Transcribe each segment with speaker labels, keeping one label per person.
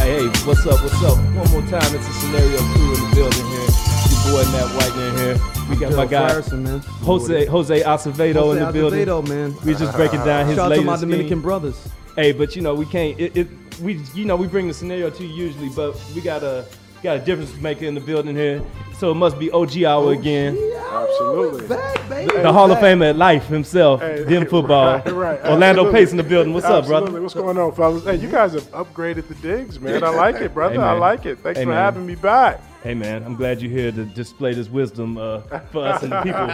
Speaker 1: Hey, what's up? What's up? One more time, it's a scenario crew in the building here. It's your boy Matt White in here. We got my guy
Speaker 2: Frierson, man.
Speaker 1: Jose Jose Acevedo in the
Speaker 2: Jose
Speaker 1: building.
Speaker 2: Acevedo, man.
Speaker 1: We just breaking down his
Speaker 2: Shout out to
Speaker 1: latest.
Speaker 2: my
Speaker 1: scheme.
Speaker 2: Dominican brothers.
Speaker 1: Hey, but you know we can't. It, it we you know we bring the scenario to you usually, but we got a got a difference maker in the building here. So it must be OG
Speaker 2: Oh,
Speaker 1: hour again.
Speaker 3: Absolutely.
Speaker 2: Back, baby.
Speaker 1: The Hall of Famer at life himself,
Speaker 3: Hey,
Speaker 1: them football.
Speaker 3: right, right,
Speaker 1: Orlando
Speaker 3: absolutely.
Speaker 1: Pace in the building. What's
Speaker 3: Absolutely.
Speaker 1: up, brother?
Speaker 3: What's going on, fellas? Hey, you guys have upgraded the digs, man. I like it, brother.
Speaker 1: Hey, man.
Speaker 3: I like it. Thanks
Speaker 1: Hey,
Speaker 3: for
Speaker 1: man.
Speaker 3: having me back.
Speaker 1: Hey man, I'm glad you're here to display this wisdom uh, for us and the people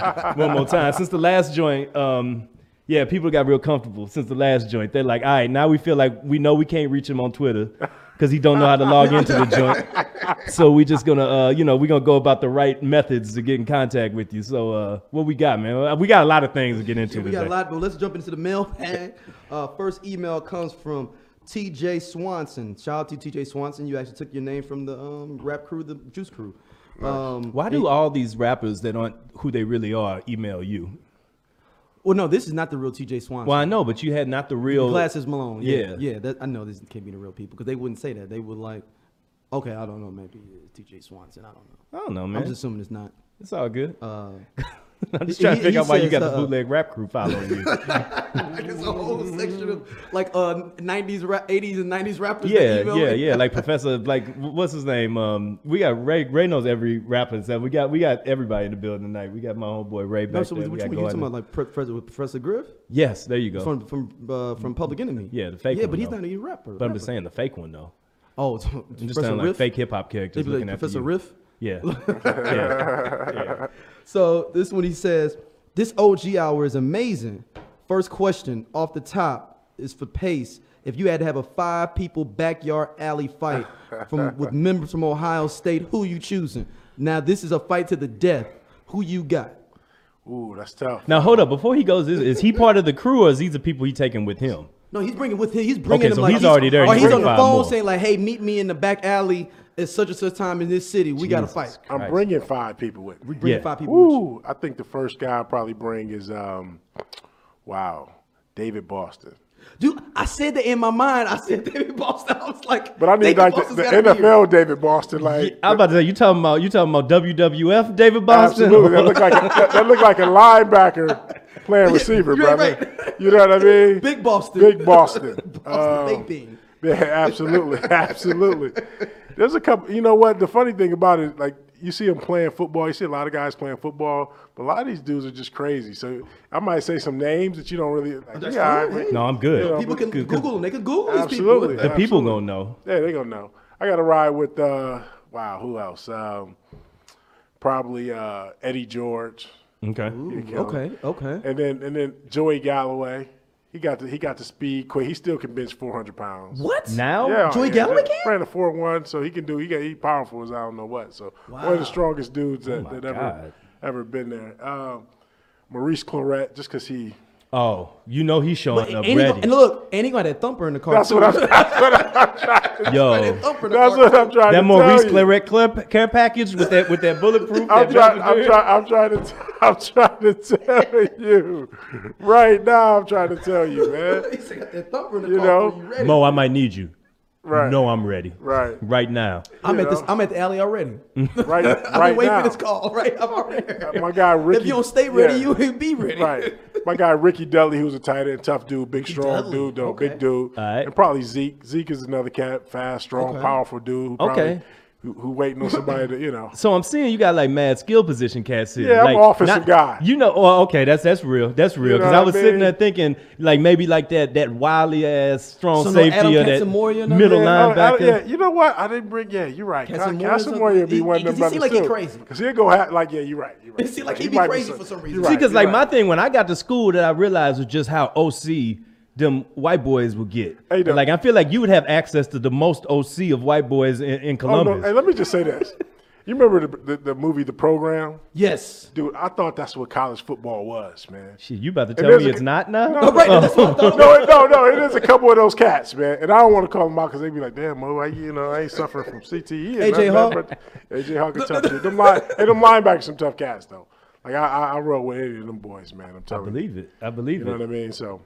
Speaker 1: one more time. Since the last joint, um, yeah, people got real comfortable since the last joint. They're like, all right, now we feel like we know we can't reach him on Twitter because he don't know how to log into the joint. So we just gonna, uh, you know, we gonna go about the right methods to get in contact with you. So uh, what we got, man? We got a lot of things to get into
Speaker 2: We
Speaker 1: today.
Speaker 2: got a lot, but let's jump into the mailbag. Uh, first email comes from TJ Swanson. Shout out to TJ Swanson. You actually took your name from the um, rap crew, the Juice Crew. Um,
Speaker 1: Why do all these rappers that aren't who they really are email you?
Speaker 2: well, no, this is not the real TJ Swanson.
Speaker 1: Well, I know, but you had not the real
Speaker 2: Glasses Malone. Yeah,
Speaker 1: Yeah.
Speaker 2: yeah. that, I know this can't be the real people because they wouldn't say that. They would like, okay, I don't know, maybe it's TJ Swanson. I don't know.
Speaker 1: I don't know, man.
Speaker 2: I'm just assuming it's not.
Speaker 1: it's all good.
Speaker 2: Uh,
Speaker 1: I'm just
Speaker 2: He-
Speaker 1: trying to
Speaker 2: he-
Speaker 1: figure
Speaker 2: he
Speaker 1: out why you got
Speaker 2: says,
Speaker 1: the
Speaker 2: uh,
Speaker 1: bootleg rap crew following you.
Speaker 2: It's a whole section of like uh nineties rap, eighties and nineties rappers. that
Speaker 1: yeah,
Speaker 2: email
Speaker 1: yeah,
Speaker 2: me.
Speaker 1: yeah. Like Professor, like wh- what's his name? Um, we got Ray. Ray knows every rapper and stuff. We got we got everybody in the building tonight. We got my old boy Ray back
Speaker 2: No, so
Speaker 1: there.
Speaker 2: which
Speaker 1: We
Speaker 2: one
Speaker 1: got
Speaker 2: you
Speaker 1: Gordon.
Speaker 2: talking about? Like Pre- Professor, Professor Griff
Speaker 1: Yes, there you go.
Speaker 2: from from uh, from Public Enemy.
Speaker 1: Yeah, the fake
Speaker 2: Yeah,
Speaker 1: one,
Speaker 2: but he's
Speaker 1: though.
Speaker 2: not even a rapper.
Speaker 1: but I'm just
Speaker 2: rapper.
Speaker 1: saying the fake one though.
Speaker 2: Oh, it's-
Speaker 1: I'm just
Speaker 2: Professor
Speaker 1: sounding like
Speaker 2: Riff?
Speaker 1: fake hip hop
Speaker 2: They
Speaker 1: characters
Speaker 2: be
Speaker 1: looking
Speaker 2: like
Speaker 1: at
Speaker 2: Professor
Speaker 1: you.
Speaker 2: Riff.
Speaker 1: Yeah. yeah. yeah.
Speaker 2: So this one he says, this OG hour is amazing. First question off the top is for Pace. If you had to have a five people backyard alley fight from with members from Ohio State, who you choosing? Now this is a fight to the death. Who you got?
Speaker 3: Ooh, that's tough.
Speaker 1: Now hold up. Before he goes, is, is he part of the crew or is these the people he taking with him?
Speaker 2: No, he's bringing with him. He's bringing
Speaker 1: Okay,
Speaker 2: him
Speaker 1: so
Speaker 2: like
Speaker 1: he's already there.
Speaker 2: Or
Speaker 1: He's
Speaker 2: he's on
Speaker 1: bringing
Speaker 2: the
Speaker 1: five
Speaker 2: phone
Speaker 1: more.
Speaker 2: saying like, "Hey, meet me in the back alley at such and such time in this city. We got to
Speaker 1: Jesus
Speaker 2: fight."
Speaker 3: I'm
Speaker 1: Christ.
Speaker 3: bringing five people with me.
Speaker 2: We bringing
Speaker 1: Yeah.
Speaker 2: five people. With you.
Speaker 3: Ooh, I think the first guy I'll probably bring is, um, wow, David Boston.
Speaker 2: Dude, I said that in my mind. I said David Boston. I was like,
Speaker 3: But I need
Speaker 2: David
Speaker 3: like the,
Speaker 2: Boston's
Speaker 3: the
Speaker 2: gotta be here.
Speaker 3: NFL David Boston. Like,
Speaker 1: I'm about to say you talking about you talking about WWF David Boston.
Speaker 3: Absolutely. That looked like a, that, that looked like a linebacker playing receiver,
Speaker 2: you're
Speaker 3: brother.
Speaker 2: right.
Speaker 3: You know what I mean?
Speaker 2: Big Boston.
Speaker 3: Big Boston.
Speaker 2: Boston, Big
Speaker 3: Um,
Speaker 2: Bean.
Speaker 3: Yeah, absolutely. absolutely. There's a couple, you know what? The funny thing about it, like, you see them playing football. You see a lot of guys playing football, but a lot of these dudes are just crazy. So I might say some names that you don't really. Like,
Speaker 2: That's
Speaker 3: yeah, all
Speaker 2: cool.
Speaker 3: right,
Speaker 2: Hey.
Speaker 1: No, I'm good.
Speaker 3: Yeah.
Speaker 2: People can
Speaker 1: Good- good.
Speaker 2: Google them. They can Google
Speaker 3: Absolutely.
Speaker 2: these
Speaker 1: The
Speaker 2: people.
Speaker 1: people gonna know.
Speaker 3: Yeah, they gonna know. I got to ride with uh, wow, who else? Um, probably uh, Eddie George,
Speaker 1: Okay.
Speaker 2: Okay, okay.
Speaker 3: and then and then Joey Galloway. He got the he got the speed quick. He still can bench 400 pounds.
Speaker 2: What?
Speaker 1: Now
Speaker 2: Oh, Joey Galloway can?
Speaker 3: ran a 4-1, so he can do. He got he powerful as I don't know what. So one of the strongest dudes
Speaker 2: Oh,
Speaker 3: that, that
Speaker 1: God.
Speaker 3: ever ever been there. Um, Maurice Claret, just because he.
Speaker 1: Oh, you know he's showing
Speaker 2: But and,
Speaker 1: up
Speaker 2: he got-
Speaker 1: ready.
Speaker 2: and look, and he got that thumper in the car.
Speaker 3: That's
Speaker 2: too.
Speaker 3: what I'm. That's what I'm,
Speaker 1: Yo,
Speaker 2: Thumper in the
Speaker 3: that's
Speaker 2: car.
Speaker 3: what I'm trying
Speaker 1: that
Speaker 3: to
Speaker 1: Maurice
Speaker 3: tell you.
Speaker 1: Claret clip care package with that with that bulletproof. that
Speaker 3: I'm trying. I'm
Speaker 1: Belvedere.
Speaker 3: trying. I'm trying to. T- I'm trying to tell you right now. I'm trying to tell you, man.
Speaker 2: He got that thumper in the
Speaker 3: You
Speaker 2: car.
Speaker 3: know?
Speaker 2: Are you ready?
Speaker 1: Mo, I might need you.
Speaker 3: Right.
Speaker 1: No, I'm ready.
Speaker 3: Right.
Speaker 1: Right now.
Speaker 2: I'm
Speaker 3: you
Speaker 2: at this.
Speaker 3: know.
Speaker 2: I'm at the alley already.
Speaker 3: Right.
Speaker 2: I've
Speaker 3: right
Speaker 2: been waiting
Speaker 3: now.
Speaker 2: for this call. Right, I'm already. Here.
Speaker 3: My guy Ricky.
Speaker 2: if you don't stay ready,
Speaker 3: yeah,
Speaker 2: you ain't be ready.
Speaker 3: Right. My guy Ricky Dudley, who's a tight end, tough dude, big strong
Speaker 2: Dudley,
Speaker 3: dude though,
Speaker 2: okay.
Speaker 3: big dude,
Speaker 1: All right.
Speaker 3: and probably Zeke. Zeke is another cat, fast, strong,
Speaker 2: Okay.
Speaker 3: powerful dude. Who probably,
Speaker 1: Okay.
Speaker 3: Who, who waiting on somebody to you know?
Speaker 1: So I'm seeing you got like mad skill position cats here.
Speaker 3: Yeah, I'm
Speaker 1: like,
Speaker 3: offensive guy.
Speaker 1: You know, oh, okay, that's that's real. That's real.
Speaker 3: You know
Speaker 1: Because I
Speaker 3: what I
Speaker 1: was sitting
Speaker 3: mean?
Speaker 1: there thinking like maybe like that that wily ass strong
Speaker 2: So no
Speaker 1: safety
Speaker 2: Adam
Speaker 1: or that
Speaker 2: Katsamoria, no?
Speaker 1: middle
Speaker 3: Yeah, I- I-
Speaker 1: linebacker.
Speaker 3: Oh, yeah, you know what? I didn't bring. Yeah, you're right.
Speaker 2: Cassian
Speaker 3: Ca-
Speaker 2: Moore's
Speaker 3: Cassian
Speaker 2: a-
Speaker 3: Moore would be
Speaker 2: he-
Speaker 3: one of
Speaker 2: he-
Speaker 3: them.
Speaker 2: he seem like he crazy.
Speaker 3: because he'll go ha- like, yeah, you're right. You're right.
Speaker 2: He seem like
Speaker 3: you're
Speaker 2: he be
Speaker 3: right.
Speaker 2: crazy
Speaker 3: You're
Speaker 2: for some
Speaker 3: right.
Speaker 2: reason.
Speaker 3: You're
Speaker 1: See,
Speaker 3: right.
Speaker 1: because
Speaker 3: You're
Speaker 1: like
Speaker 3: right.
Speaker 1: my thing when I got to school, that I realized was just how OC them white boys would get.
Speaker 3: Hey, the-
Speaker 1: like I feel like you would have access to the most OC of white boys in, in
Speaker 3: Oh,
Speaker 1: Columbus.
Speaker 3: no. Hey, let me just say this. You remember the, the, the movie The Program?
Speaker 2: Yes.
Speaker 3: Dude, I thought that's what college football was, man.
Speaker 1: Shit, you about to
Speaker 3: And
Speaker 1: tell me
Speaker 3: there's a-
Speaker 1: it's not now? Oh,
Speaker 3: No,
Speaker 2: Right. That's what I thought.
Speaker 3: No, it- no, no. It is a couple of those cats, man. And I don't want to call them out because they'd be like, damn, Mo, I, you know, I ain't suffering from CTE. and
Speaker 2: AJ
Speaker 3: nothing,
Speaker 2: Hawk.
Speaker 3: but- AJ Hawk is tough, dude. Them, line, hey, them linebackers some tough cats, though. Like, I, I, I roll with any of them boys, man. I'm
Speaker 1: I
Speaker 3: telling you.
Speaker 1: believe it. I believe
Speaker 3: You know
Speaker 1: it.
Speaker 3: what I mean? So,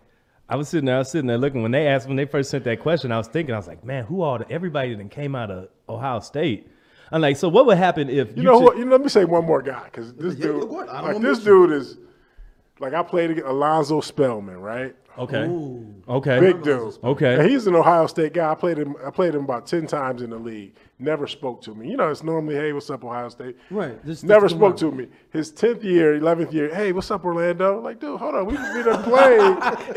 Speaker 1: I was sitting there, I was sitting there looking when they asked when they first sent that question. I was thinking, I was like, man, who all the, everybody that came out of Ohio State? I'm like, so what would happen if
Speaker 3: You know
Speaker 1: took-
Speaker 3: what? You know, let me say one more guy because this
Speaker 2: Yeah,
Speaker 3: dude,
Speaker 2: look what- I don't
Speaker 3: like
Speaker 2: wanna
Speaker 3: this
Speaker 2: miss
Speaker 3: dude is, like I played against Alonzo Spellman, right?
Speaker 1: Okay.
Speaker 2: Ooh.
Speaker 1: Okay.
Speaker 3: Big dude.
Speaker 1: Okay.
Speaker 3: And he's an Ohio State guy. I played him. I played him about ten times in the league. Never spoke to me. You know, it's normally, hey, what's up, Ohio State?
Speaker 2: Right, just-
Speaker 3: Never
Speaker 2: just
Speaker 3: spoke to
Speaker 2: around.
Speaker 3: me. His tenth year, eleventh year. Hey, what's up, Orlando? Like, dude, hold on. We we done played.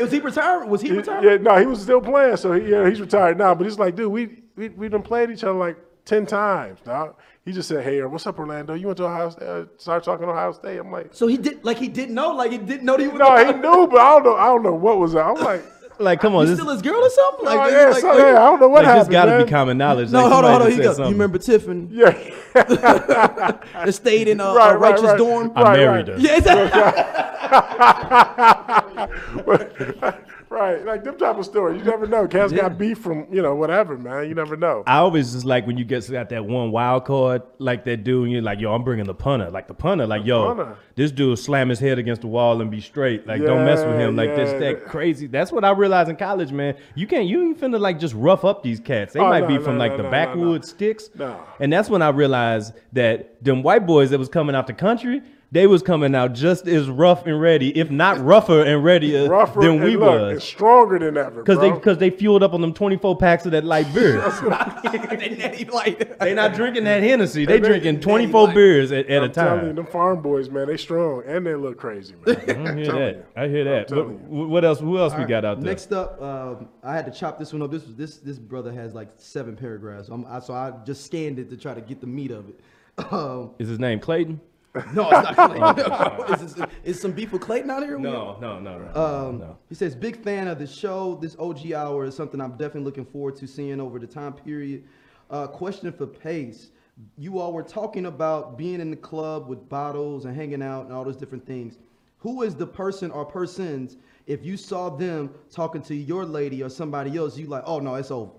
Speaker 2: Was he retired? Was he retired?
Speaker 3: yeah, no, he was still playing. So he, yeah, he's retired now. But he's like, dude, we we we done played each other like ten times. Dog. He just said, hey, what's up, Orlando? You went to Ohio State? Uh, started talking Ohio State. I'm like,
Speaker 2: So he did like he didn't know, like he didn't know that he was.
Speaker 3: no, he knew, but I don't know. I don't know what was. Up. I'm like.
Speaker 1: Like, come on,
Speaker 2: He's
Speaker 1: this,
Speaker 2: still his girl or something?
Speaker 3: Oh,
Speaker 2: Like,
Speaker 3: yeah,
Speaker 2: like,
Speaker 3: so,
Speaker 2: like-
Speaker 3: yeah, I don't know what
Speaker 1: like, this
Speaker 3: happened.
Speaker 1: got to
Speaker 3: man.
Speaker 1: be common knowledge.
Speaker 2: no,
Speaker 1: like,
Speaker 2: hold on, hold
Speaker 1: somebody
Speaker 2: on.
Speaker 1: just
Speaker 2: He
Speaker 1: said
Speaker 2: goes.
Speaker 1: something.
Speaker 2: You remember Tiffany?
Speaker 3: Yeah.
Speaker 2: That stayed in a, a
Speaker 3: Right, right,
Speaker 2: righteous
Speaker 3: right.
Speaker 2: dorm.
Speaker 1: I
Speaker 3: Right,
Speaker 1: married
Speaker 3: right.
Speaker 1: her.
Speaker 2: Yeah, exactly.
Speaker 3: right, like them type of story. You never know. Cats got beef from you know whatever, man. You never know.
Speaker 1: I always just like when you get got that one wild card, like that dude, and you're like, yo, I'm bringing the punter, like the punter, like yo,
Speaker 3: punter.
Speaker 1: this dude slam his head against the wall and be straight, like don't mess with
Speaker 3: Yeah,
Speaker 1: him, like this
Speaker 3: yeah.
Speaker 1: that crazy. That's what I realized in college, man. You can't, you ain't finna like just rough up these cats. They
Speaker 3: Oh,
Speaker 1: might
Speaker 3: no,
Speaker 1: be
Speaker 3: no,
Speaker 1: from
Speaker 3: no,
Speaker 1: like the
Speaker 3: no, no, no.
Speaker 1: backwoods sticks,
Speaker 3: No.
Speaker 1: and that's when I realized that them white boys that was coming out the country. They was coming out just as rough and ready, if not rougher and readier
Speaker 3: Rougher
Speaker 1: than we
Speaker 3: and look,
Speaker 1: was.
Speaker 3: and stronger than ever.
Speaker 1: Cause they
Speaker 3: bro.
Speaker 1: cause they fueled up on them twenty four packs of that light beer.
Speaker 2: And then he like,
Speaker 1: they not drinking that Hennessy. They
Speaker 3: they-
Speaker 1: drinking twenty four
Speaker 2: like-
Speaker 1: beers at, at a
Speaker 3: I'm telling you,
Speaker 1: time. Mm-hmm.
Speaker 3: them farm boys, man, they strong and they look crazy, man.
Speaker 1: I
Speaker 3: I'm
Speaker 1: hear
Speaker 3: telling
Speaker 1: that.
Speaker 3: you.
Speaker 1: I hear that. What,
Speaker 3: telling
Speaker 1: what else? Who else we got out there?
Speaker 2: Next up, um, I had to chop this one up. This was this this brother has like seven paragraphs. i I, so I just scanned it to try to get the meat of it. Um,
Speaker 1: Is his name Clayton?
Speaker 2: no, it's not Clayton. is, this, is some beef with Clayton out here?
Speaker 1: No, no, no, no.
Speaker 2: Um, He says, big fan of the show. This OG hour is something I'm definitely looking forward to seeing over the time period. Uh, question for Pace. You all were talking about being in the club with bottles and hanging out and all those different things. Who is the person or persons, if you saw them talking to your lady or somebody else, you like, oh no, it's over.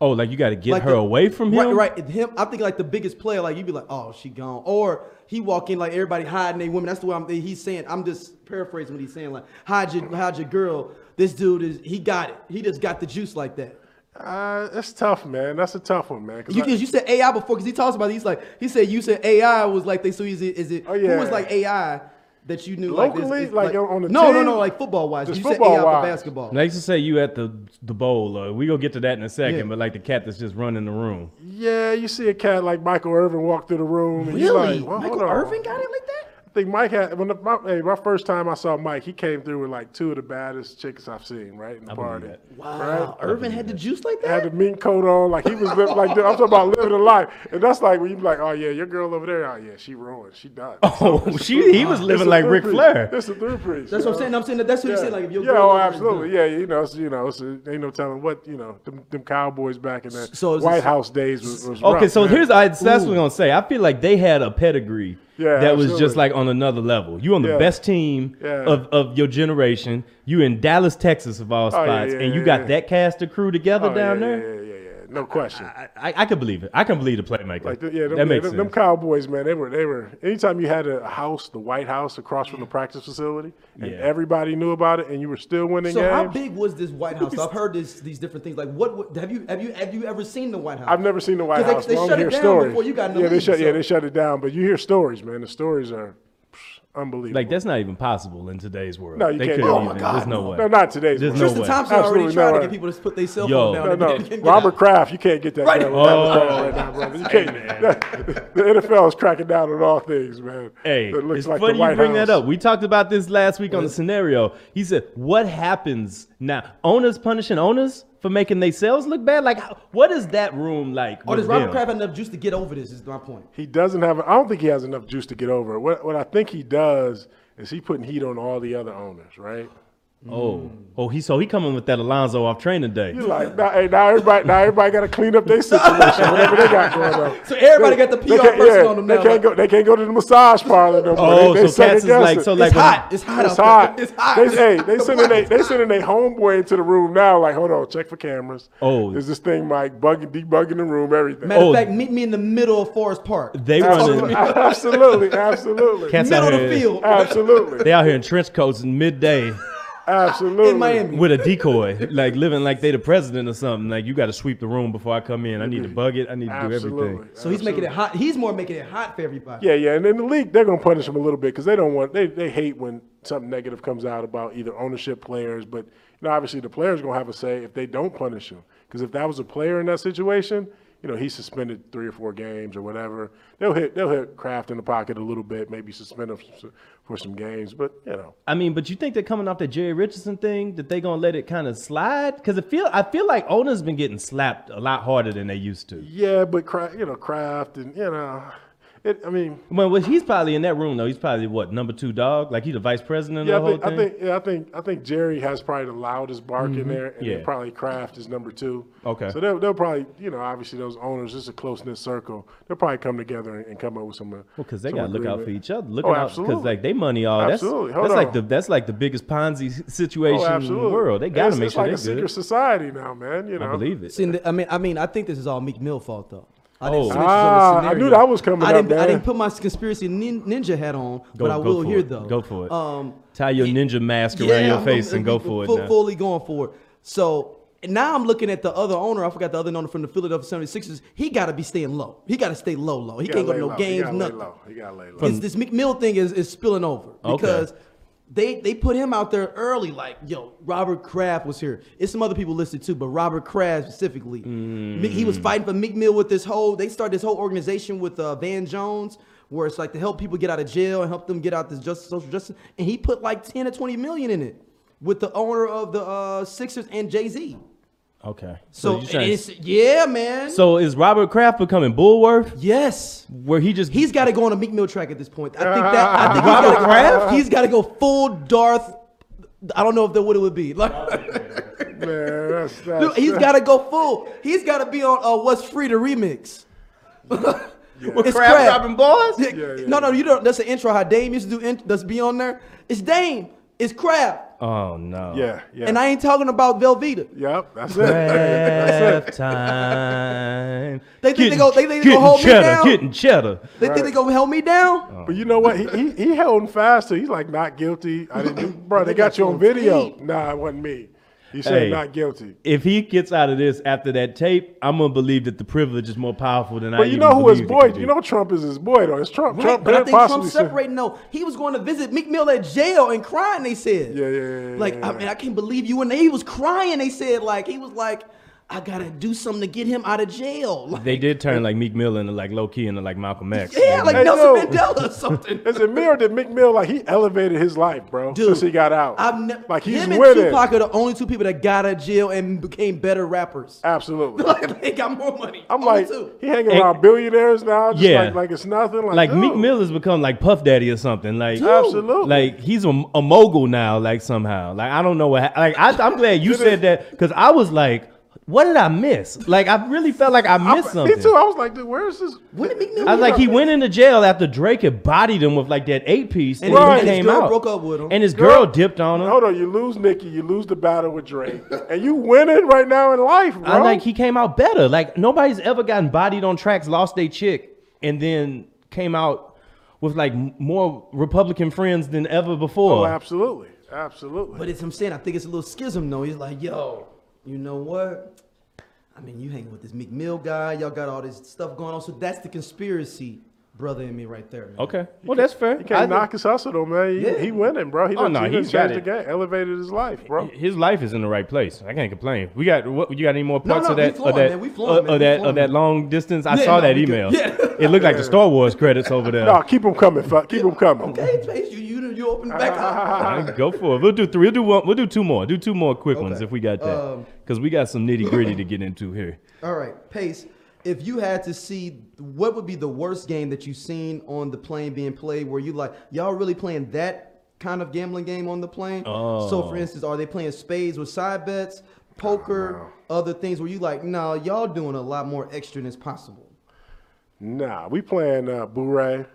Speaker 1: Oh, like you got to get
Speaker 2: Like
Speaker 1: her
Speaker 2: the-
Speaker 1: away from him.
Speaker 2: Right, right. If Him, I think like the biggest player, like you'd be like, oh, she gone. Or he walk in like everybody hiding their women. That's the way I'm. He's saying. I'm just paraphrasing what he's saying. Like hide your, hide your girl. This dude is. He got it. He just got the juice like that.
Speaker 3: Uh, it's tough, man. That's a tough one, man. 'cause
Speaker 2: You,
Speaker 3: I-
Speaker 2: you said AI before because he talks about. It. He's like he said you said AI was like they. So is it is it
Speaker 3: Oh,
Speaker 2: who
Speaker 3: yeah.
Speaker 2: was like AI that you knew like,
Speaker 3: Locally?
Speaker 2: this- it's
Speaker 3: Like, on the
Speaker 2: no no
Speaker 3: team?
Speaker 2: no like football wise. You
Speaker 3: Just
Speaker 2: said AI
Speaker 3: football-wise.
Speaker 2: for basketball.
Speaker 1: Now, I used to say you at the the bowl. Or we gonna get to that in a second.
Speaker 2: Yeah.
Speaker 1: But like the cat that's just running the room.
Speaker 3: yeah, you see a cat like Michael Irvin walk through the room. And you're
Speaker 2: really,
Speaker 3: like, well,
Speaker 2: Michael
Speaker 3: hold on.
Speaker 2: Irvin got it like that.
Speaker 3: I think Mike had when the, my, hey, my first time I saw Mike, he came through with like two of the baddest chicks I've seen, right in the
Speaker 1: believe
Speaker 3: party.
Speaker 1: that.
Speaker 2: Wow, Irvin had the juice like that.
Speaker 3: had the mink coat on, like he was living, like dude, I'm talking about living a life, and that's like when you be like, oh yeah, your girl over there, oh yeah, she ruined, she done.
Speaker 1: Oh, she he was living like Ric Flair.
Speaker 3: This is through priest.
Speaker 2: That's what I'm saying. I'm saying that that's what
Speaker 3: Yeah,
Speaker 2: you said. Like if your
Speaker 3: yeah
Speaker 2: girl
Speaker 3: oh,
Speaker 2: over there is
Speaker 3: absolutely.
Speaker 2: good.
Speaker 3: Yeah, you know, it's, you know, it's, uh, ain't no telling what you know. Them, them cowboys back in the
Speaker 2: So it's-
Speaker 3: White House days was, was
Speaker 1: Okay,
Speaker 3: rough,
Speaker 1: so
Speaker 3: man.
Speaker 1: here's I, that's what I'm gonna say. I feel like they had a pedigree
Speaker 3: Yeah,
Speaker 1: that was just
Speaker 3: absolutely.
Speaker 1: like on another level. You on the
Speaker 3: Yeah.
Speaker 1: best team
Speaker 3: Yeah.
Speaker 1: of, of your generation. You in Dallas, Texas, of all
Speaker 3: Oh, yeah,
Speaker 1: spots,
Speaker 3: yeah,
Speaker 1: and you
Speaker 3: yeah,
Speaker 1: got
Speaker 3: yeah.
Speaker 1: that cast of crew together
Speaker 3: Oh,
Speaker 1: down
Speaker 3: yeah,
Speaker 1: there.
Speaker 3: Yeah, yeah, yeah, yeah. No question.
Speaker 1: I, I, I can believe it. I can believe the playmaker.
Speaker 3: Like the, yeah, them,
Speaker 1: that makes
Speaker 3: yeah,
Speaker 1: sense.
Speaker 3: them, them Cowboys, man, they were they were. Anytime you had a house, the White House across from the practice facility, and
Speaker 1: Yeah.
Speaker 3: everybody knew about it, and you were still winning
Speaker 2: So how
Speaker 3: games.
Speaker 2: big was this White House? I've heard this, these different things. Like what would- have you have you have you ever seen the White House?
Speaker 3: I've never seen the White
Speaker 2: 'Cause they-
Speaker 3: House.
Speaker 2: They,
Speaker 3: but I
Speaker 2: shut
Speaker 3: hear
Speaker 2: it down
Speaker 3: stories.
Speaker 2: before you got in the
Speaker 3: yeah, they
Speaker 2: league,
Speaker 3: shut yeah
Speaker 2: so-
Speaker 3: they shut it down. But you hear stories, man. The stories are psh, unbelievable.
Speaker 1: like that's not even possible in today's world.
Speaker 3: No, you
Speaker 1: they
Speaker 3: can't
Speaker 1: couldn't
Speaker 3: do it.
Speaker 1: even.
Speaker 3: Oh, my
Speaker 1: There's no way.
Speaker 3: no, not today's.
Speaker 1: There's
Speaker 3: world.
Speaker 1: no
Speaker 2: Tristan
Speaker 1: way.
Speaker 2: Thompson already
Speaker 3: Absolutely
Speaker 2: tried
Speaker 3: no
Speaker 2: to
Speaker 3: way.
Speaker 2: get people to put their cell
Speaker 1: Yo.
Speaker 2: phone down.
Speaker 1: No,
Speaker 2: and
Speaker 3: No,
Speaker 2: they
Speaker 3: no.
Speaker 2: didn't get out.
Speaker 3: Robert Kraft, you can't get that
Speaker 2: Right.
Speaker 3: down with
Speaker 1: Oh.
Speaker 3: Robert Kraft right now, brother. You can't. the NFL is cracking down on all things, man.
Speaker 1: Hey,
Speaker 3: it looks
Speaker 1: it's
Speaker 3: like
Speaker 1: funny
Speaker 3: the White
Speaker 1: you bring
Speaker 3: House.
Speaker 1: that up. We talked about this last week on the scenario. He said, "What happens now? Owners punishing owners for making they sales look bad. Like, how- what is that room like?
Speaker 2: Oh, does
Speaker 1: with
Speaker 2: Robert
Speaker 1: them?
Speaker 2: Kraft have enough juice to get over this? Is my point.
Speaker 3: He doesn't have. I don't think he has enough juice to get over it. What what I think he does is he putting heat on all the other owners, right?
Speaker 1: Oh, oh, he so he coming with that Alonzo off training day.
Speaker 3: He's like, now, hey, now everybody, now everybody got to clean up their situation, whatever they got going on.
Speaker 2: So everybody got the PR
Speaker 3: can't-
Speaker 2: person on them
Speaker 3: they
Speaker 2: now,
Speaker 3: can't
Speaker 2: like-
Speaker 3: go. They can't go to the massage parlor no more.
Speaker 1: Oh,
Speaker 3: they, they
Speaker 1: so Cass is
Speaker 3: second-guess
Speaker 1: like-
Speaker 3: it.
Speaker 1: so like-
Speaker 2: It's
Speaker 1: when-
Speaker 2: hot. It's hot
Speaker 3: it's
Speaker 2: out
Speaker 3: hot.
Speaker 2: there. It's hot.
Speaker 3: They, hey, they sending they, they sending their homeboy into the room now. Like, hold on, check for cameras.
Speaker 1: Oh.
Speaker 3: is this thing like bugging, debugging the room, everything?
Speaker 2: Matter
Speaker 1: Oh.
Speaker 2: of fact, meet me in the middle of Forest Park.
Speaker 1: They running.
Speaker 3: absolutely, absolutely, absolutely,
Speaker 1: Cats
Speaker 2: middle
Speaker 1: out
Speaker 2: of the
Speaker 1: here.
Speaker 2: field.
Speaker 3: absolutely.
Speaker 1: They out here in trench coats in midday.
Speaker 3: Absolutely.
Speaker 2: in Miami.
Speaker 1: with a decoy, like living like they the president or something. Like you got to sweep the room before I come in. I need to bug it. I need to do
Speaker 3: Absolutely.
Speaker 1: everything.
Speaker 2: So he's making it hot. He's more making it hot for everybody.
Speaker 3: Yeah, yeah, and in the league, they're gonna punish him a little bit because they don't want they, they hate when something negative comes out about either ownership players, but you know obviously the players gonna have a say if they don't punish him because if that was a player in that situation, you know he's suspended three or four games or whatever. They'll hit they'll hit Kraft in the pocket a little bit, maybe suspend him for- for some games, but you know
Speaker 1: I mean, but you think they're coming off that Jerry Richardson thing that they gonna let it kind of slide? Because it feel I feel like owners been getting slapped a lot harder than they used to.
Speaker 3: yeah, but Kraft, you know Kraft and you know it. I mean.
Speaker 1: Well, well, he's probably in that room though. He's probably what number two dog? Like he's the vice president
Speaker 3: Yeah,
Speaker 1: of
Speaker 3: I
Speaker 1: the
Speaker 3: think,
Speaker 1: whole
Speaker 3: I
Speaker 1: thing. Mm-hmm.
Speaker 3: think yeah, I think I think Jerry has probably the loudest bark in there, and then
Speaker 1: Yeah.
Speaker 3: probably Kraft is number two.
Speaker 1: Okay.
Speaker 3: So they'll, they'll probably you know obviously those owners it's a close knit circle. They'll probably come together and, and come up with some. Well,
Speaker 1: Because they gotta look out for each other, looking
Speaker 3: Oh,
Speaker 1: out because
Speaker 3: absolutely.
Speaker 1: like they money all. That's
Speaker 3: Absolutely. Hold
Speaker 1: that's like
Speaker 3: on.
Speaker 1: the that's like the biggest Ponzi s- situation
Speaker 3: Oh,
Speaker 1: in the
Speaker 3: absolutely.
Speaker 1: world. They gotta
Speaker 3: it's,
Speaker 1: make
Speaker 3: it's
Speaker 1: sure
Speaker 3: like a
Speaker 1: they're
Speaker 3: secret
Speaker 1: good.
Speaker 3: society now, man. You know.
Speaker 1: I believe it.
Speaker 2: See, I mean, I mean, I think this is all Meek Mill fault though. I
Speaker 1: Oh.
Speaker 2: didn't see this as a
Speaker 3: Ah, I knew
Speaker 2: scenario.
Speaker 3: that was coming
Speaker 2: I
Speaker 3: up,
Speaker 2: didn't, I
Speaker 3: man.
Speaker 2: didn't put my conspiracy nin- ninja hat on,
Speaker 1: Go-
Speaker 2: but I
Speaker 1: go
Speaker 2: will
Speaker 1: for
Speaker 2: here
Speaker 1: it.
Speaker 2: though.
Speaker 1: Go for it.
Speaker 2: Um,
Speaker 1: Tie your ninja mask around your
Speaker 2: I'm-
Speaker 1: face
Speaker 2: I'm-
Speaker 1: and go
Speaker 2: I'm
Speaker 1: for it.
Speaker 2: fu-
Speaker 1: now.
Speaker 2: Fully going for it. So and now I'm looking at the other owner. I forgot the other owner from the Philadelphia 76ers. He got to be staying low. He got to stay low, low. He,
Speaker 3: You
Speaker 2: can't
Speaker 3: gotta
Speaker 2: go to no
Speaker 3: lay low. You
Speaker 2: games,
Speaker 3: gotta lay
Speaker 2: nothing.
Speaker 3: low. You gotta lay low.
Speaker 2: This, this McMill thing is, is spilling over
Speaker 1: Okay.
Speaker 2: because they they put him out there early. Like, yo, Robert Kraft was here. It's some other people listed too, but Robert Kraft specifically,
Speaker 1: Mm.
Speaker 2: Mi- he was fighting for McMill with this whole. They started this whole organization with uh, Van Jones. Where it's like to help people get out of jail and help them get out this justice, social justice, and he put like ten or twenty million in it with the owner of the uh, Sixers and Jay Z.
Speaker 1: Okay.
Speaker 2: So,
Speaker 1: you trying-
Speaker 2: it's, yeah, man.
Speaker 1: so is Robert Kraft becoming Bullworth?
Speaker 2: yes,
Speaker 1: Where he just
Speaker 2: He's got to go on a Meek Mill track at this point. I think that I think he's
Speaker 1: Robert
Speaker 2: gotta,
Speaker 1: Kraft?
Speaker 2: He's got to go full Darth. I don't know if that what it would be. Like,
Speaker 3: man, that's, that's,
Speaker 2: dude, he's got to go full. He's got to be on uh, "What's Free" to remix. It's
Speaker 1: Kraft
Speaker 2: Kraft.
Speaker 1: dropping bars?
Speaker 2: Yeah,
Speaker 3: Yeah, yeah,
Speaker 2: no, no, you don't. That's an intro. How Dame used to do. In, that's be on there. It's Dame. It's Crab.
Speaker 1: Oh no.
Speaker 3: yeah, yeah.
Speaker 2: And I ain't talking about Velveeta.
Speaker 3: Yep, that's it.
Speaker 1: Kraft time.
Speaker 2: They think they
Speaker 1: Getting-
Speaker 2: go- they think they
Speaker 1: getting
Speaker 2: gonna hold me
Speaker 1: cheddar,
Speaker 2: down?
Speaker 1: Getting cheddar.
Speaker 2: They think they gonna help me down.
Speaker 3: But you know what? He, he he held him fast. So he's like not guilty. I didn't, do, bro. They got you on video. Nah, it wasn't me. You said
Speaker 1: Hey.
Speaker 3: not guilty.
Speaker 1: If he gets out of this after that tape, I'm gonna believe that the privilege is more powerful than I.
Speaker 3: But you
Speaker 1: even
Speaker 3: know who his
Speaker 1: believed it
Speaker 3: boy?
Speaker 1: could
Speaker 3: You
Speaker 1: be.
Speaker 3: know Trump is his boy though. It's Trump.
Speaker 2: Right,
Speaker 3: Trump
Speaker 2: but I
Speaker 3: couldn't
Speaker 2: think
Speaker 3: possibly.
Speaker 2: Trump's
Speaker 3: say-
Speaker 2: separating though. He was going to visit Meek Mill at jail and crying. They said,
Speaker 3: Yeah, yeah, yeah, yeah,
Speaker 2: Like
Speaker 3: yeah,
Speaker 2: I
Speaker 3: yeah.
Speaker 2: mean, I can't believe you. And he was crying. They said like he was like, I gotta do something to get him out of jail. Like,
Speaker 1: They did turn like Meek Mill into like low key into like Malcolm X.
Speaker 2: yeah, like
Speaker 3: Hey,
Speaker 2: Nelson
Speaker 3: yo.
Speaker 2: Mandela or something.
Speaker 3: Is it me or did Mick Mill like he elevated his life, bro? since he got out,
Speaker 2: I've ne-
Speaker 3: like he's
Speaker 2: him and
Speaker 3: winning.
Speaker 2: Tupac are the only two people that got out of jail and became better rappers.
Speaker 3: Absolutely.
Speaker 2: Like, they got more money. Only
Speaker 3: I'm like
Speaker 2: two.
Speaker 3: he hanging around billionaires now, just
Speaker 1: Yeah.
Speaker 3: like, like it's nothing. Like,
Speaker 1: Like Meek
Speaker 3: ooh.
Speaker 1: Mill has become like Puff Daddy or something. Like
Speaker 2: Dude.
Speaker 3: Absolutely.
Speaker 1: Like he's a, a mogul now. Like somehow. Like I don't know what. hap- Like I, I'm glad you said that because I was like, what did I miss? Like I really felt like I
Speaker 3: I-
Speaker 1: missed
Speaker 3: Me
Speaker 1: something.
Speaker 3: too. I was like, dude, where is this?
Speaker 2: When did Meek Mill?
Speaker 1: I was like, he went into jail after Drake had bodied him with like that eight piece, and,
Speaker 2: And
Speaker 1: then
Speaker 3: Right.
Speaker 1: he
Speaker 3: his
Speaker 1: came
Speaker 2: girl
Speaker 1: out.
Speaker 2: broke up with him.
Speaker 1: and his girl,
Speaker 3: Girl-
Speaker 1: dipped on him.
Speaker 3: Hold on, you lose Nikki, you lose the battle with Drake, and you winning right now in life, bro.
Speaker 1: I like he came out better. Like nobody's ever gotten bodied on tracks, lost a chick, and then came out with like m- more Republican friends than ever
Speaker 3: oh,
Speaker 1: before.
Speaker 3: absolutely, absolutely.
Speaker 2: But it's I'm saying I think it's a little schism though. He's like, yo, you know what? I mean, you hanging with this Meek Mill guy, y'all got all this stuff going on. So that's the conspiracy brother in me right there, man.
Speaker 1: okay, well that's fair.
Speaker 3: You can't
Speaker 1: I-
Speaker 3: knock his hustle though, man. He,
Speaker 2: Yeah.
Speaker 3: he winning, bro. He
Speaker 1: Oh,
Speaker 3: done,
Speaker 1: no,
Speaker 3: he done
Speaker 1: he's got
Speaker 3: changed the game, elevated his life, bro.
Speaker 1: his life is in the right place. I can't complain. We got what you got any more
Speaker 2: No,
Speaker 1: parts
Speaker 2: no,
Speaker 1: of that
Speaker 2: we flowing,
Speaker 1: of that
Speaker 2: man. We flowing,
Speaker 1: of,
Speaker 2: man. We
Speaker 1: of that
Speaker 2: flowing.
Speaker 1: of that long distance? I
Speaker 2: Yeah,
Speaker 1: saw
Speaker 2: no,
Speaker 1: that
Speaker 2: we good.
Speaker 1: email.
Speaker 2: Yeah.
Speaker 1: it looked like the Star Wars credits over there.
Speaker 3: No, keep him coming. Fuck, keep him coming.
Speaker 2: Okay, Trace, you you you open back up.
Speaker 1: All right, go for it. We'll do three. We'll do one. We'll do two more. Do two more quick ones if we got that,
Speaker 2: Um,
Speaker 1: because we got some nitty gritty to get into here.
Speaker 2: All right, Pace. If you had to see what would be the worst game that you've seen on the plane being played, where you like y'all really playing that kind of gambling game on the plane? So, for instance, are they playing spades with side bets, poker, other things where you like, no, y'all doing a lot more extra than is possible?
Speaker 3: Nah, we playing uh, Bure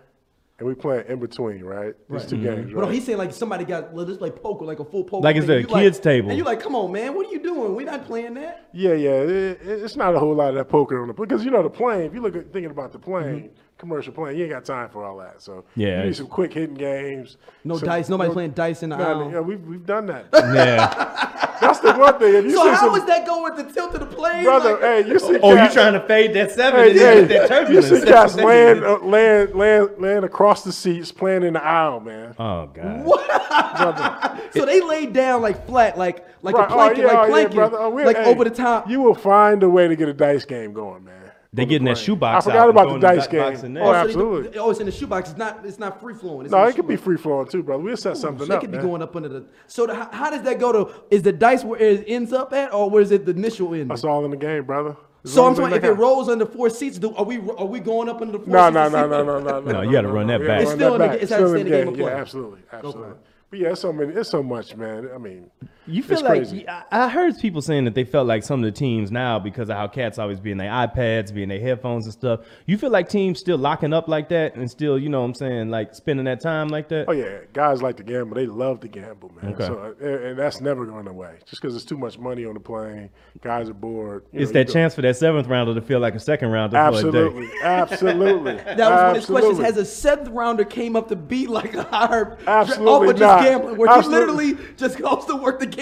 Speaker 3: and we playing in between, right? These 2 games,
Speaker 2: But no,
Speaker 3: right?
Speaker 2: he said like somebody got let us play poker, like a full poker.
Speaker 1: Like it's
Speaker 2: thing.
Speaker 1: a
Speaker 2: You
Speaker 1: kids' table.
Speaker 2: And you like, come on, man, what are you doing? We're not playing that.
Speaker 3: yeah, yeah. it- it- it's not a whole lot of that poker on the because you know the plane. If you look at thinking about the plane, commercial plane, you ain't got time for all that. So
Speaker 1: Mm-hmm. Yeah,
Speaker 3: you need
Speaker 1: it's-
Speaker 3: some quick hitting games.
Speaker 2: No
Speaker 3: some-
Speaker 2: dice. Nobody
Speaker 3: no-
Speaker 2: playing dice in the
Speaker 3: Nah,
Speaker 2: aisle.
Speaker 3: yeah, we've we've done that.
Speaker 1: Yeah.
Speaker 3: That's the one thing. If you
Speaker 2: so
Speaker 3: see
Speaker 2: how
Speaker 3: some,
Speaker 2: does that go with the tilt of the plane?
Speaker 3: brother?
Speaker 2: Like-
Speaker 3: hey, you see?
Speaker 1: oh, you
Speaker 3: cats-
Speaker 1: trying to fade that seven
Speaker 3: Hey,
Speaker 1: and then
Speaker 3: yeah,
Speaker 1: get that
Speaker 3: you
Speaker 1: turbulence?
Speaker 3: see
Speaker 1: That's
Speaker 3: guys
Speaker 1: what they
Speaker 3: laying,
Speaker 1: did.
Speaker 3: uh, laying, laying, laying across the seats, playing in the aisle, man.
Speaker 1: Oh god.
Speaker 2: so they laid down like flat, like like
Speaker 3: Right, oh,
Speaker 2: a planking, like planking,
Speaker 3: we're-
Speaker 2: like
Speaker 3: hey,
Speaker 2: over the top.
Speaker 3: You will find a way to get a dice game going, man.
Speaker 1: They getting that shoebox.
Speaker 3: I forgot
Speaker 1: out
Speaker 3: about
Speaker 1: and
Speaker 3: the
Speaker 1: throwing
Speaker 3: dice
Speaker 1: di- box
Speaker 3: game.
Speaker 1: in there.
Speaker 3: Oh,
Speaker 2: so they do-
Speaker 3: absolutely.
Speaker 2: oh, it's in the shoebox. It's not. It's not free flowing. It's
Speaker 3: No,
Speaker 2: in the
Speaker 3: it could be
Speaker 2: shoebox.
Speaker 3: free flowing too, brother. We'll set something
Speaker 2: So it
Speaker 3: up.
Speaker 2: could be
Speaker 3: man.
Speaker 2: going up under the. So the, how, how does that go to? Is the dice where it ends up at, or where is it the initial end?
Speaker 3: That's all in the game, brother. As
Speaker 2: So
Speaker 3: long
Speaker 2: I'm
Speaker 3: as they
Speaker 2: talking, if
Speaker 3: make
Speaker 2: it
Speaker 3: out-
Speaker 2: rolls under four seats, do are we are we going up under the four
Speaker 3: No,
Speaker 2: seats?
Speaker 3: no,
Speaker 2: to
Speaker 3: no,
Speaker 2: see-
Speaker 3: no, no, no, no.
Speaker 1: No, you gotta run that
Speaker 3: We
Speaker 1: back.
Speaker 2: It's
Speaker 3: run
Speaker 2: still in
Speaker 3: that
Speaker 2: the-
Speaker 3: back.
Speaker 2: it's
Speaker 3: Still in
Speaker 2: outside the game of
Speaker 3: Yeah,
Speaker 2: play.
Speaker 3: absolutely, absolutely.
Speaker 2: it.
Speaker 3: But yeah, it's so many. It's so much, man. I mean,
Speaker 1: You feel
Speaker 3: it's
Speaker 1: like
Speaker 3: crazy.
Speaker 1: I I heard people saying that they felt like some of the teams now because of how cats always be in their iPads, be in their headphones and stuff. You feel like teams still locking up like that and still, you know what I'm saying, like spending that time like that?
Speaker 3: Oh yeah, guys like to gamble. They love to gamble, man.
Speaker 1: Okay.
Speaker 3: So uh, and, and that's never going away. Just because it's too much money on the plane, guys are bored. you
Speaker 1: It's
Speaker 3: know, you
Speaker 1: that
Speaker 3: go-
Speaker 1: chance for that seventh rounder to feel like a second rounder for a day.
Speaker 3: Absolutely, absolutely.
Speaker 2: That was one of his questions. Has a seventh rounder came up to be like a higher off
Speaker 3: Absolutely
Speaker 2: of just
Speaker 3: not.
Speaker 2: gambling, where
Speaker 3: Absolutely.
Speaker 2: he literally just goes to work to gamble?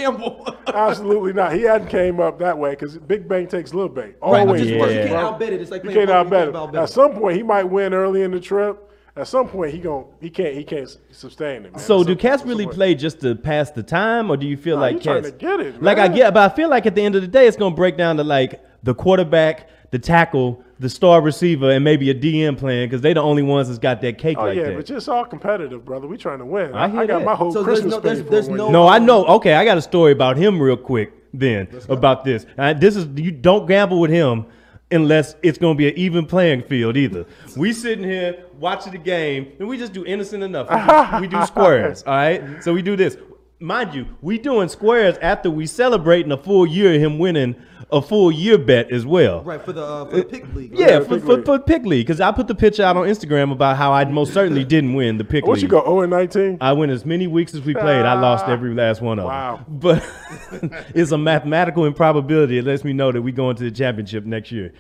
Speaker 3: absolutely not. He hadn't came up that way because Big Bang takes Little Bang.
Speaker 2: Right,
Speaker 3: Always
Speaker 2: just
Speaker 1: yeah.
Speaker 2: work. You
Speaker 3: works,
Speaker 2: can't
Speaker 3: bro.
Speaker 2: outbet it. It's like
Speaker 3: You
Speaker 2: playing
Speaker 3: can't
Speaker 2: poker,
Speaker 3: outbet
Speaker 2: you
Speaker 3: him.
Speaker 2: can't
Speaker 3: At some point, he might win early in the trip. At some point, he gon' he can't he can't s- sustain it. Man.
Speaker 1: So
Speaker 3: At
Speaker 1: do
Speaker 3: some-
Speaker 1: cats
Speaker 3: at some
Speaker 1: really
Speaker 3: point.
Speaker 1: play just to pass the time, or do you feel
Speaker 3: Nah,
Speaker 1: like
Speaker 3: you trying
Speaker 1: cats?
Speaker 3: to get it,
Speaker 1: like I
Speaker 3: man.
Speaker 1: get, but I feel like at the end of the day, it's gonna break down to like the quarterback, the tackle, the star receiver, and maybe a DM playing because they the only ones that's got that cake
Speaker 3: Oh
Speaker 1: like
Speaker 3: yeah,
Speaker 1: that.
Speaker 3: but it's all competitive, brother. We trying to win.
Speaker 1: I
Speaker 3: I,
Speaker 1: hear
Speaker 3: I got
Speaker 1: that.
Speaker 3: my whole
Speaker 2: So there's
Speaker 3: Christmas
Speaker 2: no- there's-
Speaker 3: paid for
Speaker 2: there's
Speaker 3: one
Speaker 2: no
Speaker 3: year.
Speaker 1: No, I know. Okay, I got a story about him real quick. Then about this. Uh, this is you don't gamble with him unless it's going to be an even playing field. Either we sitting here watching the game and we just do innocent enough. We do, we do squares. All right. So we do this. Mind you, we doing squares after we celebrating a full year of him winning a full year bet as well.
Speaker 2: right for the uh, for the pick league. right?
Speaker 1: Yeah,
Speaker 3: the
Speaker 1: for,
Speaker 3: pick
Speaker 1: for,
Speaker 3: league.
Speaker 1: for pick league, because I put the picture out on Instagram about how I most certainly didn't win the pick
Speaker 3: What
Speaker 1: league.
Speaker 3: you go oh, 0 and 19?
Speaker 1: I went as many weeks as we played. I lost every last one of
Speaker 3: Wow.
Speaker 1: them. But it's a mathematical improbability. It lets me know that we going to the championship next year.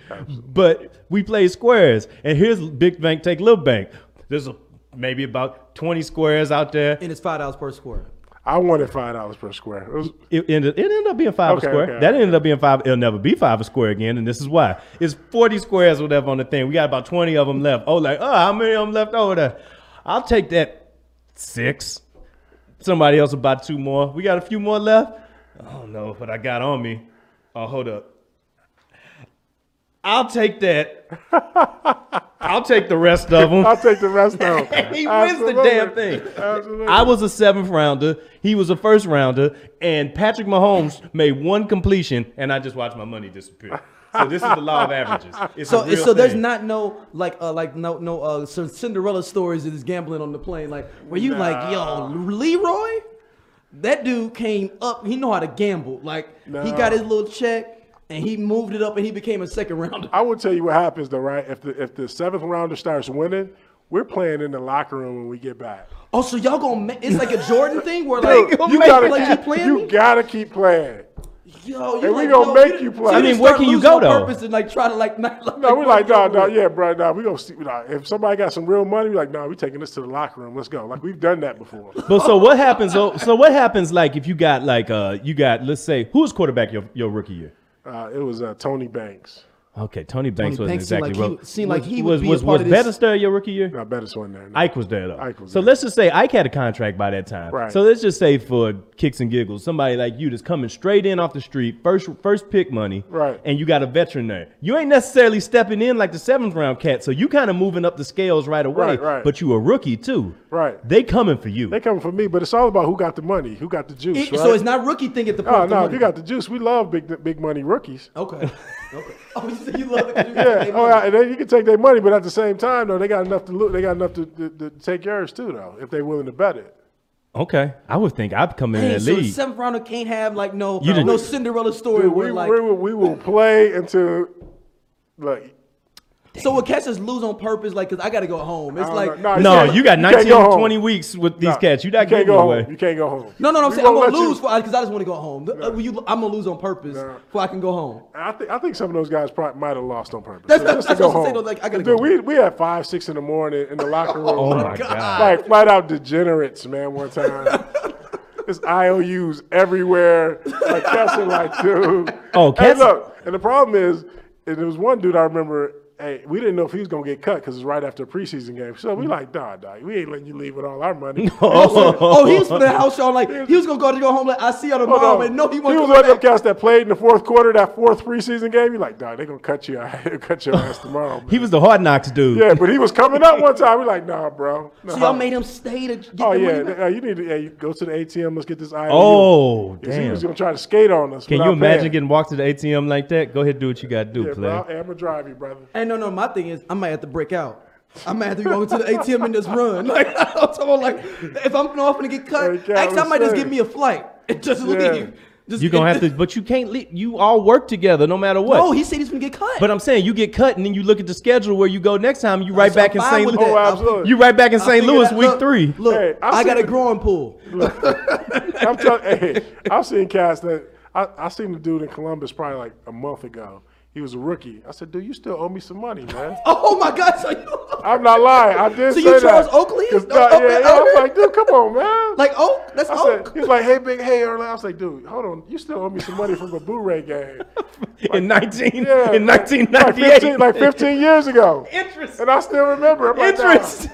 Speaker 1: But we played squares, and here's big bank take little bank. There's a, maybe about 20 squares out there.
Speaker 2: and it's five dollars per square.
Speaker 3: I wanted five dollars per square. It was,
Speaker 1: It ended, it ended up being five
Speaker 3: Okay,
Speaker 1: a square.
Speaker 3: okay,
Speaker 1: that
Speaker 3: okay.
Speaker 1: ended up being five. It'll never be five a square again, and this is why. It's 40 squares or whatever on the thing. We got about 20 of them left. Oh, like, oh, how many of them left over there? I'll take that six. Somebody else will buy two more. We got a few more left. I don't know what I got on me. Oh, hold up. I'll take that. I'll take the rest of them.
Speaker 3: I'll take the rest of them.
Speaker 1: he wins the damn thing.
Speaker 3: Absolutely.
Speaker 1: I was a seventh rounder. He was a first rounder, and Patrick Mahomes made one completion, and I just watched my money disappear. So this is the law of averages. It's
Speaker 2: So
Speaker 1: a real
Speaker 2: so there's
Speaker 1: thing.
Speaker 2: not no like uh like no no uh so Cinderella stories of this gambling on the plane like where you like yo Leroy, that dude came up he know how to gamble like he got his little check and he moved it up and he became a second rounder.
Speaker 3: I will tell you what happens though, right? If the if the seventh rounder starts winning, we're playing in the locker room when we get back.
Speaker 2: Oh so y'all gonna ma- it's like a Jordan thing where
Speaker 3: Dude,
Speaker 2: like
Speaker 3: you
Speaker 2: like,
Speaker 3: gotta
Speaker 2: like,
Speaker 3: keep,
Speaker 2: you playing
Speaker 3: you
Speaker 2: me?
Speaker 3: gotta keep playing.
Speaker 2: yo you
Speaker 3: and we
Speaker 2: like,
Speaker 3: gonna
Speaker 2: yo,
Speaker 3: make
Speaker 2: didn't-
Speaker 3: you
Speaker 2: so
Speaker 3: play. I mean,
Speaker 2: didn't
Speaker 1: where
Speaker 2: start
Speaker 1: can you
Speaker 2: losing
Speaker 1: go,
Speaker 2: on
Speaker 1: though?
Speaker 2: Purpose and like try to like not like,
Speaker 3: No, we like,
Speaker 2: go
Speaker 3: nah, nah,
Speaker 2: with it.
Speaker 3: yeah, bro, nah, we gonna see, nah. If somebody got some real money, we like, nah, we taking this to the locker room. Let's go. Like we've done that before.
Speaker 1: But so what happens? So, so what happens? Like if you got like uh you got let's say who's quarterback your, your rookie year?
Speaker 3: Uh, it was uh, Tony Banks.
Speaker 1: Okay, Tony Banks
Speaker 2: Tony
Speaker 1: wasn't
Speaker 2: Banks seemed
Speaker 1: exactly
Speaker 2: like he-
Speaker 1: ro-
Speaker 2: seemed like
Speaker 1: was,
Speaker 2: he would
Speaker 1: was
Speaker 2: be a
Speaker 1: was,
Speaker 2: part
Speaker 1: was
Speaker 2: of this-
Speaker 1: Bannister your rookie year.
Speaker 3: I bet it's one there. now.
Speaker 1: Ike was there though.
Speaker 3: Ike was
Speaker 1: so
Speaker 3: there.
Speaker 1: let's just say Ike had a contract by that time.
Speaker 3: Right.
Speaker 1: So let's just say for kicks and giggles, somebody like you that's coming straight in off the street, first first pick money,
Speaker 3: Right.
Speaker 1: And you got a veteran there. You ain't necessarily stepping in like the seventh round cat, so you kind of moving up the scales right away.
Speaker 3: Right, right.
Speaker 1: But you a rookie too.
Speaker 3: Right.
Speaker 1: They coming for you.
Speaker 3: They coming for me, but it's all about who got the money, who got the juice,
Speaker 2: It-
Speaker 3: right?
Speaker 2: so it's not rookie thing at the point.
Speaker 3: no,
Speaker 2: of the
Speaker 3: no, if
Speaker 2: money.
Speaker 3: you got the juice, we love big big money rookies.
Speaker 2: okay okay oh you said you love it 'cause you got
Speaker 3: Yeah.
Speaker 2: the
Speaker 3: Oh,
Speaker 2: money.
Speaker 3: yeah, and then you can take their money, but at the same time, though, they got enough to loot. They got enough to, to, to take yours too, though, if they're willing to bet it.
Speaker 1: okay. I would think I'd come in
Speaker 2: Dang,
Speaker 1: that
Speaker 2: so the
Speaker 1: league.
Speaker 2: seventh rounder can't have like no
Speaker 1: You didn't-
Speaker 2: no Cinderella story
Speaker 3: Dude,
Speaker 2: where
Speaker 3: we,
Speaker 2: like
Speaker 3: we, will- we will play until like
Speaker 2: So will catchers lose on purpose? Like, cause I gotta go home. It's
Speaker 3: don't
Speaker 2: like
Speaker 3: know. No,
Speaker 1: No,
Speaker 3: can't-
Speaker 1: you got
Speaker 3: you can't
Speaker 1: 19,
Speaker 3: go home.
Speaker 1: 20 weeks with these
Speaker 3: Nah,
Speaker 1: cats. You
Speaker 3: you
Speaker 1: not
Speaker 3: can't
Speaker 1: getting
Speaker 3: go
Speaker 1: away.
Speaker 3: Home. You can't go home.
Speaker 2: No, no, no I'm
Speaker 3: We
Speaker 2: saying I'm
Speaker 3: won't
Speaker 2: gonna
Speaker 3: let you-
Speaker 2: lose for because I just want to go home. Uh, you- I'm gonna lose on purpose for I can go home.
Speaker 3: And I think I think some of those guys probably might have lost on purpose.
Speaker 2: That's-
Speaker 3: just to
Speaker 2: that's
Speaker 3: go
Speaker 2: what I'm saying,
Speaker 3: home.
Speaker 2: though, like, I gotta
Speaker 3: Dude,
Speaker 2: go.
Speaker 3: we we had five, six in the morning in the locker room.
Speaker 1: Oh my
Speaker 2: God.
Speaker 1: god.
Speaker 3: Like flat out degenerates, man. One time, it's IOUs everywhere. Like Kessler, like dude.
Speaker 1: Oh,
Speaker 3: hey,
Speaker 1: Kessler-
Speaker 3: look, and the problem is, and there was one dude I remember. Hey, we didn't know if he was gonna get cut because it's right after a preseason game. So we like, nah, nah, we ain't letting you leave with all our money.
Speaker 2: Oh, he was for the house y'all. Like he was gonna go to go home. Like I see y'all
Speaker 3: Hold
Speaker 2: tomorrow,
Speaker 3: on.
Speaker 2: but no, he won't.
Speaker 3: was
Speaker 2: come
Speaker 3: one of them
Speaker 2: back.
Speaker 3: cats that played in the fourth quarter, that fourth preseason game. You're like, dog, they're going to cut you out. They'll cut your ass tomorrow. man."
Speaker 1: He was the hard knocks dude.
Speaker 3: yeah, but he was coming up one time. We're like, nah, bro. Nah.
Speaker 2: So y'all made him stay to get
Speaker 3: Oh,
Speaker 2: the
Speaker 3: yeah.
Speaker 2: money back?
Speaker 3: uh, you need to yeah, you go to the ATM. Let's get this IOU.
Speaker 1: Oh,
Speaker 3: Because He
Speaker 1: damn.
Speaker 3: was going to try to skate on us.
Speaker 1: Can
Speaker 3: without
Speaker 1: you imagine
Speaker 3: paying.
Speaker 1: getting walked to the ATM like that? Go ahead, do what you got to do,
Speaker 3: Yeah,
Speaker 1: player.
Speaker 3: bro. I'm going to drive you, brother.
Speaker 2: Hey, no, no. My thing is, I might have to break out. I might have to go to the ATM and just run. Like I'm talking about, like if I'm not gonna get cut,
Speaker 3: Break out,
Speaker 2: actually I
Speaker 3: I'm
Speaker 2: might just
Speaker 3: saying.
Speaker 2: give me a flight and just
Speaker 3: Yeah.
Speaker 2: leave. Just,
Speaker 1: You're gonna have to, but you can't leave. You all work together, no matter what.
Speaker 2: No, he said he's gonna get cut.
Speaker 1: but I'm saying you get cut, and then you look at the schedule where you go next time. You right
Speaker 2: So
Speaker 1: back
Speaker 2: I'm
Speaker 1: in
Speaker 2: fine
Speaker 1: St.
Speaker 2: with
Speaker 1: Louis.
Speaker 3: Oh,
Speaker 2: that. I'll
Speaker 3: absolutely.
Speaker 1: You right back in
Speaker 2: I'll
Speaker 1: St.
Speaker 2: figure
Speaker 1: Louis
Speaker 2: that-
Speaker 1: week
Speaker 2: look,
Speaker 1: three.
Speaker 2: Look,
Speaker 3: Hey, I've
Speaker 2: I got
Speaker 3: seen
Speaker 2: a
Speaker 3: it.
Speaker 2: growing pool.
Speaker 3: I'm telling. Hey, I've seen cats that I, I seen the dude in Columbus probably like a month ago. He was a rookie. I said, dude, you still owe me some money, man.
Speaker 2: Oh my God! So you,
Speaker 3: I'm not lying. I did
Speaker 2: So
Speaker 3: say
Speaker 2: you
Speaker 3: that.
Speaker 2: Charles Oakley?
Speaker 3: It's
Speaker 2: Oh,
Speaker 3: not-
Speaker 2: Oakley
Speaker 3: yeah, yeah. I was
Speaker 2: Oakley?
Speaker 3: like, dude, come on, man.
Speaker 2: like Oak? That's
Speaker 3: I
Speaker 2: Oak.
Speaker 3: said, he's like, hey, big, hey, Earl. I was like, dude, hold on. You still owe me some money from a Blu-ray game.
Speaker 1: in 19
Speaker 3: Yeah.
Speaker 1: in
Speaker 3: Like
Speaker 1: 1998.
Speaker 3: 15, like 15 years ago.
Speaker 1: Interest.
Speaker 3: And I still remember. I'm like, nah.
Speaker 1: Interest.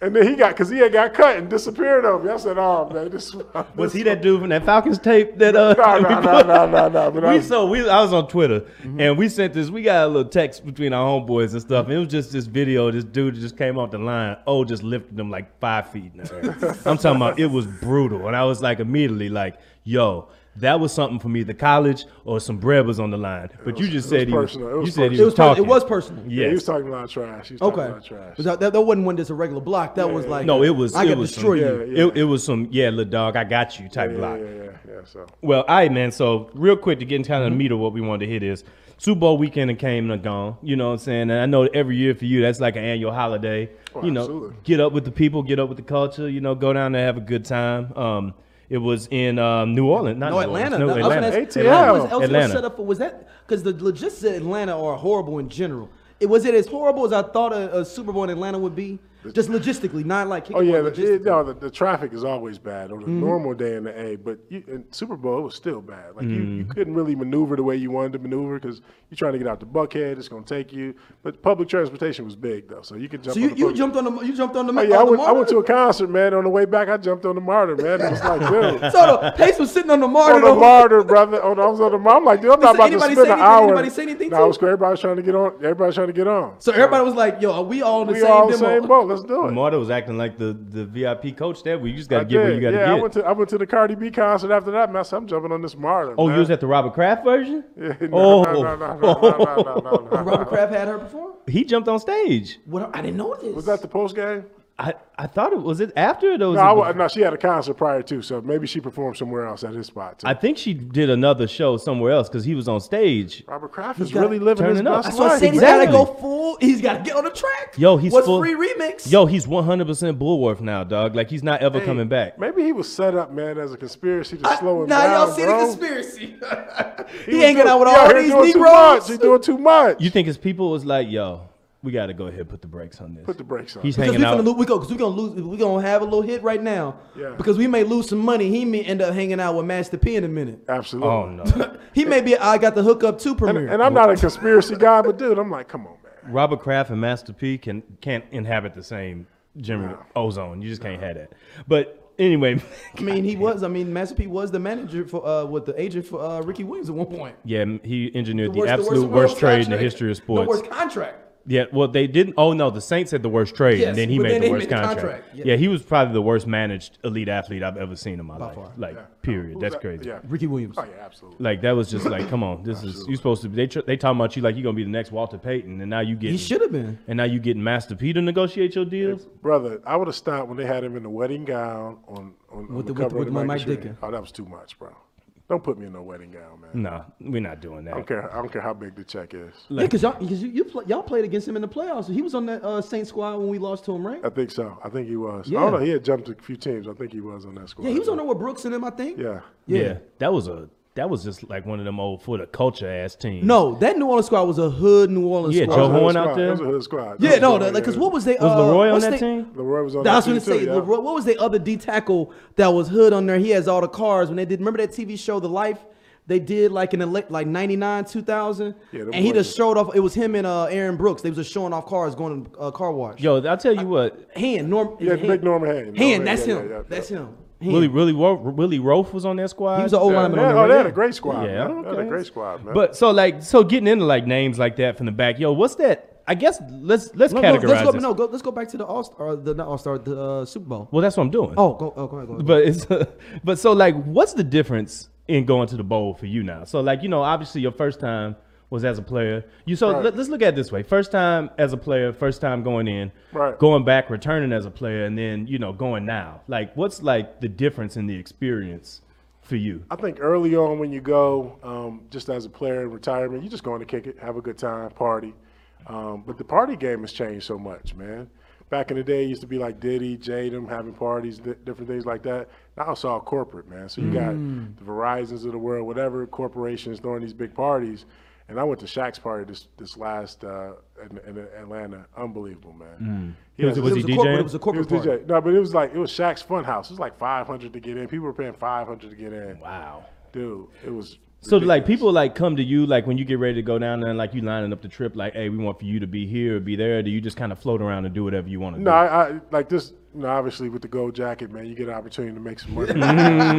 Speaker 3: And then he got, because he had got cut and disappeared on me. I said, oh, man, this
Speaker 1: Was he that dude from that Falcons tape that uh?
Speaker 3: No,
Speaker 1: we
Speaker 3: no,
Speaker 1: put-
Speaker 3: no, no, no, no. But I
Speaker 1: we
Speaker 3: was- Mm-hmm.
Speaker 1: so we I was on Twitter and we sent this. We got a little text between our homeboys and stuff. And it was just this video. This dude just came off the line. Oh, just lifted him like five feet. In the air. I'm talking about it was brutal. And I was like immediately like, yo. That was something for me. The college or some bread was on the line, but you just said
Speaker 3: it was
Speaker 1: he was.
Speaker 3: personal. It was
Speaker 1: You said he
Speaker 2: it was
Speaker 1: was
Speaker 2: per-
Speaker 1: talking.
Speaker 2: it was personal.
Speaker 1: Yeah.
Speaker 3: yeah, he
Speaker 1: yes.
Speaker 3: was talking a lot of trash. He was talking
Speaker 2: Okay.
Speaker 3: a lot of trash.
Speaker 2: But That, that, that wasn't one just a regular block. That was like
Speaker 1: No, it was.
Speaker 2: I
Speaker 1: it
Speaker 2: can
Speaker 1: was
Speaker 2: destroy
Speaker 1: some,
Speaker 2: you.
Speaker 3: Yeah, yeah.
Speaker 1: It, it was some yeah, little dog, I got you type
Speaker 3: Yeah,
Speaker 1: block.
Speaker 3: yeah, yeah, yeah, so.
Speaker 1: Well, all right, man. So real quick to get into
Speaker 3: Mm-hmm.
Speaker 1: kind of the meat of what we wanted to hit is Super Bowl weekend and came and gone. You know what I'm saying? And I know every year for you that's like an annual holiday.
Speaker 3: Oh,
Speaker 1: you know,
Speaker 3: absolutely.
Speaker 1: get up with the people, get up with the culture. You know, go down there have a good time. Um, it was in um, New Orleans, not
Speaker 2: No,
Speaker 1: New Orleans,
Speaker 2: Atlanta.
Speaker 1: no,
Speaker 2: No, I was gonna
Speaker 1: Atlanta.
Speaker 2: ask,
Speaker 3: ATL.
Speaker 2: how was LCL
Speaker 1: Atlanta.
Speaker 2: set up for? Was that because the logistics of Atlanta are horrible in general? It was it as horrible as I thought a, a Super Bowl in Atlanta would be, just logistically, not like
Speaker 3: Oh yeah, the,
Speaker 2: logistically.
Speaker 3: it, no, the, the traffic is always bad on a
Speaker 1: Mm-hmm.
Speaker 3: normal day in the A, but you, in Super Bowl it was still bad. Like you,
Speaker 1: Mm.
Speaker 3: you couldn't really maneuver the way you wanted to maneuver because you're trying to get out the Buckhead. It's gonna take you, but public transportation was big though, so you could jump.
Speaker 2: So
Speaker 3: on
Speaker 2: you,
Speaker 3: the
Speaker 2: you
Speaker 3: public-
Speaker 2: jumped on the you jumped on the
Speaker 3: Oh,
Speaker 2: on
Speaker 3: yeah, I
Speaker 2: the
Speaker 3: went, I went
Speaker 2: martyr?
Speaker 3: to a concert, man. On the way back, I jumped on the Martyr, man. It was like, dude,
Speaker 2: So the Pace was sitting on the martyr.
Speaker 3: on the
Speaker 2: though.
Speaker 3: Martyr, brother. On, I was on the Martyr. I'm like, dude, I'm not
Speaker 2: Did
Speaker 3: about to
Speaker 2: anybody
Speaker 3: spend
Speaker 2: say
Speaker 3: an
Speaker 2: anything?
Speaker 3: hour.
Speaker 2: Anybody say anything to
Speaker 3: No,
Speaker 2: you?
Speaker 3: it was everybody's trying to get on. Everybody's trying to get on.
Speaker 2: So everybody was like, "Yo, are we all in the
Speaker 3: we
Speaker 2: same
Speaker 3: all
Speaker 2: demo?"
Speaker 3: same boat. Let's do it.
Speaker 1: Marta was acting like the, the VIP coach there. Where you just got
Speaker 3: I
Speaker 1: to get where you
Speaker 3: did.
Speaker 1: got to
Speaker 3: yeah, I
Speaker 1: get.
Speaker 3: went to I went to the Cardi B concert after that. Man, I said, I'm jumping on this martyr.
Speaker 1: oh,
Speaker 3: man.
Speaker 1: you was at the Robert Kraft version?
Speaker 3: Yeah,
Speaker 1: oh,
Speaker 3: no, no, no, no, no, no, no, no, no, no.
Speaker 2: Robert Kraft had her before.
Speaker 1: he jumped on stage.
Speaker 2: What? I didn't know this.
Speaker 3: Was that the post game?
Speaker 1: I, I thought it was it after those.
Speaker 3: No, I wa- no, she had a concert prior too, so maybe she performed somewhere else at his spot too.
Speaker 1: I think she did another show somewhere else because he was on stage.
Speaker 3: Robert Kraft is
Speaker 2: got-
Speaker 3: really living his
Speaker 1: turning up.
Speaker 3: best
Speaker 2: That's why I
Speaker 3: life.
Speaker 2: said he's
Speaker 1: Exactly.
Speaker 2: gotta go full. He's gotta get on the track.
Speaker 1: Yo, he's
Speaker 2: what's
Speaker 1: full-
Speaker 2: free remix.
Speaker 1: Yo, he's 100% Bulworth now, dog. Like he's not ever
Speaker 3: Hey,
Speaker 1: coming back.
Speaker 3: Maybe he was set up, man, as a conspiracy to
Speaker 2: I-
Speaker 3: slow him
Speaker 2: now
Speaker 3: down.
Speaker 2: y'all see
Speaker 3: bro.
Speaker 2: the conspiracy. he,
Speaker 3: was
Speaker 2: hanging
Speaker 3: doing-
Speaker 2: out with
Speaker 3: he
Speaker 2: all
Speaker 3: here
Speaker 2: these
Speaker 3: doing Too much. He
Speaker 2: Negroes.
Speaker 3: doing too much.
Speaker 1: You think his people was like, yo, we got to go ahead and put the brakes on this.
Speaker 3: Put the brakes on.
Speaker 1: he's
Speaker 2: Because
Speaker 1: hanging
Speaker 2: we finna
Speaker 1: out.
Speaker 2: lose, we go, cause we gonna lose, we gonna have a little hit right now.
Speaker 3: Yeah.
Speaker 2: Because we may lose some money. He may end up hanging out with Master P in a minute.
Speaker 3: Absolutely.
Speaker 1: Oh, no.
Speaker 2: He may be. I got the hookup too premiere.
Speaker 3: And I'm not a conspiracy guy, but dude, I'm like, come on, man.
Speaker 1: Robert Kraft and Master P can, can't inhabit the same general ozone. You just can't have that. But anyway,
Speaker 2: I mean, he was. I mean, Master P was the manager for uh, with the agent for uh, Ricky Williams at one point.
Speaker 1: yeah, he engineered the,
Speaker 2: Worst-
Speaker 1: absolute
Speaker 2: worst-
Speaker 1: worst, trade in the
Speaker 2: contract.
Speaker 1: history of sports.
Speaker 2: The worst contract.
Speaker 1: Yeah, well, they didn't. Oh no, the Saints had the worst trade,
Speaker 2: Yes,
Speaker 1: and then he
Speaker 2: but
Speaker 1: made
Speaker 2: then
Speaker 1: the
Speaker 2: he
Speaker 1: worst
Speaker 2: made the
Speaker 1: contract.
Speaker 2: contract, yeah.
Speaker 1: Yeah. he was probably the worst managed elite athlete I've ever seen in my life.
Speaker 2: far.
Speaker 1: Like, period. That's crazy.
Speaker 3: Yeah.
Speaker 2: Ricky Williams.
Speaker 3: Oh yeah, absolutely.
Speaker 1: Like that was just like, come on, this is you supposed to. be They tr- they talking about you like you're gonna be the next Walter Payton, and now you get
Speaker 2: He should have been.
Speaker 1: and now you getting Master P to negotiate your deals.
Speaker 3: Brother, I would have stopped when they had him in the wedding gown on on, on
Speaker 2: With
Speaker 3: the,
Speaker 2: the- with
Speaker 3: cover
Speaker 2: the-
Speaker 3: of
Speaker 2: with my Mike
Speaker 3: magazine.
Speaker 2: Dicker.
Speaker 3: Oh, that was too much, bro. Don't put me in no wedding gown, man.
Speaker 1: No, we're not doing that.
Speaker 3: I don't care. I don't care how big the check is.
Speaker 2: yeah, because y'all, cause you, you play, y'all played against him in the playoffs. He was on that uh, Saint squad when we lost to him, right?
Speaker 3: I think so. I think he was.
Speaker 2: Yeah.
Speaker 3: I don't know. He had jumped a few teams. I think he was on that squad.
Speaker 2: yeah, he was on there with Brooks and him, I think.
Speaker 3: Yeah.
Speaker 1: Yeah. that was a that was just like one of them old for the culture ass teams.
Speaker 2: No, that New Orleans squad was a hood New Orleans
Speaker 1: Yeah,
Speaker 2: squad.
Speaker 1: Joe
Speaker 3: That was a hood
Speaker 1: Horn out
Speaker 3: squad.
Speaker 1: there?
Speaker 3: That was a hood squad.
Speaker 2: Yeah,
Speaker 3: That
Speaker 2: no,
Speaker 3: was a hood
Speaker 2: because
Speaker 3: squad,
Speaker 2: what was they?
Speaker 1: was
Speaker 2: uh,
Speaker 1: Leroy on
Speaker 2: what's
Speaker 1: that
Speaker 2: they-
Speaker 1: team?
Speaker 3: Leroy was on
Speaker 2: I
Speaker 3: that
Speaker 2: was gonna
Speaker 3: team
Speaker 2: say,
Speaker 3: too, yeah.
Speaker 2: LeRoy- what was the other D tackle that was hood on there? He has all the cars. When they did, remember that TV show, The Life? They did like in the late, like '99, 2000,
Speaker 3: Yeah, them
Speaker 2: and he
Speaker 3: boys-
Speaker 2: just showed off. It was him and uh, Aaron Brooks. They was just showing off cars going to uh, car wash.
Speaker 1: Yo, I'll tell you what,
Speaker 2: hand Norm.
Speaker 3: Yeah,
Speaker 2: hand.
Speaker 3: big Norman Hand. Norman
Speaker 2: Hand, that's
Speaker 3: Hand,
Speaker 2: him.
Speaker 3: yeah, yeah,
Speaker 2: that's him. Hand.
Speaker 1: Willie Willie Ro- Willie Rofe was on that squad.
Speaker 2: He was an old
Speaker 3: Yeah,
Speaker 2: lineman. on
Speaker 3: man, oh,
Speaker 2: there,
Speaker 3: they had
Speaker 2: yeah.
Speaker 3: a great squad.
Speaker 1: Yeah,
Speaker 3: Yeah, man. They had
Speaker 1: okay.
Speaker 3: a great squad, man.
Speaker 1: But so like so getting into like names like that from the back, yo, what's that? I guess let's let's
Speaker 2: No, no,
Speaker 1: categorize
Speaker 2: let's go,
Speaker 1: this.
Speaker 2: no, go, let's go back to the All Star, the not All Star, the uh, Super Bowl.
Speaker 1: Well, that's what I'm doing.
Speaker 2: Oh, go, oh, go ahead, go ahead.
Speaker 1: but it's but so like what's the difference in going to the bowl for you now so like you know obviously your first time was as a player you so
Speaker 3: Right.
Speaker 1: let, us look at it this way first time as a player first time going in
Speaker 3: Right.
Speaker 1: going back returning as a player and then you know going now like what's like the difference in the experience for you
Speaker 3: I think early on when you go, um, just as a player in retirement, you're just going to kick it, have a good time, party. Um, but the party game has changed so much, man. Back in the day, it used to be like Diddy, Jadem having parties, di different things like that. Now it's all corporate, man. So you got the Verizons of the world, whatever corporations throwing these big parties. And I went to Shaq's party this this last uh, in, in Atlanta. Unbelievable, man. He
Speaker 1: Was
Speaker 3: has
Speaker 1: it- was
Speaker 3: this-
Speaker 1: he
Speaker 2: a corporate,
Speaker 1: DJing?
Speaker 2: it was a corporate
Speaker 3: it was
Speaker 2: party.
Speaker 3: DJ. No, but it was like it was Shaq's Fun House. It was like 500 to get in. People were paying 500 to get in.
Speaker 1: wow
Speaker 3: Dude, it was.
Speaker 1: so like
Speaker 3: ridiculous.
Speaker 1: people like come to you like when you get ready to go down there and like you lining up the trip like hey we want for you to be here or be there or do you just kind of float around and do whatever you want to
Speaker 3: No,
Speaker 1: do
Speaker 3: I, I like this. You know, obviously with the gold jacket, man, you get an opportunity to make some money. So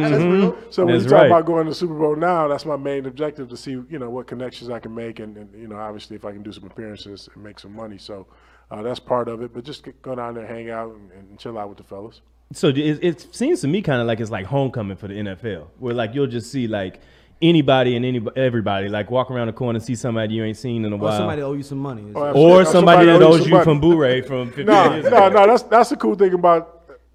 Speaker 1: Mm-hmm.
Speaker 3: when
Speaker 1: That's
Speaker 3: you talk
Speaker 1: right.
Speaker 3: about going to the Super Bowl now, that's my main objective to see, you know, what connections I can make, and, and you know, obviously if I can do some appearances and make some money. So uh, that's part of it. But just get, go down there, hang out, and, and chill out with the fellas.
Speaker 1: So it, it seems to me kind of like it's like homecoming for the NFL, where like you'll just see like anybody and any everybody like walk around the corner and see somebody you ain't seen in a
Speaker 2: Or
Speaker 1: while,
Speaker 2: somebody owe you some money. It's-
Speaker 3: absolutely.
Speaker 1: or
Speaker 3: Or
Speaker 1: somebody,
Speaker 3: somebody
Speaker 1: that
Speaker 3: owe you
Speaker 1: owes
Speaker 3: some
Speaker 1: you
Speaker 3: money.
Speaker 1: from Blu-ray from 50
Speaker 3: No,
Speaker 1: years
Speaker 3: no,
Speaker 1: ago.
Speaker 3: no. That's that's the cool thing about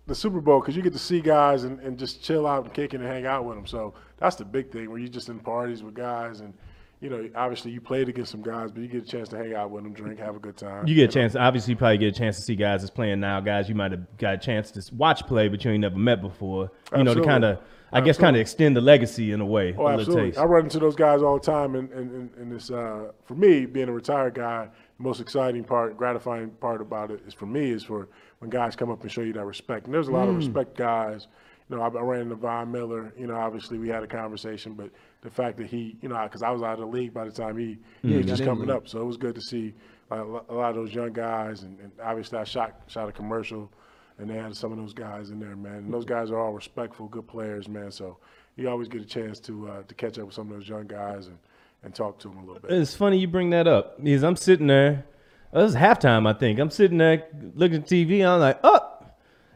Speaker 3: the Super Bowl because you get to see guys and, and just chill out and kick it and hang out with them. So that's the big thing where you just in parties with guys and you know obviously you played against some guys, but you get a chance to hang out with them, drink, have a good time.
Speaker 1: You get a chance. Obviously, you probably get a chance to see guys that's playing now. Guys, you might have got a chance to s- watch play, but you ain't never met before. You know, to
Speaker 3: Absolutely.
Speaker 1: kind of, I guess, kind of extend the legacy in a way. a
Speaker 3: Oh,
Speaker 1: little
Speaker 3: absolutely.
Speaker 1: taste.
Speaker 3: I run into those guys all the time, and and, and, and it's uh, for me being a retired guy. The most exciting part, gratifying part about it is for me is for when guys come up and show you that respect. And there's a lot of respect guys. You know, I, I ran into Von Miller. You know, obviously we had a conversation, but the fact that he, you know, because I was out of the league by the time he, he was
Speaker 2: got
Speaker 3: just
Speaker 2: in the
Speaker 3: coming
Speaker 2: league.
Speaker 3: up, so it was good to see uh, a lo- a lot of those young guys. And, and obviously, I shot shot a commercial, and they had some of those guys in there, man. And those guys are all respectful, good players, man. So you always get a chance to uh, to catch up with some of those young guys and, and talk to them a little bit.
Speaker 1: It's funny you bring that up because I'm sitting there. It was halftime, I think. I'm sitting there looking at TV. I'm like, oh,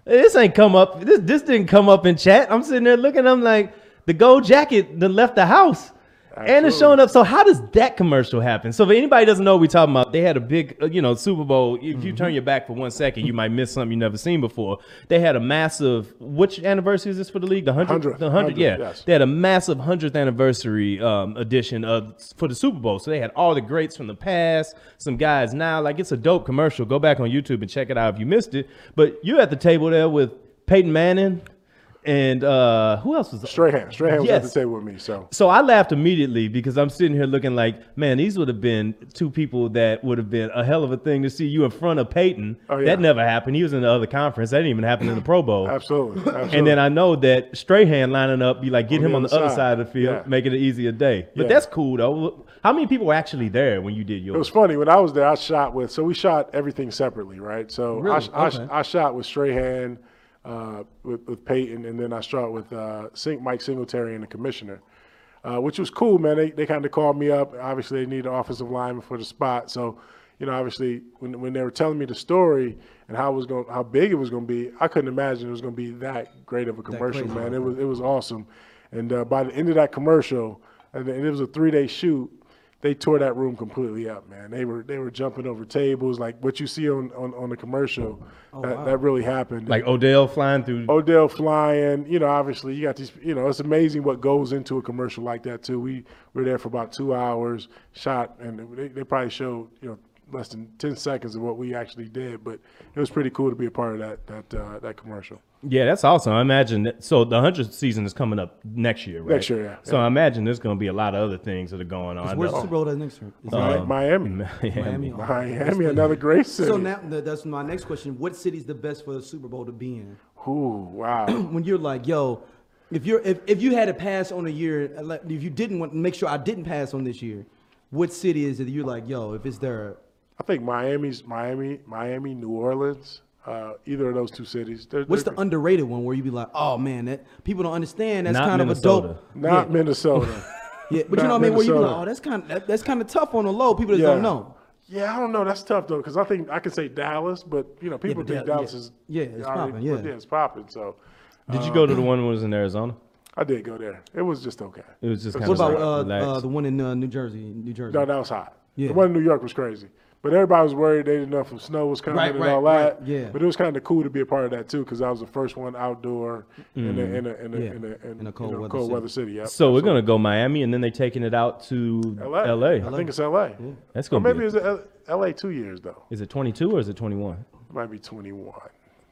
Speaker 1: this ain't come up. This this didn't come up in chat. I'm sitting there looking. I'm like, the gold jacket that left the house. And it's
Speaker 3: Absolutely.
Speaker 1: showing up. So how does that commercial happen? So if anybody doesn't know what we're talking about, they had a big, uh, you know, Super Bowl. If you turn your back for one second, you might miss something you never seen before. They had a massive. Which anniversary is this for the league? The hundredth.
Speaker 3: Hundredth,
Speaker 1: The hundredth.
Speaker 3: hundredth,
Speaker 1: Yeah.
Speaker 3: yes.
Speaker 1: They had a massive 100th anniversary um, edition of for the Super Bowl. So they had all the greats from the past, some guys now. Like it's a dope commercial. Go back on YouTube and check it out if you missed it. But you're at the table there with Peyton Manning and uh, who else was
Speaker 3: Strahan, Strahan was at
Speaker 1: Yes.
Speaker 3: the table with me, so
Speaker 1: so I laughed immediately because I'm sitting here looking like, man, these would have been two people that would have been a hell of a thing to see you in front of Peyton.
Speaker 3: Oh, yeah.
Speaker 1: That never happened. He was in the other conference. That didn't even happen in the Pro Bowl.
Speaker 3: absolutely. absolutely.
Speaker 1: And then I know that Strahan lining up, be like, get
Speaker 3: On
Speaker 1: him
Speaker 3: the
Speaker 1: on the
Speaker 3: other
Speaker 1: other
Speaker 3: side.
Speaker 1: side of the field,
Speaker 3: Yeah.
Speaker 1: make it an easier day. But
Speaker 3: Yeah.
Speaker 1: that's cool though. How many people were actually there when you did
Speaker 3: It
Speaker 1: yours?
Speaker 3: was funny when I was there. I shot with so we shot everything separately, right? So I,
Speaker 2: Really?
Speaker 3: I,
Speaker 2: Okay.
Speaker 3: I shot with Strahan, uh, with, with Peyton, and then I shot with uh, Sing, Mike Singletary and the commissioner, uh, which was cool, man. They they kind of called me up. Obviously, they need an offensive lineman for the spot, so. You know, obviously, when, when they were telling me the story and how it was going, how big it was going to be, I couldn't imagine it was going to be that great of a commercial,
Speaker 2: crazy.
Speaker 3: man. It was it was awesome, and uh, by the end of that commercial, and it was a three day shoot they tore that room completely up, man. They were they were jumping over tables, like what you see on on, on the commercial. that, that really happened.
Speaker 1: Like Odell flying through.
Speaker 3: Odell flying, you know, obviously you got these, you know, it's amazing what goes into a commercial like that too. We were there for about two hours, shot, and they, they probably showed, you know, less than ten seconds of what we actually did, but it was pretty cool to be a part of that that uh, that commercial.
Speaker 1: Yeah, that's awesome. I imagine that, so the hundredth season is coming up next year, right?
Speaker 3: Next year, yeah,
Speaker 1: So I imagine there's going to be a lot of other things that are going on.
Speaker 2: Where's the
Speaker 1: though.
Speaker 2: Super Bowl that next year? Is it
Speaker 3: Mi- Oh, Miami,
Speaker 1: Miami.
Speaker 2: Miami?
Speaker 3: Miami, another great city.
Speaker 2: So now th- that's my next question. What city is the best for the Super Bowl to be in?
Speaker 3: Ooh, wow.
Speaker 2: When you're like, yo, if you're if, if you had to pass on a year, like, if you didn't want make sure I didn't pass on this year, what city is it? that You're like, yo, if it's there,
Speaker 3: I think Miami's Miami, Miami, New Orleans, uh, either of those two cities. They're,
Speaker 2: what's
Speaker 3: they're
Speaker 2: the underrated one where you be like, oh man, that people don't understand. That's
Speaker 1: Not
Speaker 2: kind of a
Speaker 1: Minnesota.
Speaker 2: dope.
Speaker 3: not Minnesota.
Speaker 2: Yeah, but you
Speaker 3: Not
Speaker 2: know what I mean. Where you be like,
Speaker 3: Minnesota.
Speaker 2: oh, that's kind of that, that's kind of tough on the low. People just don't know.
Speaker 3: Yeah, I don't know. That's tough though, because I think I can say Dallas, but you know, people
Speaker 2: but
Speaker 3: think
Speaker 2: Dal-
Speaker 3: Dallas
Speaker 2: yeah.
Speaker 3: is
Speaker 2: Yeah, it's
Speaker 3: already-
Speaker 2: popping, yeah.
Speaker 3: but it's popping. So
Speaker 1: Did you go to the one that was in Arizona?
Speaker 3: I did go there. It was just okay.
Speaker 1: It was just
Speaker 3: What
Speaker 1: kind
Speaker 2: What
Speaker 1: of
Speaker 2: about
Speaker 1: like
Speaker 2: uh,
Speaker 1: relaxed.
Speaker 2: uh, the one in uh, New Jersey? New Jersey.
Speaker 3: No, that was hot.
Speaker 2: Yeah.
Speaker 3: The one in New York was crazy. But everybody was worried they didn't know if snow was coming
Speaker 2: Right,
Speaker 3: and
Speaker 2: right,
Speaker 3: all that.
Speaker 2: right, yeah.
Speaker 3: But it was kind of cool to be a part of that too, because I was the first one outdoor in a in a in a,
Speaker 2: Mm. Yeah,
Speaker 3: in a, in,
Speaker 2: in a cold
Speaker 3: you know,
Speaker 2: weather
Speaker 3: cold
Speaker 2: city.
Speaker 3: weather city. Yep.
Speaker 1: so we're going to go Miami, and then they taking it out to
Speaker 3: LA.
Speaker 1: LA.
Speaker 3: I think it's LA.
Speaker 1: That's
Speaker 3: Or
Speaker 1: going to
Speaker 3: maybe
Speaker 1: be.
Speaker 3: it's L- LA two years though.
Speaker 1: Is it 22 or is it 21?
Speaker 3: It might be twenty one.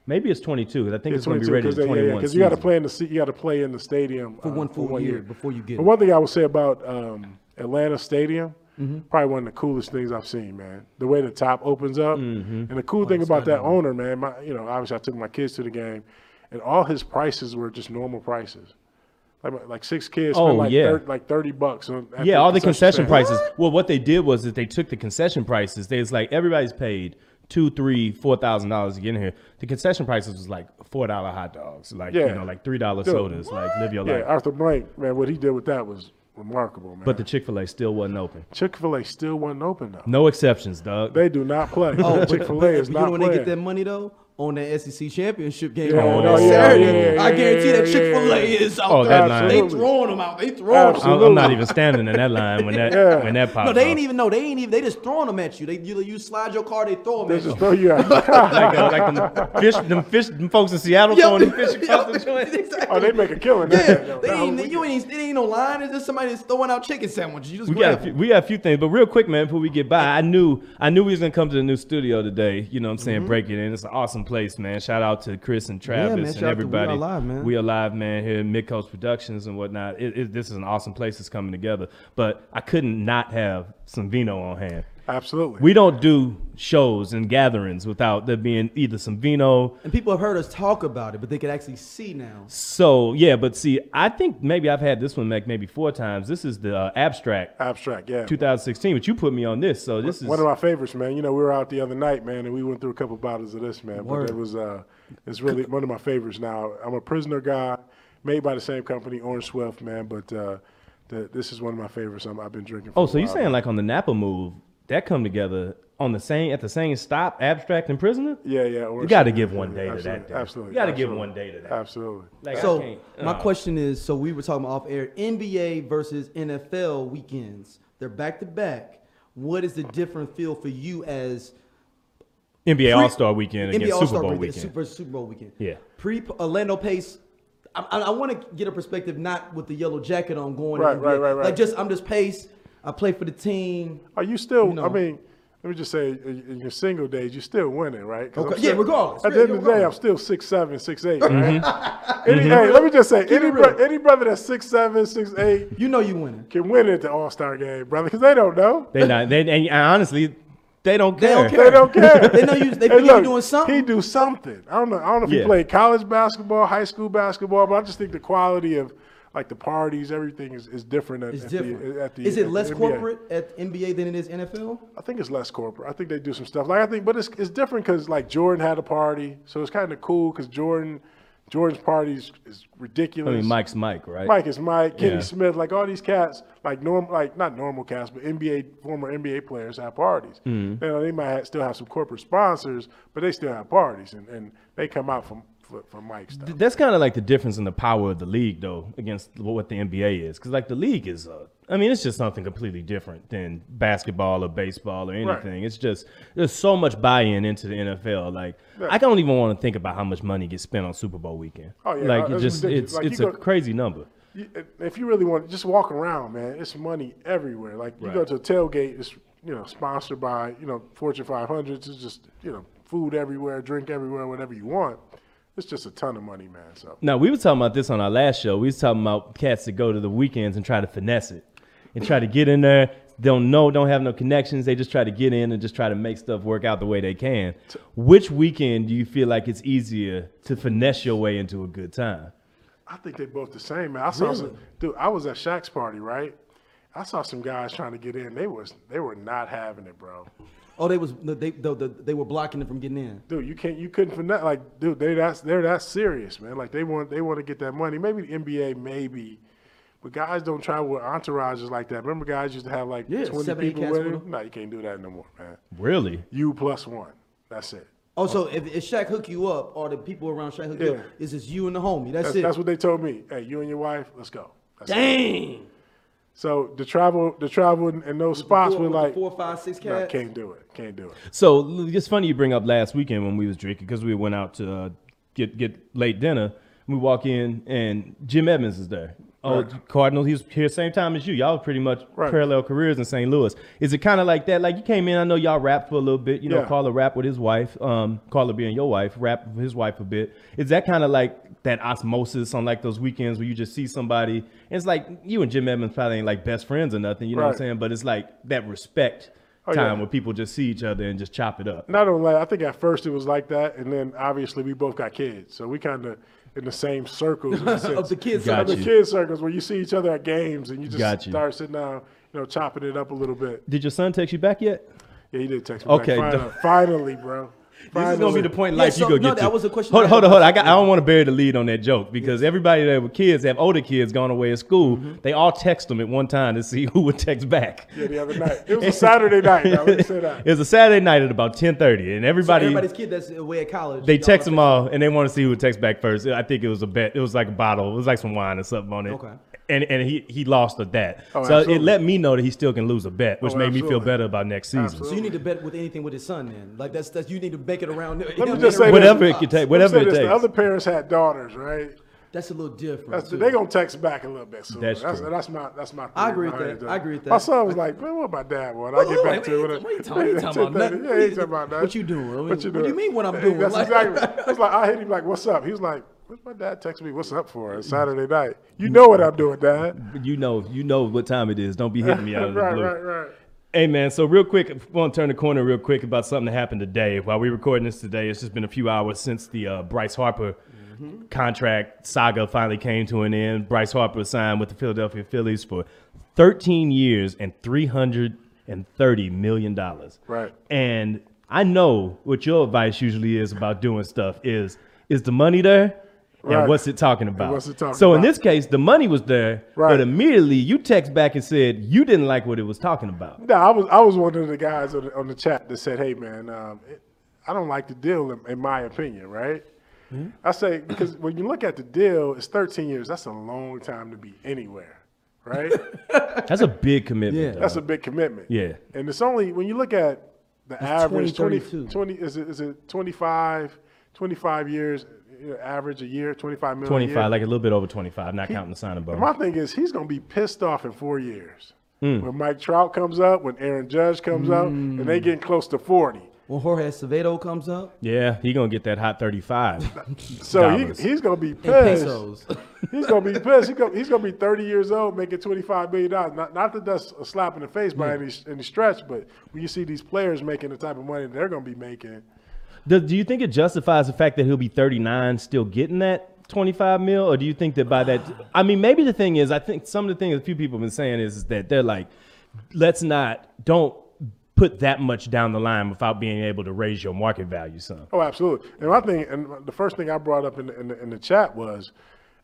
Speaker 1: Maybe it's 22 'cause I think it's
Speaker 3: It's
Speaker 1: going to be
Speaker 3: 22
Speaker 1: ready
Speaker 3: because
Speaker 1: to 21.
Speaker 3: you got to
Speaker 1: season.
Speaker 3: play in the se- you got to play in the stadium uh, for
Speaker 2: one full
Speaker 3: for one
Speaker 2: year
Speaker 3: year,
Speaker 2: before you get
Speaker 3: But
Speaker 2: it.
Speaker 3: one thing I would say about um, Atlanta Stadium,
Speaker 1: Mm-hmm.
Speaker 3: probably one of the coolest things I've seen, man. The way the top opens up,
Speaker 1: Mm-hmm.
Speaker 3: and the
Speaker 1: Oh,
Speaker 3: cool thing about that owner, man, my you know obviously I took my kids to the game, and all his prices were just normal prices. Like, like six kids
Speaker 1: Oh,
Speaker 3: spent like,
Speaker 1: yeah.
Speaker 3: 30, like 30 bucks on at
Speaker 1: Yeah, all the concession
Speaker 3: stand.
Speaker 1: prices. Well, what they did was that they took the concession prices. They was like everybody's paid two, three, four thousand dollars to get in here. The concession prices was like four dollar hot dogs, like you
Speaker 3: Yeah.
Speaker 1: know, like three dollar
Speaker 3: Dude,
Speaker 1: sodas, like live your
Speaker 3: Yeah,
Speaker 1: life.
Speaker 3: Arthur Blank, man, what he did with that was remarkable, man.
Speaker 1: But the Chick Fil A still wasn't open.
Speaker 3: Chick Fil A still wasn't open though.
Speaker 1: No Oh, exceptions, Doug.
Speaker 3: They do not play.
Speaker 2: but-
Speaker 3: Chick Fil A
Speaker 2: but
Speaker 3: is
Speaker 2: you
Speaker 3: not
Speaker 2: know when they
Speaker 3: playing.
Speaker 2: get that money though on that SEC championship game
Speaker 3: Yeah,
Speaker 2: on
Speaker 1: no,
Speaker 2: that
Speaker 1: yeah,
Speaker 2: Saturday,
Speaker 1: yeah, yeah,
Speaker 2: I guarantee
Speaker 3: yeah,
Speaker 2: that
Speaker 3: yeah,
Speaker 2: Chick Fil A
Speaker 3: yeah.
Speaker 2: is out
Speaker 1: Oh,
Speaker 2: there.
Speaker 1: that line.
Speaker 2: They
Speaker 3: Absolutely.
Speaker 2: throwing them out. They throwing them.
Speaker 1: I'm, I'm not even standing in that line when that
Speaker 3: Yeah.
Speaker 1: when that pops.
Speaker 2: No, they ain't
Speaker 1: off.
Speaker 2: even. No, they ain't even. They just throwing them at you. They you, you slide your car, they throw them
Speaker 3: They
Speaker 2: at you.
Speaker 3: just throw you out.
Speaker 1: like, uh, like them fish, them fish, them folks in Seattle
Speaker 2: Yup.
Speaker 1: throwing them fish across the
Speaker 2: Yup.
Speaker 1: joint.
Speaker 3: oh,
Speaker 2: Exactly.
Speaker 3: they make a killing. that
Speaker 2: Yeah,
Speaker 3: day, though.
Speaker 2: they
Speaker 3: Nah,
Speaker 2: ain't,
Speaker 3: we-
Speaker 2: you ain't, it ain't no line. It's just somebody that's throwing out chicken sandwiches. You just
Speaker 1: We
Speaker 2: grab
Speaker 1: got a
Speaker 2: them.
Speaker 1: few, we got a few things, but real quick, man, before we get by, I knew I knew we was gonna come to the new studio today. You know what I'm saying? Break it in. It's an awesome place, man. Shout out to Chris and Travis
Speaker 2: Mm-hmm. man, shout
Speaker 1: and
Speaker 2: out to
Speaker 1: everybody.
Speaker 2: We Are Live, man.
Speaker 1: We Are Live, man, here at Mid Coast Productions and whatnot. It, it, this is an awesome place that's coming together. But I couldn't not have some vino on hand.
Speaker 3: Absolutely.
Speaker 1: We don't do shows and gatherings without there being either some vino.
Speaker 2: And people have heard us talk about it, but they could actually see now.
Speaker 1: So yeah, but see, I think maybe I've had this one like maybe four times. This is the uh, abstract.
Speaker 3: Abstract, yeah.
Speaker 1: 2016, but you put me on this, so this is
Speaker 3: One of my favorites, man. You know, we were out the other night, man, and we went through a couple bottles of this, man.
Speaker 2: Word.
Speaker 3: But it was, uh, it's really one of my favorites. Now, I'm a prisoner guy, made by the same company, Orange Swift, man. But uh, the, this is one of my favorites. I'm, I've been drinking. For
Speaker 1: Oh,
Speaker 3: a
Speaker 1: so you're
Speaker 3: while.
Speaker 1: saying like on the Napa move that come together on the same at the same stop, abstract and prisoner?
Speaker 3: Yeah, yeah.
Speaker 1: You
Speaker 3: Orange
Speaker 1: got to
Speaker 3: Swift.
Speaker 1: give one day to
Speaker 3: Absolutely,
Speaker 1: that. Day.
Speaker 3: Absolutely.
Speaker 1: You got to give
Speaker 3: absolutely,
Speaker 1: one day to that.
Speaker 3: Absolutely.
Speaker 1: Like, I
Speaker 2: So
Speaker 1: can't-
Speaker 2: my
Speaker 1: uh,
Speaker 2: question is: So we were talking off air NBA versus NFL weekends. They're back to back. What is the different feel for you as
Speaker 1: NBA
Speaker 2: pre-
Speaker 1: All Star Weekend
Speaker 2: NBA
Speaker 1: against
Speaker 2: All-Star
Speaker 1: Super Bowl
Speaker 2: weekend,
Speaker 1: Weekend.
Speaker 2: Super Super Bowl weekend.
Speaker 1: Yeah.
Speaker 2: Pre Orlando Pace. I, I, want to get a perspective, not with the yellow jacket on going.
Speaker 3: Right,
Speaker 2: in the
Speaker 3: right,
Speaker 2: NBA.
Speaker 3: right, right.
Speaker 2: Like just I'm just Pace. I play for the team.
Speaker 3: Are you still?
Speaker 2: You know.
Speaker 3: I mean, let me just say, in in your single days, you're still winning, right? 'Cause I'm
Speaker 2: Okay,
Speaker 3: still-
Speaker 2: yeah, regardless.
Speaker 3: At
Speaker 2: Yeah,
Speaker 3: the end of the day, I'm
Speaker 2: regardless. Mm-hmm.
Speaker 3: still six seven, six eight. Right? any, hey, let me just say, any,
Speaker 2: it
Speaker 3: bro-
Speaker 2: real.
Speaker 3: any brother that's six seven, six eight
Speaker 2: You know you winning.
Speaker 3: can win at the All Star game, brother, because they don't know.
Speaker 1: They not. They and honestly, they don't
Speaker 2: They
Speaker 1: care.
Speaker 2: don't
Speaker 3: They don't care.
Speaker 2: They know you- they
Speaker 3: Hey,
Speaker 2: figure you doing something.
Speaker 3: He do something. I don't know. I don't know if
Speaker 1: Yeah.
Speaker 3: he played college basketball, high school basketball, but I just think the quality of like the parties, everything is, is different. At,
Speaker 2: It's
Speaker 3: at
Speaker 2: different.
Speaker 3: The, at the,
Speaker 2: is it
Speaker 3: at
Speaker 2: less
Speaker 3: the NBA.
Speaker 2: corporate at NBA than it is NFL?
Speaker 3: I think it's less corporate. I think they do some stuff. Like I think, but it's it's different because like Jordan had a party, so it's kind of cool because Jordan, Jordan's party is, is
Speaker 1: I
Speaker 3: ridiculous.
Speaker 1: mean, Mike's Mike, right?
Speaker 3: Mike is Mike, Kenny
Speaker 1: Yeah.
Speaker 3: Smith, like all these cats, like norm, like not normal cats, but NBA former NBA players have parties.
Speaker 1: Mm-hmm.
Speaker 3: You know, they might have, still have some corporate sponsors, but they still have parties, and, and they come out from for, for Mike stuff.
Speaker 1: Th- That's kind of like the difference in the power of the league, though, against wh- what the NBA is. Because like the league is, uh, I mean, it's just something completely different than basketball or baseball or anything. It's just there's so much buy-in into the NFL. Like I don't even want to think about how much money gets spent on Super Bowl weekend.
Speaker 3: Oh, yeah,
Speaker 1: like it
Speaker 3: uh, it's
Speaker 1: just
Speaker 3: ridiculous.
Speaker 1: it's
Speaker 3: Like, you
Speaker 1: it's a
Speaker 3: go-
Speaker 1: crazy number.
Speaker 3: You- If you really want, just walk around, man. It's money everywhere. Like you go
Speaker 1: Right.
Speaker 3: to a tailgate, it's you know sponsored by you know Fortune 500s. It's just you know food everywhere, drink everywhere, whatever you want. It's just a ton of money, man. So
Speaker 1: Now we were talking about this on our last show. We was talking about cats that go to the weekends and try to finesse it, and try to get in there. Don't know, don't have no connections. They just try to get in and just try to make stuff work out the way they can. Which weekend do you feel like it's easier to finesse your way into a good time?
Speaker 3: I think they both the same, man. I saw some, dude. I was at Shaq's party, right? I saw some guys trying to get in. They was they were not having it, bro.
Speaker 2: Oh, they was no, they the, the, they were blocking it from getting in.
Speaker 3: Dude, you can't you couldn't for that. Like, dude, they that's they're that serious, man. Like they want they want to get that money. Maybe the NBA, maybe, but guys don't travel with entourages like that. Remember, guys used to have like
Speaker 2: Yeah,
Speaker 3: twenty
Speaker 2: seven, eight
Speaker 3: people
Speaker 2: cats
Speaker 3: with
Speaker 2: with
Speaker 3: them.
Speaker 2: them.
Speaker 3: No, you can't do that no more, man.
Speaker 1: Really?
Speaker 3: You plus one. That's it.
Speaker 2: Oh, so if, if Shaq hook you up or the people around Shaq hook you
Speaker 3: Yeah.
Speaker 2: up, it's just you and the homie. That's,
Speaker 3: That's,
Speaker 2: it.
Speaker 3: that's what they told me. Hey, you and your wife, let's go. That's it.
Speaker 2: Dang.
Speaker 3: So the travel, the travel, and, and those spots
Speaker 2: Four-
Speaker 3: were
Speaker 2: with the
Speaker 3: like,
Speaker 2: four, five, six
Speaker 3: no,
Speaker 2: cats.
Speaker 3: can't do it, can't do it.
Speaker 1: So l- it's funny you bring up last weekend when we was drinking because we went out to uh, get get late dinner. We walk in and Jim Evans is there. Oh, Cardinal, he was here same time as you. Y'all pretty much
Speaker 3: Right.
Speaker 1: parallel careers in St. Louis. Is it kind of like that? Like you came in, I know y'all rapped for a little bit. You know,
Speaker 3: Yeah.
Speaker 1: Carla rapped with his wife. Um, Carla being your wife, rapped with his wife a bit. Is that kind of like that osmosis on like those weekends where you just see somebody? And it's like you and Jim Evans probably ain't like best friends or nothing. You know what
Speaker 3: Right.
Speaker 1: I'm saying? But it's like that respect
Speaker 3: Oh, yeah.
Speaker 1: time where people just see each other and just chop it up.
Speaker 3: Not only I think at first it was like that, and then obviously we both got kids, so we kind of in the same circles. In a sense.
Speaker 2: Of the kids.
Speaker 1: Got
Speaker 3: Of the
Speaker 1: you.
Speaker 3: kids circles where you see each other at games and you just
Speaker 1: Got you.
Speaker 3: start sitting down, you know, chopping it up a little bit.
Speaker 1: Did your son text you back yet?
Speaker 3: Yeah, he did text me. back.
Speaker 1: Okay,
Speaker 3: finally,
Speaker 1: don't-
Speaker 3: finally, bro.
Speaker 1: This is gonna be
Speaker 3: Finally.
Speaker 1: the point in
Speaker 2: Yeah,
Speaker 1: life
Speaker 2: so-
Speaker 1: you go
Speaker 2: no,
Speaker 1: get
Speaker 2: that
Speaker 1: to.
Speaker 2: was a question
Speaker 1: Hold,
Speaker 2: I
Speaker 1: hold
Speaker 2: had.
Speaker 1: on, hold on. I, got, I don't want to bury the lead on that joke because everybody that with kids have older kids gone away to school. They all text them at one time to see who would text back.
Speaker 3: Mm-hmm. Yeah, the other night. It was a Saturday night. Now, let me say that.
Speaker 1: It was a Saturday night at about ten thirty, and everybody
Speaker 2: Everybody's kid that's away at college.
Speaker 1: they
Speaker 2: y'all
Speaker 1: text
Speaker 2: are
Speaker 1: them all, and they want to see who would text back first. I think it was a bet. It was like a bottle. It was like some wine or something on it.
Speaker 2: Okay.
Speaker 1: And and he he lost at that,
Speaker 3: Oh,
Speaker 1: so
Speaker 3: absolutely.
Speaker 1: it let me know that he still can lose a bet, which
Speaker 3: Oh,
Speaker 1: made me
Speaker 3: absolutely.
Speaker 1: feel better about next season.
Speaker 3: Absolutely.
Speaker 2: So you need to bet with anything with his son then. Like that's that's you need to make it around. Let
Speaker 3: me just say
Speaker 1: Whatever it could take, whatever
Speaker 3: Say
Speaker 1: it
Speaker 3: this,
Speaker 1: takes.
Speaker 3: The other parents had daughters, right?
Speaker 2: That's a little different.
Speaker 3: That's,
Speaker 2: too.
Speaker 3: they gonna text back a little bit. Soon.
Speaker 1: That's
Speaker 3: That's that's,
Speaker 1: true.
Speaker 3: my that's my.
Speaker 2: I agree
Speaker 3: theory
Speaker 2: with
Speaker 3: behind
Speaker 2: that. I
Speaker 3: it, though.
Speaker 2: agree with
Speaker 3: My
Speaker 2: that.
Speaker 3: son was like, "Man, what about dad? What I get back
Speaker 2: Wait,
Speaker 3: to
Speaker 2: wait,
Speaker 3: it." when I-
Speaker 2: what you talking- what you talking about? Nothing.
Speaker 3: Yeah, he ain't talking about that.
Speaker 2: What you doing? What
Speaker 3: What
Speaker 2: you- what
Speaker 3: you doing?
Speaker 2: do you mean what I'm
Speaker 3: Hey,
Speaker 2: doing?
Speaker 3: That's
Speaker 2: Like-
Speaker 3: exactly. It's like I hit him like, "What's up?" He was like, "What's my dad text me? What's up for it? Saturday night? You know what I'm doing, dad."
Speaker 1: You know, you know what time it is. Don't be hitting me out of the
Speaker 3: right,
Speaker 1: blue.
Speaker 3: right, right.
Speaker 1: Hey man, so real quick, I want to turn the corner real quick about something that happened today. While we're recording this today, it's just been a few hours since the uh, Bryce Harper
Speaker 3: Mm-hmm.
Speaker 1: contract saga finally came to an end. Bryce Harper signed with the Philadelphia Phillies for 13 years and 330 million dollars.
Speaker 3: Right.
Speaker 1: And I know what your advice usually is about doing stuff is is the money there?
Speaker 3: Right.
Speaker 1: And what's it talking about?
Speaker 3: what's it talking
Speaker 1: so in
Speaker 3: about?
Speaker 1: this case, the money was there,
Speaker 3: Right.
Speaker 1: but immediately you text back and said you didn't like what it was talking about.
Speaker 3: No, I was I was one of the guys on the, on the chat that said, "Hey, man, um, it, I don't like the deal, in, in my opinion, right?"
Speaker 1: Mm-hmm.
Speaker 3: I say because when you look at the deal, it's 13 years. That's a long time to be anywhere, right?
Speaker 1: That's a big commitment.
Speaker 2: Yeah.
Speaker 1: though.
Speaker 3: That's a big commitment.
Speaker 1: Yeah.
Speaker 3: and it's only when you look at the average 20,
Speaker 2: 20,
Speaker 3: 20 is it, is it 25, 25 years you know, average a year, 25 million. a year?
Speaker 1: 25, like a little bit over 25, not counting the signing bonus.
Speaker 3: My thing is, he's going to be pissed off in four years.
Speaker 1: Hmm.
Speaker 3: When Mike Trout comes up, when Aaron Judge comes up, and
Speaker 1: Hmm.
Speaker 3: they getting close to 40.
Speaker 2: when Jorge Acevedo comes up
Speaker 1: yeah, he gonna get that hot 35.
Speaker 3: So he,
Speaker 1: Dollars.
Speaker 3: he's going to be
Speaker 2: in
Speaker 3: pissed.
Speaker 2: pesos.
Speaker 3: He's going to be pissed. He go- he's going to be 30 years old making $25 million. Not, not that that's a slap in the face by any, any stretch, but when you see these players making the type of money they're going to be making,
Speaker 1: do, do you think it justifies the fact that he'll be 39 still getting that 25 mil? Or do you think that by that, I mean, maybe the thing is, I think some of the things a few people have been saying is, is that they're like, let's not, don't put that much down the line without being able to raise your market value some.
Speaker 3: Oh, absolutely. And my thing, and the first thing I brought up in the, in the, in the chat was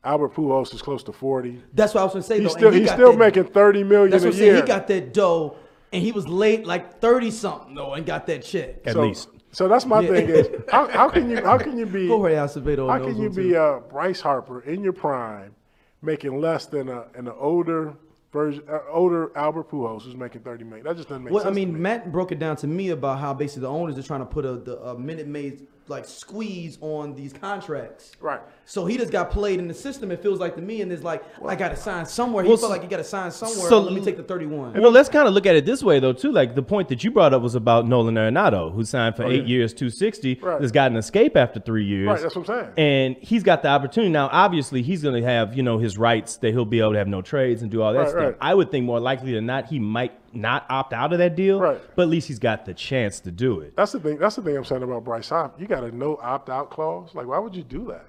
Speaker 3: Albert Pujols is close to 40.
Speaker 2: That's what I was gonna say. though,
Speaker 3: He's
Speaker 2: and
Speaker 3: still,
Speaker 2: he
Speaker 3: he's
Speaker 2: got
Speaker 3: still
Speaker 2: that-
Speaker 3: making 30 million
Speaker 2: That's
Speaker 3: a
Speaker 2: what I'm
Speaker 3: year.
Speaker 2: saying. He got that dough, and he was late like thirty something though, and got that check.
Speaker 1: At
Speaker 3: So-
Speaker 1: least.
Speaker 3: So that's my thing is how, how can you how can you be
Speaker 2: Jorge Acevedo
Speaker 3: how
Speaker 2: knows
Speaker 3: can you
Speaker 2: him
Speaker 3: be uh, Bryce Harper in your prime making less than a an older version uh, older Albert Pujols who's making thirty million? That just doesn't make
Speaker 2: Well, I
Speaker 3: sense. to
Speaker 2: mean,
Speaker 3: me.
Speaker 2: Matt broke it down to me about how basically the owners are trying to put a, the, a minute made like squeeze on these contracts.
Speaker 3: Right.
Speaker 2: So he just got played in the system. It feels like to me, and it's like I got to sign somewhere. He
Speaker 1: Well,
Speaker 2: felt
Speaker 1: so-
Speaker 2: like he got to sign somewhere.
Speaker 1: so-
Speaker 2: let me take the thirty-one.
Speaker 1: Well, let's kind of look at it this way, though, too. Like the point that you brought up was about Nolan Arenado, who signed for eight years, 260,
Speaker 3: Oh, Right.
Speaker 1: has got an escape after three years.
Speaker 3: Right, that's what I'm saying.
Speaker 1: And he's got the opportunity. Now, obviously, he's going to have, you know, his rights that he'll be able to have no trades and do all that
Speaker 3: Right,
Speaker 1: stuff.
Speaker 3: right.
Speaker 1: I would think more likely than not, he might not opt out of that deal,
Speaker 3: Right.
Speaker 1: but at least he's got the chance to do it.
Speaker 3: That's the thing. That's the thing I'm saying about Bryce Hop. You got a no opt out clause. Like, why would you do that?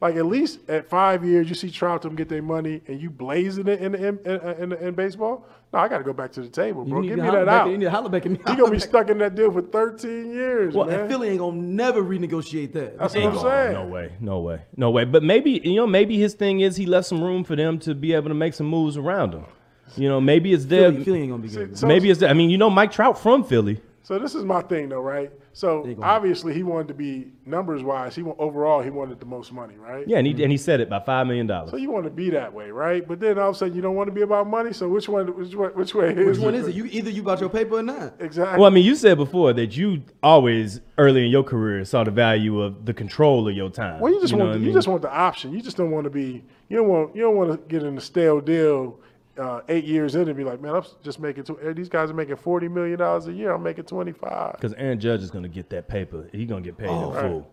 Speaker 3: Like, at least at five years, you see Trout them get their money, and you blazing it in the, in, in, in, in baseball. No, I got to go back to the table, bro.
Speaker 2: need
Speaker 3: Give
Speaker 2: to
Speaker 3: me
Speaker 2: holler
Speaker 3: that
Speaker 2: back-
Speaker 3: out.
Speaker 2: you need to holler back at me.
Speaker 3: You gonna be stuck in that deal for 13 years,
Speaker 2: well,
Speaker 3: man.
Speaker 2: and Philly ain't gonna never renegotiate that.
Speaker 3: That's
Speaker 2: They ain't
Speaker 3: what I'm
Speaker 2: gonna-
Speaker 3: saying.
Speaker 1: No way, no way, no way. But maybe you know, maybe his thing is he left some room for them to be able to make some moves around him. You know, maybe it's there.
Speaker 2: Philly, Philly ain't gonna be good.
Speaker 3: So-
Speaker 1: maybe it's. I mean, you know, Mike Trout from Philly.
Speaker 3: So this is my thing though, right? So
Speaker 2: go.
Speaker 3: obviously he wanted to be numbers wise. He wa- overall he wanted the most money, right?
Speaker 1: Yeah, and he and he said it by five million
Speaker 3: So
Speaker 1: dollars.
Speaker 3: you want to be that way, right? But then all of a sudden you don't want to be about money. So which one? Which one? Which way
Speaker 2: Which one is it? You either you got your paper or not.
Speaker 3: Exactly.
Speaker 1: Well, I mean, you said before that you always early in your career saw the value of the control of your time.
Speaker 3: Well, you just
Speaker 1: know
Speaker 3: want
Speaker 1: what I
Speaker 3: the,
Speaker 1: mean?
Speaker 3: you just want the option. You just don't want to be. You don't want you don't want to get in a stale deal. Uh, eight years in and be like, man, I'm just making. Tw- these guys are making forty million dollars a year. I'm making twenty five.
Speaker 1: because Aaron Judge is gonna get that paper. He's gonna get paid in full.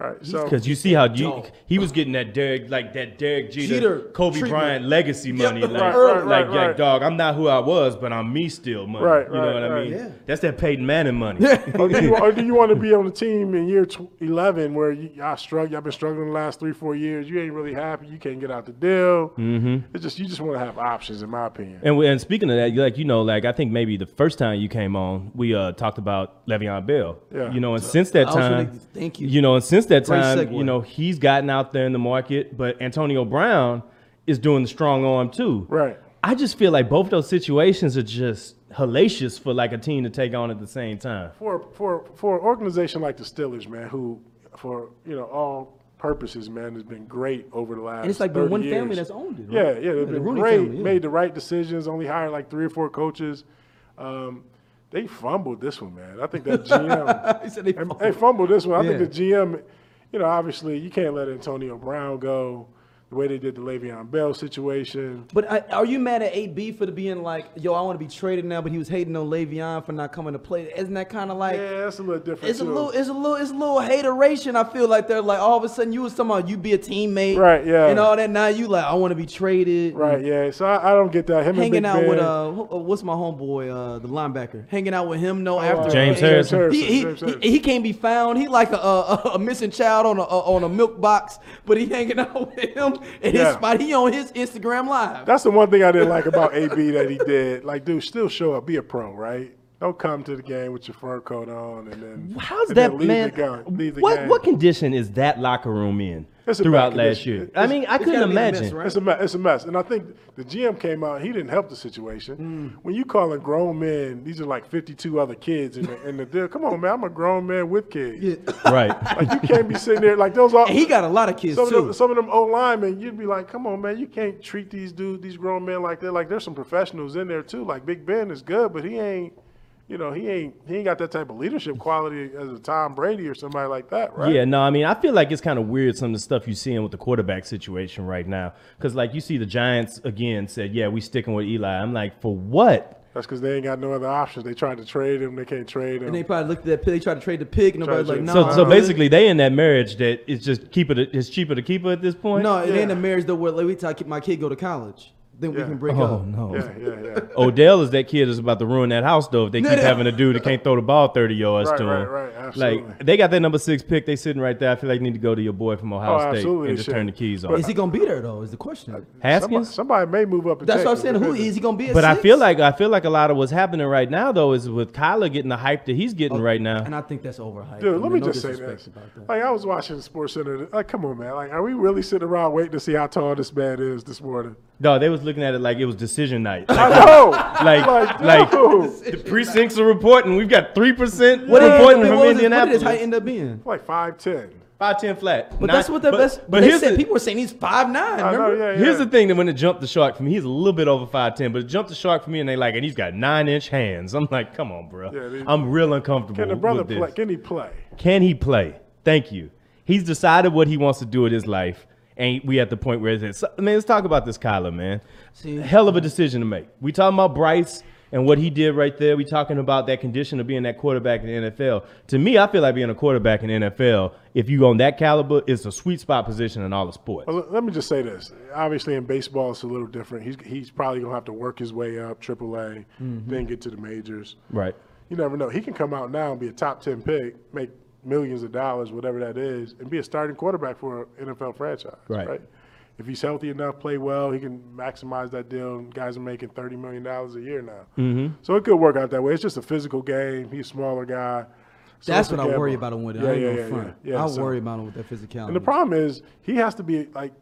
Speaker 3: Right. So
Speaker 1: Because you see how you,
Speaker 2: dog.
Speaker 1: he was getting that Derek like that Derek Jeter,
Speaker 2: Jeter
Speaker 1: Kobe
Speaker 2: treatment.
Speaker 1: Bryant legacy money.
Speaker 2: right,
Speaker 1: like,
Speaker 3: right,
Speaker 1: like,
Speaker 3: right,
Speaker 1: like,
Speaker 3: right.
Speaker 1: dog, I'm not who I was, but I'm me still money.
Speaker 3: Right,
Speaker 1: you know
Speaker 3: right,
Speaker 1: what I
Speaker 3: right.
Speaker 1: mean?
Speaker 2: Yeah.
Speaker 1: That's that Peyton Manning money.
Speaker 3: or do you, or do you want to be on the team in year tw- 11 where you, y'all struggle, y'all been struggling the last three, four years. You ain't really happy. You can't get out the deal. Mm-hmm. It's just you just want to have options, in my opinion.
Speaker 1: and we, and speaking of that, like you know, like I think maybe the first time you came on, we uh talked about Le'Veon Bell.
Speaker 3: Yeah.
Speaker 1: You know, and since that
Speaker 2: I was
Speaker 1: time,
Speaker 2: really- thank you.
Speaker 1: You know, and since that
Speaker 2: Great
Speaker 1: time,
Speaker 2: segue.
Speaker 1: you know, he's gotten out there in the market, but Antonio Brown is doing the strong arm too.
Speaker 3: Right.
Speaker 1: I just feel like both those situations are just hellacious for like a team to take on at the same time.
Speaker 3: for for for an organization like the Steelers, man, who for you know all purposes, man, has been great over the last.
Speaker 2: And it's like been
Speaker 3: 30
Speaker 2: one
Speaker 3: years.
Speaker 2: family that's owned it, right?
Speaker 3: Yeah, yeah,
Speaker 2: Yeah,
Speaker 3: they've
Speaker 2: the
Speaker 3: been
Speaker 2: Rooney
Speaker 3: great.
Speaker 2: family, yeah.
Speaker 3: Made the right decisions. Only hired like three or four coaches. Um, they fumbled this one, man. I think that GM.
Speaker 2: He said they
Speaker 3: And
Speaker 2: fumbled.
Speaker 3: They fumbled this one. I
Speaker 2: Yeah.
Speaker 3: think the GM, you know, obviously you can't let Antonio Brown go the way they did the Le'Veon Bell situation.
Speaker 2: But I, are you mad at AB for the being like, yo, I want to be traded now, but he was hating on Le'Veon for not coming to play? Isn't that kind of like,
Speaker 3: Yeah, that's a little different.
Speaker 2: it's a
Speaker 3: too.
Speaker 2: little, it's a little, it's a little hateration. I feel like they're like, all of a sudden you was somehow you be a teammate,
Speaker 3: Right, yeah.
Speaker 2: and all that. Now you like, I want to be traded,
Speaker 3: right. Yeah. So I, I don't get that. Him and Big
Speaker 2: Hanging out
Speaker 3: Ben,
Speaker 2: with uh, who- uh, what's my homeboy, uh, the linebacker, hanging out with him. No,
Speaker 3: uh,
Speaker 2: after
Speaker 1: James
Speaker 2: he-
Speaker 1: Harrison.
Speaker 2: He, he,
Speaker 3: James Harrison.
Speaker 2: he, he can't be found. He like a, a, a missing child on a, a on a milk box, but he hanging out with him in his
Speaker 3: Yeah.
Speaker 2: spot. He on his Instagram live.
Speaker 3: That's the one thing I didn't like about AB that he did. Like, dude, still show up, be a pro, right? Don't come to the game with your fur coat on and then
Speaker 1: How's
Speaker 3: and
Speaker 1: that
Speaker 3: then leave
Speaker 1: man?
Speaker 3: The game, leave the
Speaker 1: what
Speaker 3: game.
Speaker 1: what condition is that locker room in
Speaker 3: It's a
Speaker 1: throughout
Speaker 3: bad
Speaker 1: last
Speaker 3: condition.
Speaker 1: year?
Speaker 3: It's-
Speaker 1: I mean, I couldn't
Speaker 2: gotta be the
Speaker 1: imagine.
Speaker 2: best, right?
Speaker 3: It's a mess. It's a mess. And I think the GM came out. He didn't help the situation.
Speaker 2: Mm.
Speaker 3: When you calling grown men, these are like 52 other kids in the, in the deal. Come on, man. I'm a grown man with kids.
Speaker 1: Right.
Speaker 3: Like you can't be sitting there like those. All,
Speaker 2: And he got a lot of kids
Speaker 3: some of,
Speaker 2: too.
Speaker 3: them, some of them old linemen, you'd be like, come on, man, you can't treat these dudes, these grown men like that. Like there's some professionals in there too. Like Big Ben is good, but he ain't, you know, he ain't he ain't got that type of leadership quality as a Tom Brady or somebody like that, right?
Speaker 1: Yeah, no, I mean, I feel like it's kind of weird some of the stuff you're seeing with the quarterback situation right now. Because, like, you see the Giants again said, yeah, we sticking with Eli. I'm like, for what?
Speaker 3: That's because they ain't got no other options. They tried to trade him, they can't trade him.
Speaker 2: And they probably looked at that pig. They tried to trade the pig, and nobody's like,
Speaker 3: trade-
Speaker 2: no.
Speaker 1: So,
Speaker 3: Uh,
Speaker 1: so
Speaker 2: no,
Speaker 1: basically, they in that marriage that it's just keep it, it's cheaper to keep it at this point.
Speaker 2: no, it
Speaker 3: Yeah.
Speaker 2: ain't a marriage though. Where like, wait till I keep my kid go to college, then we
Speaker 3: Yeah.
Speaker 2: can break
Speaker 1: oh
Speaker 2: up.
Speaker 1: no.
Speaker 3: yeah, yeah, yeah.
Speaker 1: Odell is that kid that's about to ruin that house though. If they keep having a dude that can't throw the ball thirty yards
Speaker 3: Right,
Speaker 1: to him,
Speaker 3: right, right,
Speaker 1: like
Speaker 3: absolutely.
Speaker 1: they got that number six pick, they sitting right there. I feel like they need to go to your boy from Ohio
Speaker 3: Oh,
Speaker 1: State
Speaker 3: absolutely
Speaker 1: and
Speaker 3: they
Speaker 1: just
Speaker 3: should.
Speaker 1: turn the keys
Speaker 3: But-
Speaker 1: off.
Speaker 2: Is he gonna be there though? Is the question.
Speaker 3: Somebody,
Speaker 1: Haskins,
Speaker 3: somebody may move up. And
Speaker 2: That's
Speaker 3: take
Speaker 2: what I'm
Speaker 3: him.
Speaker 2: saying. Who
Speaker 3: Because
Speaker 2: is he gonna be? At
Speaker 1: But I
Speaker 2: six?
Speaker 1: feel like I feel like a lot of what's happening right now though is with Kyler getting the hype that he's
Speaker 3: Oh.
Speaker 1: getting right now.
Speaker 2: and I think that's overhyped. I
Speaker 3: Dude, let
Speaker 2: mean,
Speaker 3: me
Speaker 2: no
Speaker 3: just say
Speaker 2: disrespect
Speaker 3: this.
Speaker 2: about that.
Speaker 3: Like I was watching Sports Center. Like, come on, man. Like, are we really sitting around waiting to see how tall this man is this morning?
Speaker 1: No, they was looking at it like it was decision night.
Speaker 3: I
Speaker 1: Like,
Speaker 3: know.
Speaker 1: like, like
Speaker 3: dude.
Speaker 1: the precincts are reporting. We've got three percent
Speaker 2: What did, what
Speaker 1: reporting
Speaker 2: did,
Speaker 1: from
Speaker 2: what was it, what did
Speaker 1: Indianapolis.
Speaker 2: his height end up being?
Speaker 3: like five ten.
Speaker 1: Five ten flat.
Speaker 2: But that's what the best. But they said people were saying he's five nine.
Speaker 3: I know, yeah, yeah.
Speaker 1: Here's the thing that when it jumped the shark for me, he's a little bit over five ten, but it jumped the shark for me, and they like, and he's got nine inch hands. I'm like, come on, bro.
Speaker 3: Yeah, they-
Speaker 1: I'm real uncomfortable.
Speaker 3: Can the brother
Speaker 1: with this.
Speaker 3: play? Can he play?
Speaker 1: Can he play? Thank you. He's decided what he wants to do with his life, and we at the point where it's so, man. Let's talk about this Kyler man.
Speaker 2: See-
Speaker 1: Hell of a decision to make. We talking about Bryce and what he did right there. We talking about that condition of being that quarterback in the NFL. To me, I feel like being a quarterback in the NFL, if you on that caliber, it's a sweet spot position in all the sports.
Speaker 3: Well, let- let me just say this. Obviously, in baseball, it's a little different. He's he's probably gonna have to work his way up, AAA, then get to the majors.
Speaker 1: Right.
Speaker 3: You never know. He can come out now and be a top ten pick, make millions of dollars, whatever that is, and be a starting quarterback for an NFL franchise.
Speaker 1: Right.
Speaker 3: If he's healthy enough, play well, he can maximize that deal. Guys are making thirty million dollars a year now, mm-hmm. so it could work out that way. It's just a physical game. He's a smaller guy. So
Speaker 2: That's
Speaker 3: it's a
Speaker 2: what I worry
Speaker 3: gamble.
Speaker 2: about him with. it.
Speaker 3: Yeah,
Speaker 2: I ain't
Speaker 3: yeah,
Speaker 2: gonna
Speaker 3: yeah,
Speaker 2: front.
Speaker 3: yeah. Yeah,
Speaker 2: I
Speaker 3: so-
Speaker 2: worry about him with that physicality.
Speaker 3: and the problem is he has to be like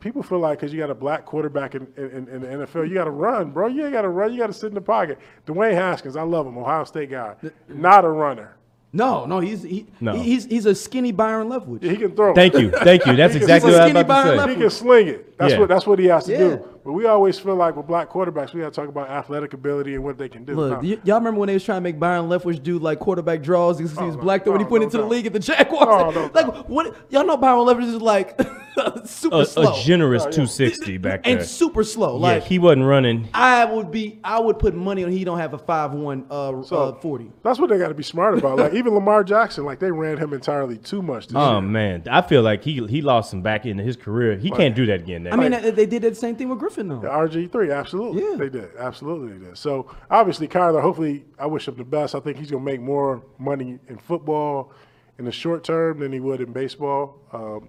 Speaker 3: people feel like because you got a black quarterback in, in, in the NFL, you got to run, bro. You ain't got to run. You got to sit in the pocket. Dwayne Haskins, I love him, Ohio State guy, not a runner.
Speaker 2: no, no, he's he,
Speaker 1: No.
Speaker 2: he's he's a skinny Byron Leftwich.
Speaker 3: He can throw.
Speaker 1: Thank you. Thank you. That's
Speaker 3: He's a
Speaker 1: exactly what I was
Speaker 2: skinny
Speaker 1: about
Speaker 2: Byron
Speaker 1: to say.
Speaker 3: He can sling it. That's
Speaker 1: Yeah.
Speaker 3: what that's what he has to
Speaker 2: Yeah.
Speaker 3: do. But we always feel like with black quarterbacks, we got to talk about athletic ability and what they can do.
Speaker 2: Look,
Speaker 3: No.
Speaker 2: y- y'all remember when they was trying to make Byron Leftwich do like quarterback draws because he was
Speaker 3: no.
Speaker 2: black though when he
Speaker 3: Oh,
Speaker 2: went
Speaker 3: no
Speaker 2: into the
Speaker 3: doubt.
Speaker 2: league at the Jaguars?
Speaker 3: Oh, no
Speaker 2: like
Speaker 3: doubt.
Speaker 2: what? Y'all know Byron Leftwich is like super
Speaker 1: a,
Speaker 2: slow
Speaker 1: a generous
Speaker 3: Oh, yeah.
Speaker 1: 260 back there.
Speaker 2: and super slow.
Speaker 1: yeah,
Speaker 2: Like
Speaker 1: he wasn't running.
Speaker 2: I would be, I would put money on he don't have a five one uh, uh forty.
Speaker 3: That's what they got to be smart about. Like even Lamar Jackson, like they ran him entirely too much this
Speaker 1: Oh
Speaker 3: year.
Speaker 1: man, I feel like he he lost some back in his career. He can't do that again. Now.
Speaker 2: I mean, they- they did that same thing with Griffin though.
Speaker 3: The RG3, absolutely.
Speaker 2: Yeah.
Speaker 3: They did. Absolutely they did. So obviously Kyler, hopefully I wish him the best. I think he's gonna make more money in football in the short term than he would in baseball. Um,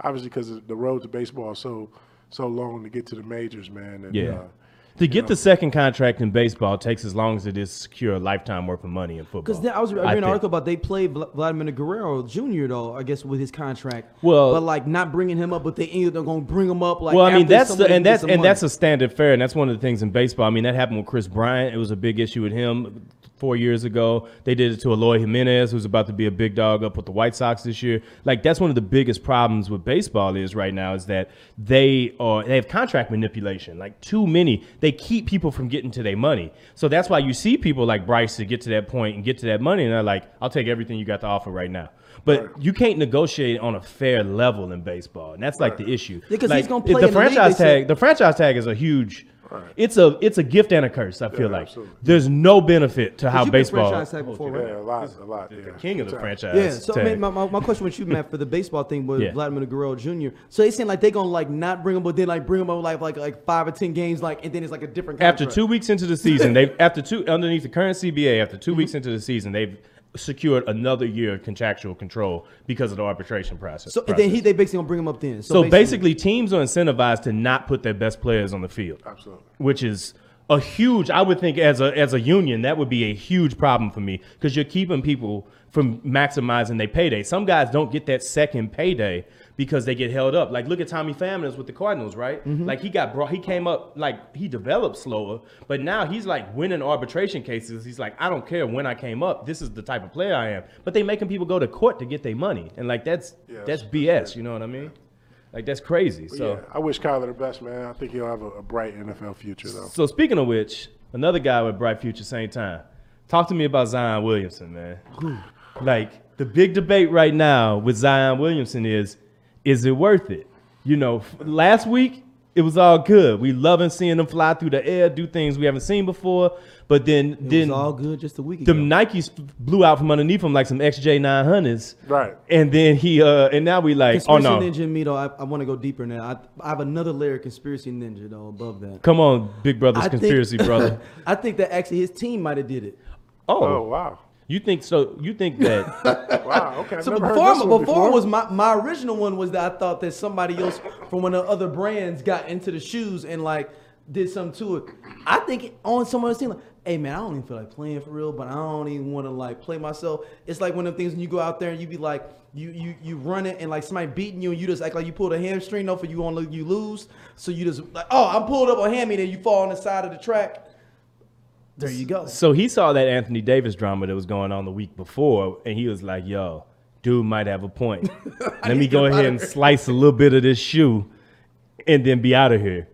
Speaker 3: obviously because the road to baseball is so so long to get to the majors, man. And,
Speaker 1: yeah.
Speaker 3: uh,
Speaker 1: to get the second contract in baseball takes as long as it is to secure a lifetime worth of money in football.
Speaker 2: Because then I was reading an
Speaker 1: think.
Speaker 2: article about they played Vla- Vladimir Guerrero Jr. though I guess with his contract.
Speaker 1: Well-
Speaker 2: but like not bringing him up, but they ended up gonna bring him up. Like
Speaker 1: well, I mean
Speaker 2: after
Speaker 1: that's the
Speaker 2: somebody
Speaker 1: and
Speaker 2: gets
Speaker 1: that's
Speaker 2: some
Speaker 1: and
Speaker 2: money.
Speaker 1: that's a standard fare, and that's one of the things in baseball. I mean, that happened with Chris Bryant. It was a big issue with him four years ago. They did it to Aloy Jimenez, who's about to be a big dog up with the White Sox this year. Like that's one of the biggest problems with baseball is right now is that they are they have contract manipulation. Like too many, they keep people from getting to their money. So that's why you see people like Bryce to get to that point and get to that money, and they're like, "I'll take everything you got to offer right now." But you can't negotiate on a fair level in baseball, and that's like the issue.
Speaker 2: Yeah, 'cause
Speaker 1: Like,
Speaker 2: he's gonna
Speaker 1: if
Speaker 2: play
Speaker 1: the
Speaker 2: in the league, they
Speaker 1: franchise
Speaker 2: said-
Speaker 1: tag the franchise tag is a huge it's a it's a gift and a curse i feel like
Speaker 3: absolutely.
Speaker 1: there's no benefit to how
Speaker 2: You've been
Speaker 1: baseball
Speaker 2: franchise tag before, right?
Speaker 3: Oh, yeah, a lot, a lot. Yeah.
Speaker 1: king of the franchise
Speaker 2: Yeah, so I
Speaker 1: tag.
Speaker 2: mean, my, my, my question with you, Matt, for the baseball thing with
Speaker 1: Yeah.
Speaker 2: Vladimir Guerrero Jr. So they saying like they gonna like not bring him, but then like bring him up like like like five or ten games, like and then it's like a different contract.
Speaker 1: after two weeks into the season they've after two underneath the current cba after
Speaker 2: Mm-hmm.
Speaker 1: 2 weeks into the season they've secured another year of contractual control because of the arbitration process
Speaker 2: So and
Speaker 1: process.
Speaker 2: then he they basically gonna bring him up then. So,
Speaker 1: so basically, teams are incentivized to not put their best players on the field
Speaker 3: Absolutely.
Speaker 1: which is a huge i would think as a as a union that would be a huge problem for me because you're keeping people from maximizing their payday some guys don't get that second payday because they get held up like look at tommy Pham with the cardinals right
Speaker 3: Mm-hmm.
Speaker 1: like he got brought he came up like he developed slower but now he's like winning arbitration cases he's like i don't care when i came up this is the type of player i am but they making people go to court to get their money and like that's
Speaker 3: Yeah,
Speaker 1: that's
Speaker 3: that's-
Speaker 1: bs you know what i mean like that's crazy so
Speaker 3: yeah, I wish Kyler the best, man. I think he'll have a, a bright NFL future though.
Speaker 1: So speaking of which, another guy with bright future, same time. Talk to me about Zion Williamson, man. Like the big debate right now with Zion Williamson is, is it worth it? You know, f- last week it was all good. We loving seeing them fly through the air, do things we haven't seen before. But then,
Speaker 2: it
Speaker 1: then
Speaker 2: was all good just a week ago.
Speaker 1: them Nikes blew out from underneath him like some XJ 900s.
Speaker 3: Right.
Speaker 1: And then he, uh, and now we like, oh
Speaker 2: conspiracy
Speaker 1: no,
Speaker 2: ninja and me though, I, I want to go deeper now. I, I have another layer of conspiracy ninja though above that.
Speaker 1: come on, Big Brother's
Speaker 2: I think-
Speaker 1: conspiracy brother.
Speaker 2: I think that actually his team might have did it.
Speaker 3: Oh wow,
Speaker 1: You think so? You think that?
Speaker 3: wow. Okay. I've
Speaker 2: So
Speaker 3: never heard
Speaker 2: before,
Speaker 3: this one
Speaker 2: before, was my, my original one was that I thought that somebody else from one of the other brands got into the shoes and like did something to it. I think it- on someone's team, like, hey man, I don't even feel like playing for real, but I don't even want to like play myself. It's like one of them things when you go out there and you be like, you you you run it and like somebody beating you and you just act like you pulled a hamstring off and you want to you lose, so you just like, oh, I'm pulled up on hammy, then you fall on the side of the track. There you go.
Speaker 1: So he saw that Anthony Davis drama that was going on the week before, and he was like, "Yo, dude might have a point. Let me
Speaker 2: need to
Speaker 1: go
Speaker 2: get
Speaker 1: ahead
Speaker 2: outta
Speaker 1: and
Speaker 2: here."
Speaker 1: slice a little bit of this shoe, and then be out of here."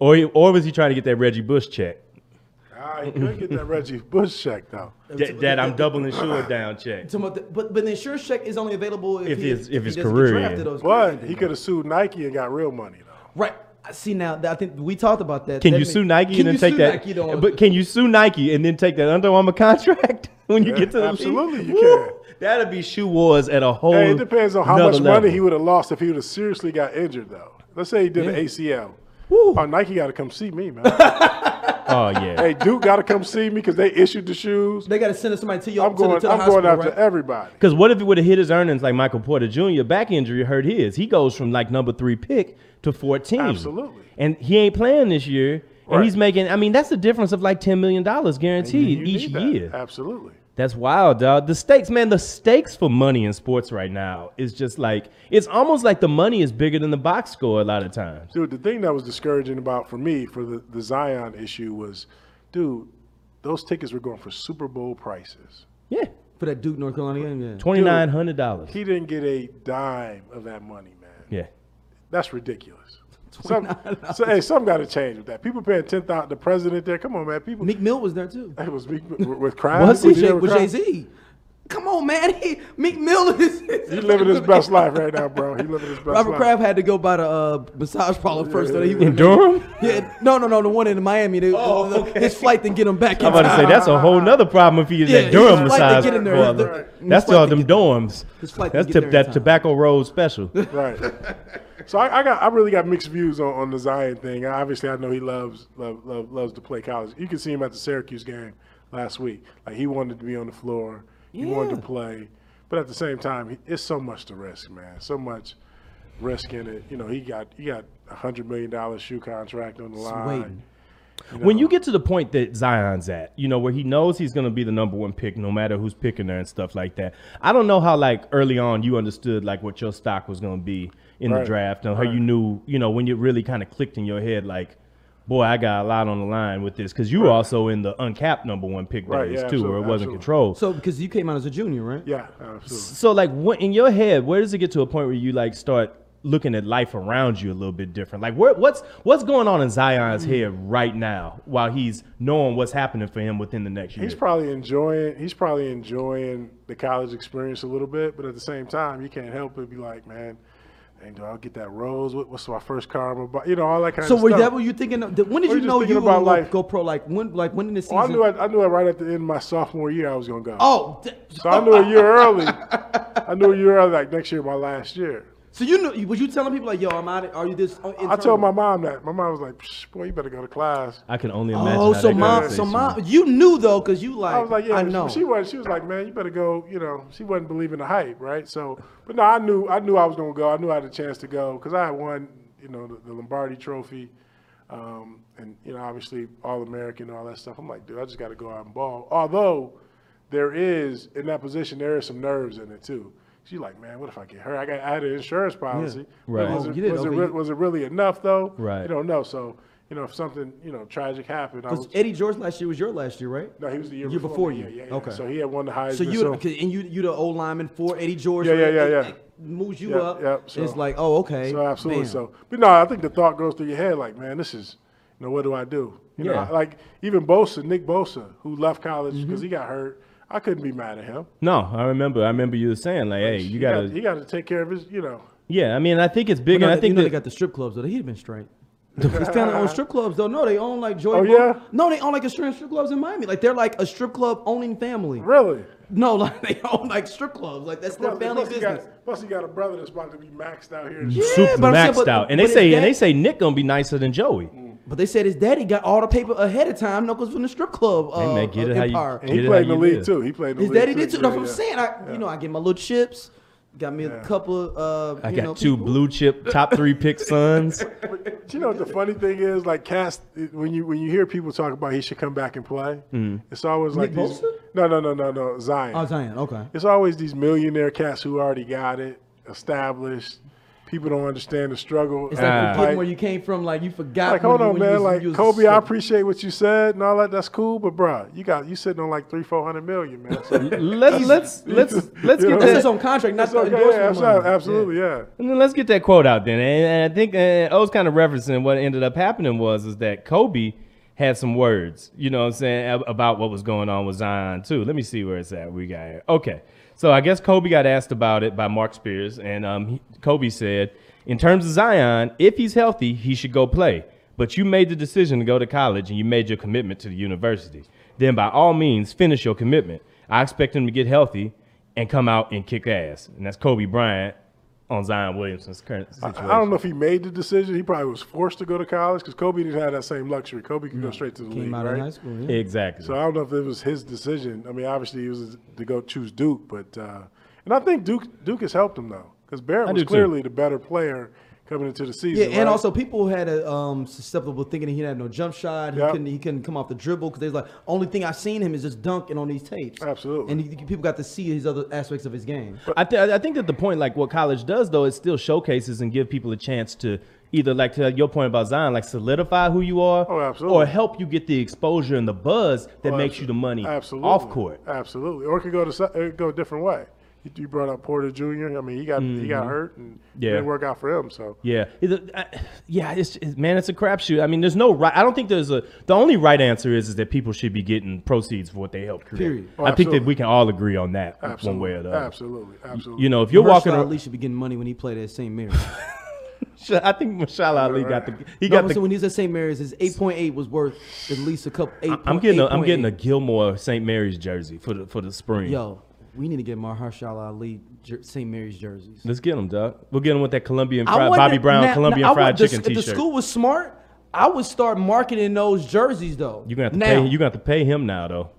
Speaker 1: Or, he, or was he trying to get that Reggie Bush check?
Speaker 3: Ah, you could get that Reggie Bush check though.
Speaker 1: That, that I'm doubling sure down check.
Speaker 2: Talking about the- but but the insurance check is only available if,
Speaker 1: If
Speaker 2: he-
Speaker 1: his- if
Speaker 2: he
Speaker 1: his
Speaker 2: doesn't get
Speaker 1: career
Speaker 2: drafted
Speaker 1: end.
Speaker 2: or his career
Speaker 3: But
Speaker 2: ended.
Speaker 3: he could have sued Nike and got real money though.
Speaker 2: Right. I See now, that- I think we talked about that.
Speaker 1: Can
Speaker 2: That
Speaker 1: you
Speaker 2: may-
Speaker 1: sue Nike and
Speaker 2: Can
Speaker 1: then
Speaker 2: you
Speaker 1: take
Speaker 2: sue
Speaker 1: that?
Speaker 2: Nike, though?
Speaker 1: But can you sue Nike and then take that Under Armour contract when you
Speaker 3: Yeah,
Speaker 1: get to the
Speaker 3: absolutely
Speaker 1: league?
Speaker 3: you
Speaker 1: Woo!
Speaker 3: can.
Speaker 1: That'd be shoe wars at a whole.
Speaker 2: Oh,
Speaker 3: Hey, it depends on how
Speaker 1: nother
Speaker 3: much
Speaker 1: level.
Speaker 3: money he would have lost if he would have seriously got injured though. Let's say he did an ACL.
Speaker 2: Woo.
Speaker 3: Oh, Nike got to come see me, man.
Speaker 1: Oh yeah.
Speaker 3: hey, Duke got to come see me because they issued the shoes.
Speaker 2: they got to send somebody to your.
Speaker 3: I'm
Speaker 2: to the-
Speaker 3: going.
Speaker 2: to the
Speaker 3: I'm going
Speaker 2: hospital,
Speaker 3: after
Speaker 2: right?
Speaker 3: everybody.
Speaker 1: Because what if it would have hit his earnings like Michael Porter Jr. back injury hurt his? He goes from like number three pick to fourteen.
Speaker 3: Absolutely.
Speaker 1: And he ain't playing this year. And
Speaker 3: Right.
Speaker 1: he's making. I mean, that's a difference of like ten million dollars guaranteed
Speaker 3: You
Speaker 1: each
Speaker 3: need that.
Speaker 1: year.
Speaker 3: Absolutely.
Speaker 1: That's wild, dog. The stakes, man. The stakes for money in sports right now is just like it's almost like the money is bigger than the box score a lot of times.
Speaker 3: Dude, the thing that was discouraging about for me for the, the Zion issue was, dude, those tickets were going for Super Bowl prices.
Speaker 1: Yeah,
Speaker 2: for that Duke North Carolina game. Yeah.
Speaker 1: twenty nine hundred dollars.
Speaker 3: He didn't get a dime of that money, man.
Speaker 1: Yeah,
Speaker 3: That's ridiculous. Some, so, hey, some got to change with that. People paying ten thousand. The president there. Come on, man. People.
Speaker 2: Meek Mill was there too.
Speaker 3: Hey, was Meek with with crime.
Speaker 1: Was he?
Speaker 3: Was
Speaker 2: Jay-
Speaker 3: there
Speaker 2: with
Speaker 3: crime?
Speaker 2: Jay Z. Come on, man. He, Meek Mill is.
Speaker 3: He living his best life right now, bro. He living his best
Speaker 2: Robert
Speaker 3: life.
Speaker 2: Kraft had to go by the uh, massage parlor first, so that he
Speaker 1: in
Speaker 2: would.
Speaker 1: Durham.
Speaker 2: Yeah, no, no, no. The one in Miami. They,
Speaker 1: Oh,
Speaker 2: the-
Speaker 1: okay.
Speaker 2: His flight didn't get him back.
Speaker 1: I'm
Speaker 2: in
Speaker 1: about to say
Speaker 2: time.
Speaker 1: that's a whole nother problem if you use
Speaker 2: Yeah,
Speaker 1: that
Speaker 2: it's
Speaker 1: Durham
Speaker 2: just like
Speaker 1: massage.
Speaker 2: they get in there,
Speaker 1: parlor.
Speaker 2: they're- they're-
Speaker 1: That's
Speaker 2: it's like
Speaker 1: all
Speaker 2: they
Speaker 1: them
Speaker 2: get there.
Speaker 1: dorms.
Speaker 2: It's like they
Speaker 1: that's
Speaker 2: get
Speaker 1: tip-
Speaker 2: there in
Speaker 1: that
Speaker 2: time.
Speaker 1: tobacco road special.
Speaker 3: Right. So I, I got I really got mixed views on, on the Zion thing. Obviously, I know he loves love, love, loves to play college. You can see him at the Syracuse game last week. Like he wanted to be on the floor. He wanted to
Speaker 2: Yeah.
Speaker 3: play, but at the same time, he- it's so much to risk, man. So much risk in it. You know, he got he got a hundred million dollar shoe contract on the line.
Speaker 2: waiting.
Speaker 1: When you get to the point that Zion's at, you know, where he knows he's going to be the number one pick no matter who's picking there and stuff like that. I don't know how, like, early on you understood, like, what your stock was going to be in the
Speaker 3: Right.
Speaker 1: draft and how you knew, you know, when you really kind of clicked in your head, like, boy, I got a lot on the line with this. Because you were also in the uncapped number one pick
Speaker 3: Right,
Speaker 1: days,
Speaker 3: yeah,
Speaker 1: too, where it
Speaker 3: absolutely,
Speaker 1: wasn't
Speaker 3: absolutely.
Speaker 1: controlled.
Speaker 2: So because you came out as a junior, right?
Speaker 3: Yeah, absolutely.
Speaker 1: So like what in your head, where does it get to a point where you like start looking at life around you a little bit different? Like where what's what's going on in Zion's
Speaker 2: Mm.
Speaker 1: head right now while he's knowing what's happening for him within the next year?
Speaker 3: He's probably enjoying. He's probably enjoying the college experience a little bit, but at the same time, you can't help but be like, man, dang, do I get that rose? What, what's my first car? I'm about? You know, all that kind
Speaker 2: So
Speaker 3: of
Speaker 2: were
Speaker 3: stuff.
Speaker 2: that what you thinking? Of, did- when did
Speaker 3: Or
Speaker 2: you
Speaker 3: you just
Speaker 2: know
Speaker 3: thinking
Speaker 2: you were
Speaker 3: about
Speaker 2: gonna
Speaker 3: life.
Speaker 2: go pro? Like when? Like when in the season?
Speaker 3: Well, Oh, I knew I, I knew it right at the end of my sophomore year I was gonna go.
Speaker 2: oh, th-
Speaker 3: So I knew a year early. I knew a year early, like next year, my last year.
Speaker 2: so you knew? Was you telling people like, "Yo, I'm out"? Are you this?
Speaker 3: I told my mom that. My mom was like, Psh, "Boy, you better go to class."
Speaker 1: I can only imagine.
Speaker 2: Oh,
Speaker 1: how
Speaker 2: so
Speaker 1: that
Speaker 2: mom,
Speaker 1: conversation
Speaker 2: so
Speaker 1: went.
Speaker 2: mom, you knew though, cause you like.
Speaker 3: I was like, "Yeah."
Speaker 2: I know.
Speaker 3: She was. She was like, "Man, you better go." You know, she wasn't believing the hype, right? So, but no, I knew. I knew I was gonna go. I knew I had a chance to go because I had won. You know, the, the Lombardi Trophy, um, and you know, obviously All American and all that stuff. I'm like, dude, I just got to go out and ball. Although there is in that position, there is some nerves in it too. She's like, man, what if I get hurt? I got I had an insurance policy. But
Speaker 1: Right.
Speaker 3: Was,
Speaker 2: Oh,
Speaker 3: it,
Speaker 2: you did,
Speaker 3: was, it
Speaker 2: okay,
Speaker 3: re-
Speaker 2: you-
Speaker 3: was it really enough though?
Speaker 1: Right.
Speaker 3: You don't know. So, you know, if something you know tragic happened, I was
Speaker 2: Cause Eddie George last year was your last year, right?
Speaker 3: no, he was the year,
Speaker 2: Year before
Speaker 3: before me.
Speaker 2: you.
Speaker 3: Yeah, yeah, yeah.
Speaker 2: Okay.
Speaker 3: So he had won the Heisman.
Speaker 2: So you
Speaker 3: so-
Speaker 2: cause, and you you the old lineman for Eddie George.
Speaker 3: Yeah, yeah,
Speaker 2: right?
Speaker 3: yeah,
Speaker 2: It-
Speaker 3: yeah.
Speaker 2: it Moves you
Speaker 3: Yep,
Speaker 2: up.
Speaker 3: yep,
Speaker 2: and
Speaker 3: so-
Speaker 2: it's like, oh, okay.
Speaker 3: So absolutely.
Speaker 2: damn.
Speaker 3: So, but no, I think the thought goes through your head like, man, this is, you know, what do I do? You know,
Speaker 1: Yeah.
Speaker 3: like even Bosa, Nick Bosa, who left college because he got hurt. I couldn't be mad at him.
Speaker 1: No, I remember. I remember you saying like, "Hey, you
Speaker 3: he
Speaker 1: gotta."
Speaker 3: got, he got to take care of his, you know.
Speaker 1: yeah, I mean, I think it's big,
Speaker 2: You know,
Speaker 1: and I
Speaker 2: they- you
Speaker 1: think
Speaker 2: know
Speaker 1: that
Speaker 2: they got the strip clubs though. He'd have been straight. They still own strip clubs though. No, they own like Joy.
Speaker 3: Oh,
Speaker 2: Bo-
Speaker 3: yeah?
Speaker 2: No, they own like insurance strip clubs in Miami. Like they're like a strip club owning family.
Speaker 3: Really,
Speaker 2: No, like they own like strip clubs. Like that's their
Speaker 3: Plus-
Speaker 2: family
Speaker 3: plus he
Speaker 2: business.
Speaker 3: Got, plus, he got a brother that's about to be maxed out here.
Speaker 1: super
Speaker 2: but I'm saying,
Speaker 1: maxed
Speaker 2: but-
Speaker 1: out, and they
Speaker 2: but
Speaker 1: say,
Speaker 2: it's Mm.
Speaker 1: and
Speaker 2: that-
Speaker 1: they say Nick gonna be nicer than Joey.
Speaker 2: But they said his daddy got all the paper ahead of time. Knuckles from the strip club. Uh,
Speaker 1: man, get
Speaker 2: uh,
Speaker 1: it how you-
Speaker 2: empire.
Speaker 3: And
Speaker 1: Get
Speaker 3: he
Speaker 1: it
Speaker 3: played
Speaker 1: how
Speaker 3: in the
Speaker 1: you
Speaker 3: league
Speaker 1: live.
Speaker 3: too. He played in the
Speaker 2: His
Speaker 3: league
Speaker 2: daddy did too. That's
Speaker 3: Yeah,
Speaker 2: what I'm
Speaker 3: yeah.
Speaker 2: saying. I, you know, I get my little chips. Got me a couple. Uh,
Speaker 1: I
Speaker 2: you
Speaker 1: got
Speaker 2: know,
Speaker 1: two
Speaker 2: people.
Speaker 1: blue chip top three pick sons.
Speaker 3: you know what the funny thing is? Like Cass, when you when you hear people talk about he should come back and play, it's always like
Speaker 2: Nick
Speaker 3: these,
Speaker 2: Bosa?
Speaker 3: no, no, no, no, no, Zion.
Speaker 2: Oh, Zion. Okay.
Speaker 3: It's always these millionaire cats who already got it established. People don't understand the struggle.
Speaker 2: It's
Speaker 3: and the
Speaker 2: like forgetting
Speaker 3: fight.
Speaker 2: where you came from. Like you forgot.
Speaker 3: Like,
Speaker 2: when
Speaker 3: hold
Speaker 2: you-
Speaker 3: on,
Speaker 2: when you
Speaker 3: man.
Speaker 2: was-
Speaker 3: Like
Speaker 2: you was-
Speaker 3: Kobe, I appreciate what you said and all that. That's cool, but bruh, you got you sitting on like three, four hundred million, man. So,
Speaker 1: let's let's let's let's get
Speaker 3: You know,
Speaker 2: That's
Speaker 1: that.
Speaker 2: his own contract, not
Speaker 3: It's
Speaker 2: the
Speaker 3: okay, yeah,
Speaker 2: endorsement
Speaker 3: abso-
Speaker 2: money.
Speaker 3: absolutely, yeah.
Speaker 1: And then let's get that quote out then. And, and I think uh, I was kind of referencing what ended up happening was is that Kobe had some words, you know what I'm saying, ab- about what was going on with Zion too. Let me see where it's at. We got here. Okay. So I guess Kobe got asked about it by Mark Spears, and um, he- Kobe said, in terms of Zion, if he's healthy, he should go play. But you made the decision to go to college and you made your commitment to the university. Then by all means, finish your commitment. I expect him to get healthy and come out and kick ass. And that's Kobe Bryant on Zion Williamson's current situation.
Speaker 3: I don't know if he made the decision. He probably was forced to go to college because Kobe didn't have that same luxury. Kobe could go straight to the league,
Speaker 2: Came out
Speaker 3: right?
Speaker 2: of high school. Yeah.
Speaker 1: Exactly.
Speaker 3: So I don't know if it was his decision. I mean, obviously he was to go choose Duke, but uh, and I think Duke Duke has helped him though because Barrett
Speaker 1: I
Speaker 3: was
Speaker 1: do, too.
Speaker 3: clearly the better player coming into the season.
Speaker 2: Yeah, and
Speaker 3: right?
Speaker 2: also people had a um, susceptible thinking he didn't have no jump shot. He
Speaker 3: Yep.
Speaker 2: couldn't he couldn't come off the dribble because they was like only thing I've seen him is just dunking on these tapes.
Speaker 3: Absolutely.
Speaker 2: And he, people got to see his other aspects of his game.
Speaker 1: I, th- I think that the point, like what college does, though, is still showcases and give people a chance to either, like to your point about Zion, like solidify who you are,
Speaker 3: Oh, absolutely.
Speaker 1: or help you get the exposure and the buzz that
Speaker 3: Oh,
Speaker 1: makes
Speaker 3: abso-
Speaker 1: you the money
Speaker 3: absolutely.
Speaker 1: off court.
Speaker 3: Absolutely, or it could go to so- it could go a different way. You- You brought up Porter Jr. I mean, he got he got hurt and it
Speaker 1: Mm-hmm. Yeah.
Speaker 3: didn't work out for him. So
Speaker 1: Yeah, It's a- I- yeah, it's it's- man, it's a crapshoot. I mean, there's no right. I don't think there's a. The only right answer is is that people should be getting proceeds for what they help create.
Speaker 2: Period.
Speaker 3: Oh,
Speaker 1: I think that
Speaker 3: absolutely.
Speaker 1: we can all agree on that
Speaker 3: absolutely,
Speaker 1: one way or the other.
Speaker 3: absolutely, absolutely.
Speaker 1: You know, if you're walking,
Speaker 2: Rashad
Speaker 1: ar-
Speaker 2: Ali should be getting money when he played at St. Mary's.
Speaker 1: I think Mashal Ali got the he
Speaker 2: no,
Speaker 1: got
Speaker 2: I'm
Speaker 1: the
Speaker 2: saying when he was at St. Mary's, his 8.8 was worth at least a couple. 8.
Speaker 1: I'm getting a, I'm
Speaker 2: 8.8.
Speaker 1: getting a Gilmore St. Mary's jersey for the for the spring.
Speaker 2: Yo, we need to get Mahershala Ali jer- St. Mary's jerseys.
Speaker 1: Let's get them, dog. We'll get them with that Colombian
Speaker 2: I
Speaker 1: fried,
Speaker 2: wonder-
Speaker 1: Bobby Brown
Speaker 2: now-
Speaker 1: Colombian
Speaker 2: now, I
Speaker 1: fried
Speaker 2: would- the-
Speaker 1: chicken T-shirt.
Speaker 2: If the school was smart, I would start marketing those jerseys though.
Speaker 1: you're gonna have to
Speaker 2: now,
Speaker 1: pay. You're gonna have to pay him now, though.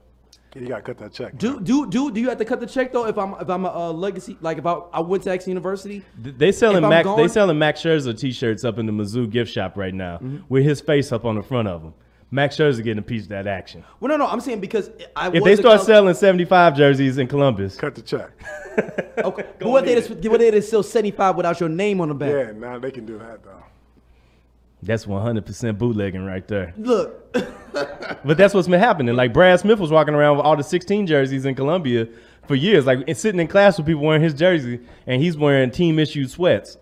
Speaker 3: you got to cut that check.
Speaker 2: Do do do do you have to cut the check though? If I'm if I'm a uh, legacy, like if I, I went to X University,
Speaker 1: Th- They selling
Speaker 2: If I'm
Speaker 1: Max. they
Speaker 2: going-
Speaker 1: selling Max Scherzer T-shirts up in the Mizzou gift shop right now
Speaker 2: Mm-hmm.
Speaker 1: with his face up on the front of them. Max Scherzer getting a piece of that action.
Speaker 2: well, no, no, I'm saying because I
Speaker 1: If
Speaker 2: was
Speaker 1: they
Speaker 2: a
Speaker 1: start
Speaker 2: Col-
Speaker 1: selling 75 jerseys in Columbus,
Speaker 3: Cut the check.
Speaker 2: okay, but what they just what they just sell 75 without your name on the back.
Speaker 3: Yeah, now they can do that though.
Speaker 1: that's 100% bootlegging right there.
Speaker 2: Look,
Speaker 1: But that's what's been happening. Like Brad Smith was walking around with all the 16 jerseys in Columbia for years, like and sitting in class with people wearing his jersey, and he's wearing team issued sweats.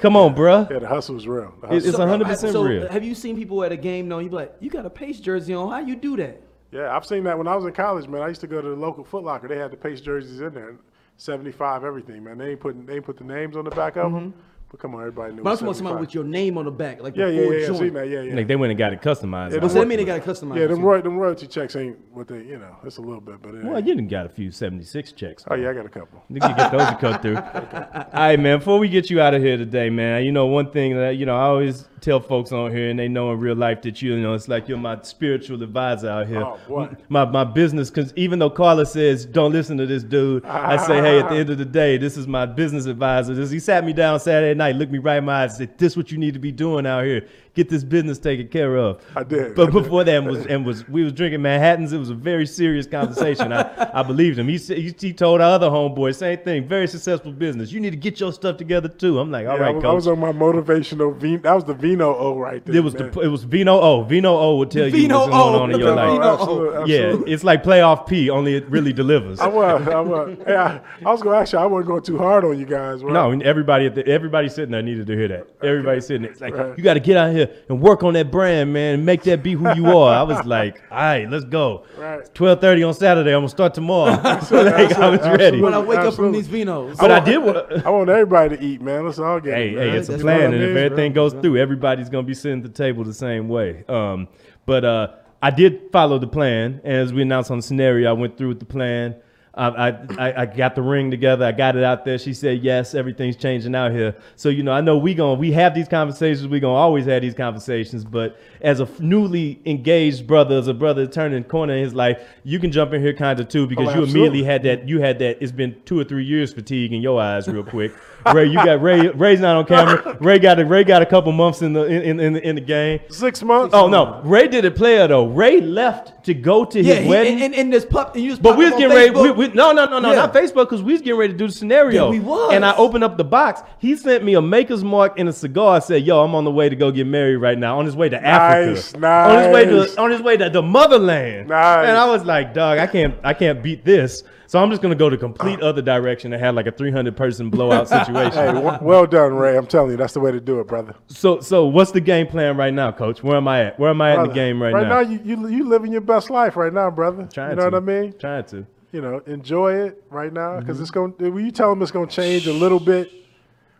Speaker 1: Come on, bruh.
Speaker 3: Yeah, the hustle is real. The
Speaker 1: It's
Speaker 3: hustle-
Speaker 2: so- uh,
Speaker 1: 100%
Speaker 2: so
Speaker 1: real.
Speaker 2: Have you seen people at a game? No, you be like, you got a Pace jersey on. How you do that?
Speaker 3: yeah, I've seen that when I was in college, man. I used to go to the local Foot Locker. They had the paste jerseys in there, seventy five everything, man. They ain't putting they ain't put the names on the back of them.
Speaker 1: Mm-hmm.
Speaker 3: But come on, everybody knew.
Speaker 2: But I'm
Speaker 3: what
Speaker 2: talking about somebody
Speaker 3: 75
Speaker 2: with your name on the back, like
Speaker 3: Yeah,
Speaker 2: the
Speaker 3: yeah,
Speaker 2: full
Speaker 3: yeah. I've
Speaker 2: joint.
Speaker 3: seen that. Yeah, yeah.
Speaker 1: Like they went and got it customized.
Speaker 3: Yeah,
Speaker 2: Does that mean
Speaker 1: well,
Speaker 2: they got to customize?
Speaker 3: Yeah,
Speaker 2: it,
Speaker 3: them,
Speaker 2: too?
Speaker 3: roy- them royalty checks ain't what they, you know, it's a little bit, but it ain't.
Speaker 1: you didn't got a few 76 checks.
Speaker 3: Oh, yeah, I got a couple.
Speaker 1: You can get those to cut through. All right, man. Before we get you out of here today, man, you know one thing that you know I always tell folks on here, and they know in real life that you, know it's like you're my spiritual advisor out here.
Speaker 3: Oh, boy.
Speaker 1: My my business, because even though Carla says don't listen to this dude, I say, hey, at the end of the day, this is my business advisor. This, he sat me down Saturday night, looked me right in my eyes, said, "This what you need to be doing out here. Get this business taken care of."
Speaker 3: I did.
Speaker 1: But
Speaker 3: I did.
Speaker 1: before that, and was and was we was drinking Manhattan's. It was a very serious conversation. I, I believed him. He said he, he told our other homeboy same thing. Very successful business. You need to get your stuff together too. I'm like, all
Speaker 3: yeah, I,
Speaker 1: right,
Speaker 3: was, I
Speaker 1: coach.
Speaker 3: was on my motivational V. That was the Vino O right there.
Speaker 1: it was
Speaker 3: man. Oh,
Speaker 1: the, it was Vino O. Vino O would tell you
Speaker 2: Vino
Speaker 1: what's going
Speaker 2: O.
Speaker 1: on in your
Speaker 2: The
Speaker 1: life.
Speaker 2: Vino O.
Speaker 3: absolute-
Speaker 1: Yeah,
Speaker 3: absolute.
Speaker 1: it's like playoff P, only it really delivers.
Speaker 3: I was. I was. Yeah, I was going to ask you, I wasn't going too hard on you guys. Right?
Speaker 1: No, and everybody at the, everybody sitting there needed to hear that. Everybody sitting there, it's like
Speaker 3: Right.
Speaker 1: you got to get out here and work on that brand, man, and make that be who you are. I was like, all right, let's go.
Speaker 3: Right.
Speaker 1: Twelve thirty on Saturday. I'm gonna start tomorrow. like, I was ready.
Speaker 2: when I wake up from
Speaker 3: Absolutely.
Speaker 2: these vinos.
Speaker 1: But I
Speaker 3: want-
Speaker 1: did. wa-
Speaker 3: I want everybody to eat, man. Let's all get
Speaker 1: hey,
Speaker 3: it.
Speaker 1: hey,
Speaker 3: man.
Speaker 1: it's a
Speaker 2: that's
Speaker 3: You know what
Speaker 1: plan,
Speaker 3: I
Speaker 1: and if
Speaker 3: mean?
Speaker 1: everything goes through, everybody's gonna be sitting at the table the same way. Um, but uh, I did follow the plan, and as we announced on the scenario, I went through with the plan. I, I, I got the ring together. I got it out there. She said, yes, everything's changing out here. So, you know, I know we going we have these conversations. we going to always have these conversations. But as a newly engaged brother, as a brother turning corner in his life, you can jump in here kind of too, because
Speaker 3: Oh,
Speaker 1: you immediately
Speaker 3: absolutely.
Speaker 1: had that, you had that, it's been two or three years fatigue in your eyes real quick. Ray, you got Ray, Ray's not on camera. Ray got a, Ray got a couple months in the, in, in, in the game.
Speaker 3: Six months.
Speaker 1: Oh no, Ray did a player though. Ray left to go to
Speaker 2: Yeah,
Speaker 1: his
Speaker 2: he,
Speaker 1: wedding.
Speaker 2: and, and, and this pup, and you just
Speaker 1: but
Speaker 2: pop
Speaker 1: we was
Speaker 2: him on
Speaker 1: getting ready.
Speaker 2: Facebook.
Speaker 1: We, we, no, no, no, no,
Speaker 2: Yeah.
Speaker 1: not Facebook, because we was getting ready to do the scenario.
Speaker 2: Yeah, we was.
Speaker 1: And I opened up the box. He sent me a maker's mark and a cigar. I said, "Yo, I'm on the way to go get married right now. On his way to
Speaker 3: Nice,
Speaker 1: Africa. On his way
Speaker 3: nice.
Speaker 1: to on his way to the motherland.
Speaker 3: Nice.
Speaker 1: And I was like, "Dog, I can't, I can't beat this. So I'm just gonna go the complete other direction and have like a 300 person blowout situation.
Speaker 3: Hey, w- well done, Ray. I'm telling you, that's the way to do it, brother.
Speaker 1: So, so what's the game plan right now, Coach? Where am I at? Where am I at in the
Speaker 3: Brother,
Speaker 1: game right,
Speaker 3: right
Speaker 1: now?
Speaker 3: you, you you living your best life right now, brother.
Speaker 1: Trying
Speaker 3: you know
Speaker 1: to.
Speaker 3: what I mean?
Speaker 1: Trying to.
Speaker 3: You know, enjoy it right now because
Speaker 1: Mm-hmm.
Speaker 3: it's going. to Will you tell him it's going to change a little bit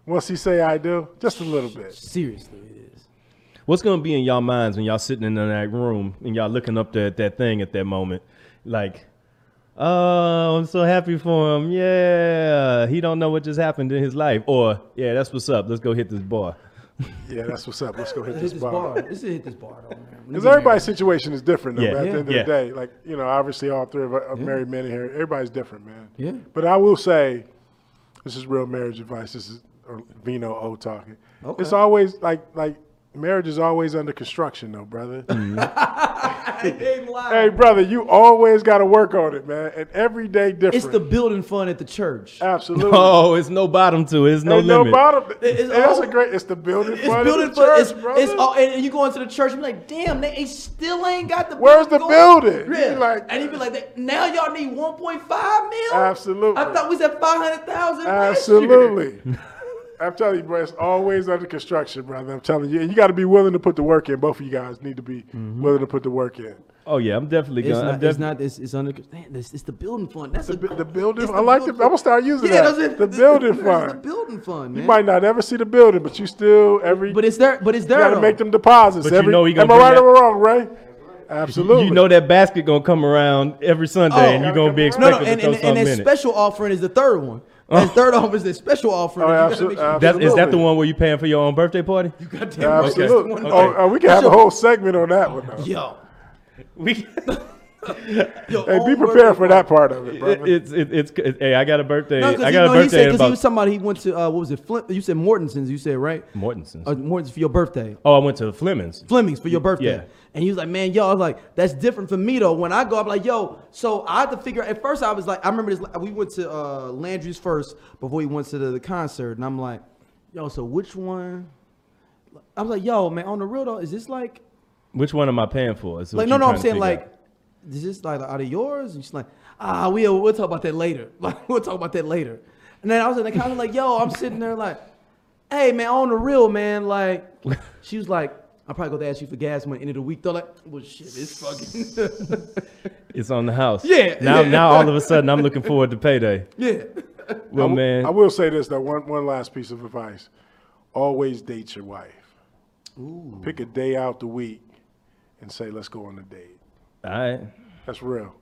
Speaker 3: once he say I do? Just a little bit.
Speaker 2: Seriously, it is.
Speaker 1: What's gonna be in y'all minds when y'all sitting in that room and y'all looking up there at that thing at that moment? Like, oh, I'm so happy for him. Yeah, he don't know what just happened in his life. Or yeah, that's what's up. Let's go hit this bar.
Speaker 3: Yeah, that's what's up. Let's go hit
Speaker 2: Hit
Speaker 3: this
Speaker 2: this
Speaker 3: bar.
Speaker 2: bar. Let's hit this bar, though, man.
Speaker 3: Because everybody's situation is different, though.
Speaker 1: Yeah.
Speaker 3: but at
Speaker 1: Yeah.
Speaker 3: the end of
Speaker 1: Yeah.
Speaker 3: the day, like you know, obviously all three of us are married men in here. Everybody's different, man.
Speaker 2: Yeah.
Speaker 3: But I will say, this is real marriage advice. This is or Vino O talking.
Speaker 2: Okay.
Speaker 3: It's always like like marriage is always under construction, though, brother.
Speaker 2: Mm.
Speaker 3: hey, brother, you always got to work on it, man. And every day different.
Speaker 2: It's the building fun at the church.
Speaker 3: absolutely.
Speaker 1: Oh, it's no bottom to it. It's no
Speaker 3: Ain't no
Speaker 1: limit.
Speaker 3: bottom.
Speaker 2: It's
Speaker 3: And that's
Speaker 2: all-
Speaker 3: a great. It's the building.
Speaker 2: It's
Speaker 3: fund of
Speaker 2: building
Speaker 3: the
Speaker 2: fun.
Speaker 3: church,
Speaker 2: It's,
Speaker 3: brother.
Speaker 2: it's all, and and you go into the church and be like, damn, they, they still ain't got the.
Speaker 3: Where's the
Speaker 2: going."
Speaker 3: building? You be like-
Speaker 2: and you be like, "That- now y'all need 1.5 mil.
Speaker 3: Absolutely.
Speaker 2: I thought we said 500,000. last year."
Speaker 3: Absolutely. I'm telling you, bro, it's always under construction, brother. I'm telling you. And you got to be willing to put the work in. Both of you guys need to be
Speaker 1: Mm-hmm.
Speaker 3: willing to put the work in.
Speaker 1: Oh yeah, I'm definitely
Speaker 2: It's
Speaker 1: gonna. I'm
Speaker 2: not, it's
Speaker 1: defi-
Speaker 2: not. It's, it's under. Man, this, it's the building fund. That's
Speaker 3: The,
Speaker 2: a,
Speaker 3: bu- the building.
Speaker 2: it's
Speaker 3: I like the.
Speaker 2: building
Speaker 3: I'm gonna start
Speaker 2: fund.
Speaker 3: using
Speaker 2: Yeah,
Speaker 3: that.
Speaker 2: that's it.
Speaker 3: the
Speaker 2: It's
Speaker 3: building
Speaker 2: it's
Speaker 3: fund.
Speaker 2: The building fund, man.
Speaker 3: you might not ever see the building, but you still every.
Speaker 2: but it's there. But it's
Speaker 3: you
Speaker 2: there.
Speaker 3: got to
Speaker 2: though.
Speaker 3: make them deposits.
Speaker 1: But you
Speaker 3: every,
Speaker 1: know he gonna
Speaker 3: am
Speaker 1: do
Speaker 3: I right
Speaker 1: that.
Speaker 3: or wrong, Ray? Absolutely.
Speaker 1: You know that basket gonna come around every Sunday,
Speaker 2: Oh.
Speaker 1: and you're gonna be
Speaker 2: No,
Speaker 1: expected to
Speaker 2: no, and,
Speaker 1: throw
Speaker 2: and, and
Speaker 1: something
Speaker 2: that
Speaker 1: in it.
Speaker 2: special offering is the third one. That third offering is the special offering.
Speaker 3: Oh,
Speaker 2: You gotta
Speaker 3: abso-
Speaker 2: make
Speaker 3: abso-
Speaker 1: That's, is that the
Speaker 3: Absolutely.
Speaker 1: one where you paying for your own birthday party?
Speaker 2: you got that right.
Speaker 3: Absolutely.
Speaker 2: That's the one.
Speaker 3: Oh, uh, we can have a whole segment on that one. Though.
Speaker 2: Yo,
Speaker 1: We.
Speaker 2: yo,
Speaker 3: Hey, be
Speaker 2: own
Speaker 3: prepared
Speaker 2: birthday
Speaker 3: for that part of it, brother.
Speaker 1: it's it, it's it, hey, I got a birthday.
Speaker 2: No, because
Speaker 1: I
Speaker 2: you
Speaker 1: got
Speaker 2: know,
Speaker 1: a
Speaker 2: he
Speaker 1: birthday
Speaker 2: said
Speaker 1: in
Speaker 2: because he was
Speaker 1: about
Speaker 2: talking about he went to uh, what was it? Flint, you said Mortenson's. You said right?
Speaker 1: Mortensen's.
Speaker 2: Uh, Mortenson's for your birthday.
Speaker 1: Oh, I went to Fleming's.
Speaker 2: Fleming's for your birthday.
Speaker 1: Yeah.
Speaker 2: And he was like, man, yo, I was like, that's different for me though. When I go, I'm like, yo, so I had to figure at first I was like, I remember this we went to uh Landry's first before he went to the, the concert, and I'm like, yo, so which one? I was like, yo, man, on the real though, is this like
Speaker 1: Which one am I paying for? Is what
Speaker 2: like no
Speaker 1: you're
Speaker 2: no
Speaker 1: trying
Speaker 2: I'm
Speaker 1: to
Speaker 2: saying
Speaker 1: figure
Speaker 2: like
Speaker 1: out.
Speaker 2: is this like out of yours? And she's like, ah, we'll we'll talk about that later. Like we'll talk about that later. And then I was in the kind of like, yo, I'm sitting there like, hey man, on the real man, like she was like, I'm probably gonna ask you for gas money end of the week. They're like, well shit, it's fucking
Speaker 1: it's on the house.
Speaker 2: Yeah,
Speaker 1: Now
Speaker 2: yeah.
Speaker 1: now all of a sudden I'm looking forward to payday.
Speaker 2: Yeah.
Speaker 1: Well,
Speaker 3: I w-
Speaker 1: man,
Speaker 3: I will say this though. One one last piece of advice: always date your wife. Pick a day out the week and say, "Let's go on a date."
Speaker 1: all right.
Speaker 3: That's real.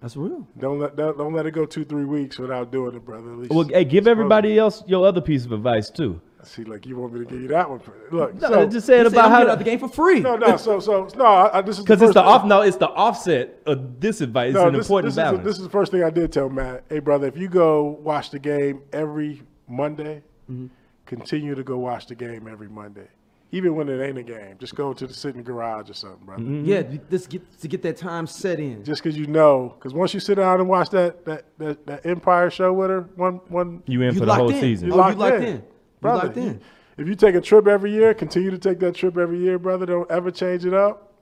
Speaker 2: That's real.
Speaker 3: Don't let don't, don't let it go two three weeks without doing it, brother. At least
Speaker 1: Well, hey, give
Speaker 3: supposed-
Speaker 1: everybody else your other piece of advice too.
Speaker 3: See, like you want me to give you that one? For, look,
Speaker 1: No,
Speaker 3: so,
Speaker 1: just saying
Speaker 2: He said,
Speaker 1: about
Speaker 2: "I'm
Speaker 1: how
Speaker 2: getting out the
Speaker 1: to
Speaker 2: game for free.
Speaker 3: no, no. So so no. I, I, this is
Speaker 1: because it's
Speaker 3: first
Speaker 1: the
Speaker 3: thing-
Speaker 1: off. No, it's the offset of this advice. It's
Speaker 3: no,
Speaker 1: an important
Speaker 3: this
Speaker 1: balance.
Speaker 3: Is, this is the first thing I did tell Matt. Hey, brother, if you go watch the game every Monday,
Speaker 2: Mm-hmm.
Speaker 3: continue to go watch the game every Monday, even when it ain't a game. Just go to the sit in the garage or something, brother.
Speaker 2: Yeah, this get to get that time set in.
Speaker 3: Just because you know, because once you sit down and watch that that, that that Empire show with her, one one
Speaker 1: you in
Speaker 2: You
Speaker 1: for the
Speaker 2: locked
Speaker 1: whole
Speaker 2: in.
Speaker 1: season.
Speaker 2: You Oh, locked in. You
Speaker 3: brother.
Speaker 2: locked in.
Speaker 3: If you take a trip every year, continue to take that trip every year, brother. Don't ever change it up,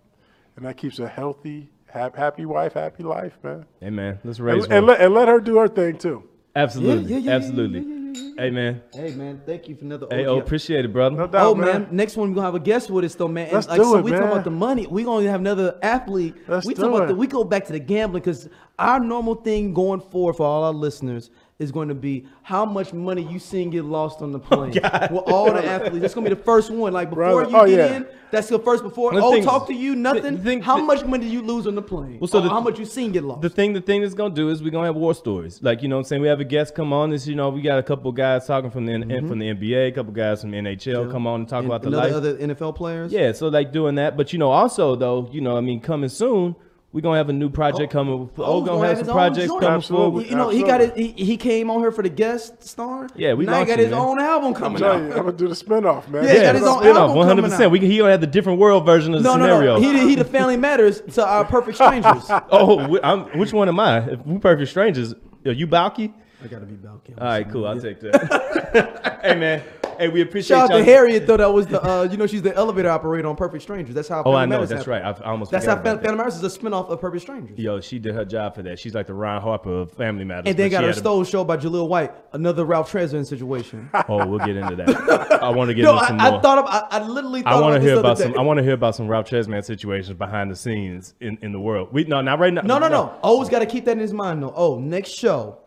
Speaker 3: and that keeps a healthy, hap- happy wife, happy life, man.
Speaker 1: Hey man, let's raise
Speaker 3: And,
Speaker 1: one.
Speaker 3: and let, and let her do her thing too.
Speaker 1: absolutely,
Speaker 2: yeah, yeah, yeah,
Speaker 1: absolutely.
Speaker 2: yeah, yeah,
Speaker 1: Hey man.
Speaker 2: Hey man, thank you for another.
Speaker 1: Hey,
Speaker 2: OG.
Speaker 1: oh, appreciate it, brother.
Speaker 3: No doubt,
Speaker 2: Oh
Speaker 3: man.
Speaker 2: man, next one we're gonna have a guest with us though, man. And
Speaker 3: Let's
Speaker 2: like
Speaker 3: do
Speaker 2: so
Speaker 3: it,
Speaker 2: we talking
Speaker 3: man.
Speaker 2: about the money. we gonna have another athlete.
Speaker 3: Let's
Speaker 2: we
Speaker 3: do
Speaker 2: talking about
Speaker 3: it.
Speaker 2: the we go back to the gambling because our normal thing going forward for all our listeners is going to be how much money you seen get lost
Speaker 1: Oh,
Speaker 2: on the plane. With all the athletes. That's gonna be the first one. Like before
Speaker 3: Brother,
Speaker 2: you
Speaker 3: oh,
Speaker 2: get
Speaker 3: yeah.
Speaker 2: in, that's the first before
Speaker 1: The
Speaker 2: oh
Speaker 1: thing-
Speaker 2: talk to you, nothing.
Speaker 1: the thing-
Speaker 2: how
Speaker 1: the-
Speaker 2: much money did you lose on the plane?
Speaker 1: Well, so
Speaker 2: Or
Speaker 1: the-
Speaker 2: how much you seen get lost?
Speaker 1: The thing, the thing that's gonna do is we're gonna have war stories. Like you know, what I'm saying we have a guest come on. This you know, we got a couple guys talking from the N from the NBA, a couple guys from the NHL come on and talk
Speaker 2: Mm-hmm. And
Speaker 1: about the
Speaker 2: another-
Speaker 1: life.
Speaker 2: other NFL players.
Speaker 1: Yeah, so like doing that, but you know, also though, you know, I mean, coming soon, we're gonna have a new project coming. We're
Speaker 2: Oh,
Speaker 1: gonna have
Speaker 2: his
Speaker 1: some
Speaker 2: own
Speaker 1: projects
Speaker 2: joint.
Speaker 1: coming
Speaker 3: Absolutely.
Speaker 1: forward.
Speaker 2: You know, he got it. He, he came on here for the guest star.
Speaker 1: Yeah, we
Speaker 2: now he got
Speaker 1: launching,
Speaker 2: his
Speaker 1: man.
Speaker 2: own album
Speaker 3: I'm
Speaker 2: coming
Speaker 3: telling
Speaker 2: out.
Speaker 3: you, I'm gonna do the spinoff, man.
Speaker 2: Yeah, he got his own
Speaker 1: spin off,
Speaker 2: album
Speaker 1: one
Speaker 2: coming
Speaker 1: hundred percent.
Speaker 2: out.
Speaker 1: We can, he gonna have the different world version of
Speaker 2: No,
Speaker 1: the
Speaker 2: no,
Speaker 1: scenario.
Speaker 2: no. He the- he the family matters to our perfect strangers.
Speaker 1: oh, wh- I'm, which one am I? If we perfect strangers, are you Balky?
Speaker 2: I gotta be Balkan.
Speaker 1: All right, cool. I'll take that. hey man, hey, we appreciate
Speaker 2: Shout out
Speaker 1: y'all.
Speaker 2: to Harriet though. That was the uh, you know she's the elevator operator on Perfect Strangers. That's how.
Speaker 1: Oh, I know.
Speaker 2: Family Matters
Speaker 1: That's
Speaker 2: happened.
Speaker 1: right. I, I almost
Speaker 2: That's
Speaker 1: forgot
Speaker 2: how
Speaker 1: about
Speaker 2: Family Matters is a spinoff of Perfect Strangers.
Speaker 1: that. Yo, she did her job for that. She's like the Ron Harper of Family Matters.
Speaker 2: And they
Speaker 1: but
Speaker 2: got
Speaker 1: she
Speaker 2: her
Speaker 1: had a-
Speaker 2: stole show by Jaleel White, another Ralph Tresvant situation.
Speaker 1: Oh, we'll get into that. I want to get
Speaker 2: no,
Speaker 1: into some
Speaker 2: I,
Speaker 1: more.
Speaker 2: I thought of, I, I literally thought
Speaker 1: I want to
Speaker 2: about this
Speaker 1: hear
Speaker 2: other
Speaker 1: about
Speaker 2: day.
Speaker 1: some. I want to hear about some Ralph Chesman situations behind the scenes in, in the world. We no, not right now.
Speaker 2: No, no, no. Always got to keep that in his mind, though. Oh, next show,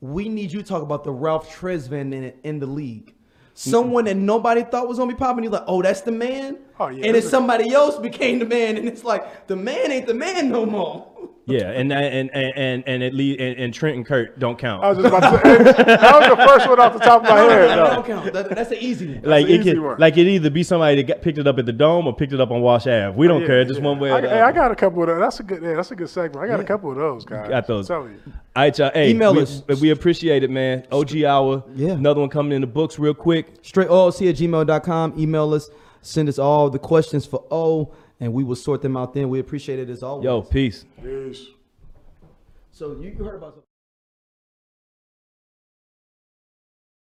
Speaker 2: we need you to talk about the Ralph Tresvant in, in the league. Someone that nobody thought was gonna be popping. You're like, oh, that's the man.
Speaker 3: Oh, yeah,
Speaker 2: and
Speaker 3: that's
Speaker 2: it's
Speaker 3: a-
Speaker 2: somebody else became the man, and it's like the man ain't the man no more.
Speaker 1: Yeah, and and and and and at least and, and Trent and Kurt don't count.
Speaker 3: I
Speaker 2: Oh,
Speaker 3: was just about to say, that was the first one off the top of my head.
Speaker 2: That
Speaker 3: though.
Speaker 2: don't count. That- that's an easy one.
Speaker 1: like
Speaker 3: an
Speaker 1: it
Speaker 3: easy
Speaker 1: could,
Speaker 3: one.
Speaker 1: like it either be somebody that got, picked it up at the dome or picked it up on Wash Ave.
Speaker 2: Oh,
Speaker 1: We don't
Speaker 3: Yeah,
Speaker 1: care. Just
Speaker 3: yeah.
Speaker 1: one way
Speaker 3: I,
Speaker 1: or the
Speaker 3: hey,
Speaker 1: other.
Speaker 3: I got a couple of those. That's a good. Yeah, that's a good segment. I got a couple of those guys.
Speaker 1: Got those.
Speaker 3: I'm telling you.
Speaker 1: All right, y'all. Hey,
Speaker 2: Email
Speaker 1: we,
Speaker 2: us.
Speaker 1: We appreciate it, man. OG hour.
Speaker 2: Yeah.
Speaker 1: Another one coming in the books real quick.
Speaker 2: Straight OLC at gmail.com. Email us. Send us all the questions for O, and we will sort them out. Then we appreciate it as always.
Speaker 1: Yo, peace.
Speaker 3: Peace.
Speaker 2: So you you heard about.